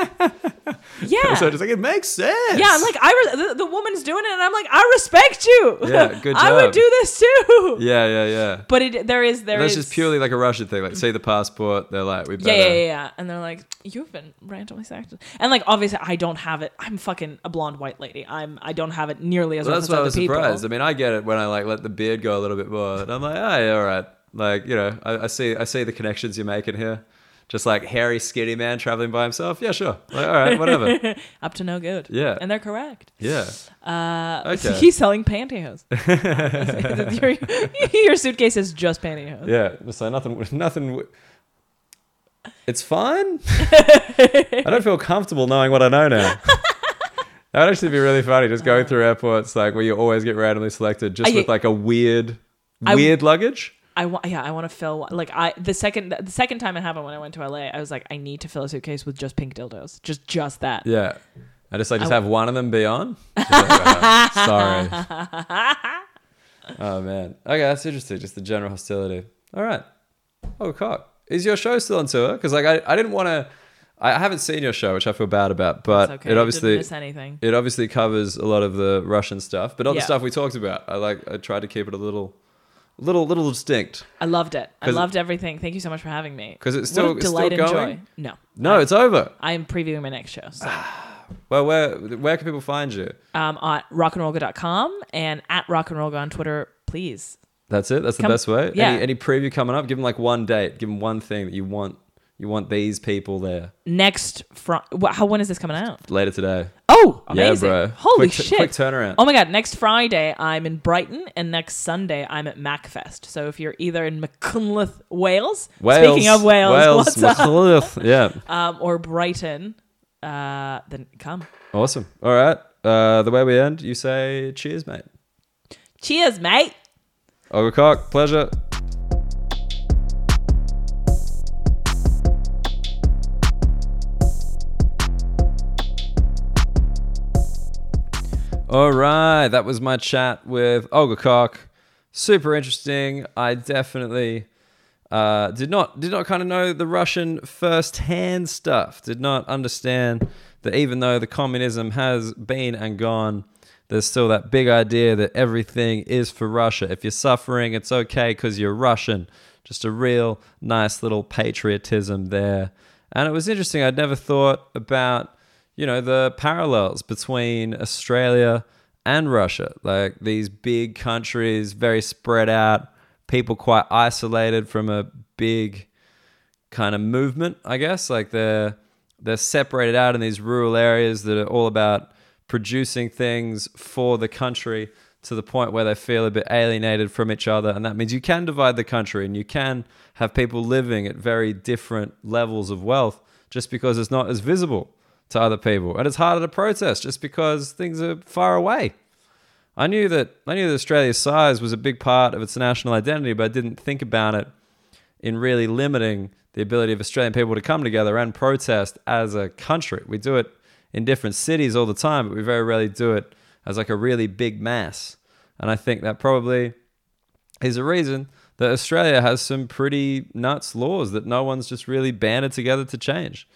Speaker 2: yeah,
Speaker 1: so just like it makes sense.
Speaker 2: yeah. I'm like I re- the, the woman's doing it, and I'm like I respect you.
Speaker 1: Yeah, good
Speaker 2: I would
Speaker 1: job.
Speaker 2: do this too.
Speaker 1: yeah, yeah, yeah.
Speaker 2: But it there is there
Speaker 1: That's
Speaker 2: is-
Speaker 1: just purely like a Russian thing. Like, see the passport. They're like, we
Speaker 2: yeah,
Speaker 1: better.
Speaker 2: yeah, yeah, yeah. And they're like, you've been randomly selected, and like obviously I don't have it. I'm fucking a blonde white lady. I'm I don't have it nearly as
Speaker 1: Well,
Speaker 2: well
Speaker 1: that's
Speaker 2: as
Speaker 1: why I
Speaker 2: other
Speaker 1: was
Speaker 2: people.
Speaker 1: surprised. I mean, I get it when I like let the beard go a little bit more, and I'm like, oh, yeah, all right. Like, you know, I, I see, I see the connections you're making here. Just like hairy, skinny man traveling by himself. Yeah, sure. Like, all right, whatever.
Speaker 2: Up to no good.
Speaker 1: Yeah.
Speaker 2: and they're correct.
Speaker 1: yeah.
Speaker 2: Uh,
Speaker 1: Okay.
Speaker 2: he's selling pantyhose. your, your suitcase is just pantyhose.
Speaker 1: Yeah. So nothing, nothing. w- It's fine. I don't feel comfortable knowing what I know now. That would actually be really funny, just going through airports like where you always get randomly selected, just
Speaker 2: I-
Speaker 1: with like a weird,
Speaker 2: I-
Speaker 1: weird luggage.
Speaker 2: I want, yeah, I want to fill one- like I the second the second time it happened when I went to LA, I was like, I need to fill a suitcase with just pink dildos, just just that.
Speaker 1: Yeah. I just like just
Speaker 2: I-
Speaker 1: have one of them be on. Just like, uh, sorry. oh man. Okay, that's interesting. Just the general hostility. All right. Oh cock. Is your show still on tour? Because like I, I didn't want to. I I haven't seen your show, which I feel bad about. But
Speaker 2: It's okay.
Speaker 1: it
Speaker 2: you
Speaker 1: obviously
Speaker 2: didn't miss anything.
Speaker 1: it obviously covers a lot of the Russian stuff, but not
Speaker 2: Yeah.
Speaker 1: the stuff we talked about. I like I tried to keep it a little, little, little distinct
Speaker 2: I loved it. I
Speaker 1: 'Cause-
Speaker 2: loved everything. Thank you so much for having me.
Speaker 1: 'Cause it's
Speaker 2: What a
Speaker 1: still- it's still
Speaker 2: delight and
Speaker 1: going? Ah.
Speaker 2: joy. No,
Speaker 1: No, it's over.
Speaker 2: I am previewing my next show. So
Speaker 1: Well, where where can people find you?
Speaker 2: um, on rockandrollga.com and at rockandrollga on Twitter, please.
Speaker 1: That's it. That's the
Speaker 2: Come-
Speaker 1: best way.
Speaker 2: yeah.
Speaker 1: Any, any preview coming up? Give them like one date. Give them one thing that you want. You want these people there
Speaker 2: Next Fri wh- how when is this coming out?
Speaker 1: later today.
Speaker 2: Oh, amazing!
Speaker 1: Yeah, bro.
Speaker 2: Holy
Speaker 1: quick tu-
Speaker 2: shit!
Speaker 1: Quick turnaround.
Speaker 2: Oh my god, next Friday I'm in Brighton and next Sunday I'm at MacFest. So if you're either in McCunlith, Wales,
Speaker 1: Wales,
Speaker 2: speaking of Wales, what's up?
Speaker 1: Macluth. Yeah.
Speaker 2: Um, or Brighton, uh, then come.
Speaker 1: Awesome. All right. Uh, the way we end, you say cheers, mate.
Speaker 2: Cheers, mate.
Speaker 1: Olga Cock, pleasure. All right, that was my chat with Olga Koch. Super interesting. I definitely uh, did not did not kind of know the Russian firsthand stuff. Did not understand that even though the communism has been and gone, there's still that big idea that everything is for Russia. If you're suffering, it's okay because you're Russian. Just a real nice little patriotism there. And it was interesting. I'd never thought about you know the parallels between Australia and Russia. Like these big countries, very spread out, people quite isolated from a big kind of movement, I guess. Like they're they're separated out in these rural areas that are all about producing things for the country to the point where they feel a bit alienated from each other and that means you can divide the country and you can have people living at very different levels of wealth just because it's not as visible to other people and it's harder to protest just because things are far away I knew that I knew that Australia's size was a big part of its national identity, but I didn't think about it in really limiting the ability of Australian people to come together and protest as a country. We do it in different cities all the time, but we very rarely do it as like a really big mass. And I think that probably is a reason that Australia has some pretty nuts laws that no one's just really banded together to change.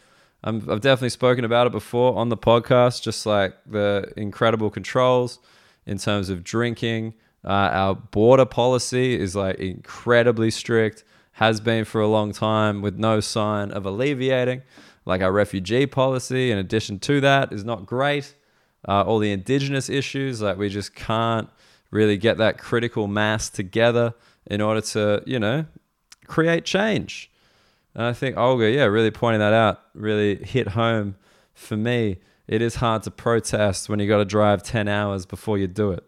Speaker 1: i I've definitely spoken about it before on the podcast, just like the incredible controls in terms of drinking. Uh, our border policy is like incredibly strict, has been for a long time with no sign of alleviating. Like our refugee policy, in addition to that, is not great. Uh, all the indigenous issues, like we just can't really get that critical mass together in order to, you know, create change. And I think Olga, yeah, really pointing that out, really hit home for me it is hard to protest when you got to drive 10 hours before you do it.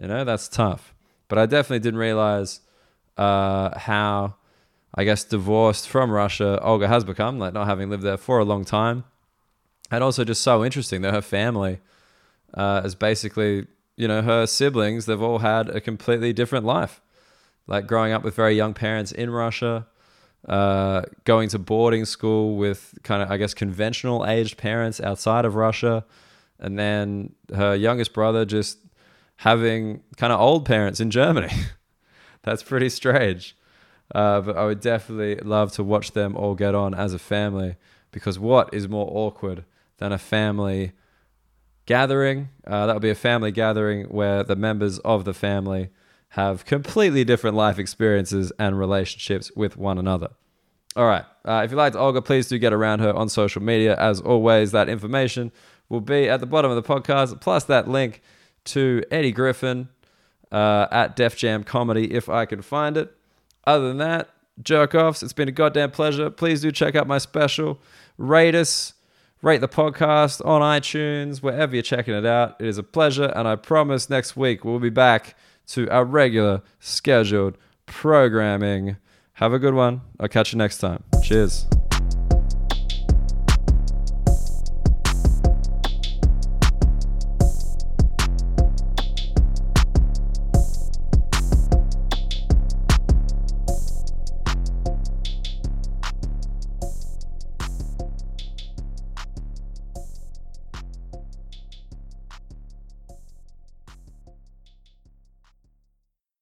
Speaker 1: You know, that's tough. But I definitely didn't realize uh, how, I guess, divorced from Russia Olga has become, like not having lived there for a long time. And also just so interesting that her family uh, is basically, you know, her siblings, they've all had a completely different life. Like growing up with very young parents in Russia, uh, going to boarding school with kind of, I guess, conventional aged parents outside of Russia. And then her youngest brother just having kind of old parents in Germany. That's pretty strange. Uh, but I would definitely love to watch them all get on as a family because what is more awkward than a family gathering? Uh, that would be a family gathering where the members of the family have completely different life experiences and relationships with one another. All right. Uh, if you liked Olga, please do get around her on social media. As always, that information will be at the bottom of the podcast, plus that link to Eddie Griffin uh, at Def Jam Comedy, if I can find it. Other than that, jerk offs, it's been a goddamn pleasure. Please do check out my special. Rate us, rate the podcast on iTunes, wherever you're checking it out. It is a pleasure, and I promise next week we'll be back to our regular scheduled programming. Have a good one. I'll catch you next time. Cheers.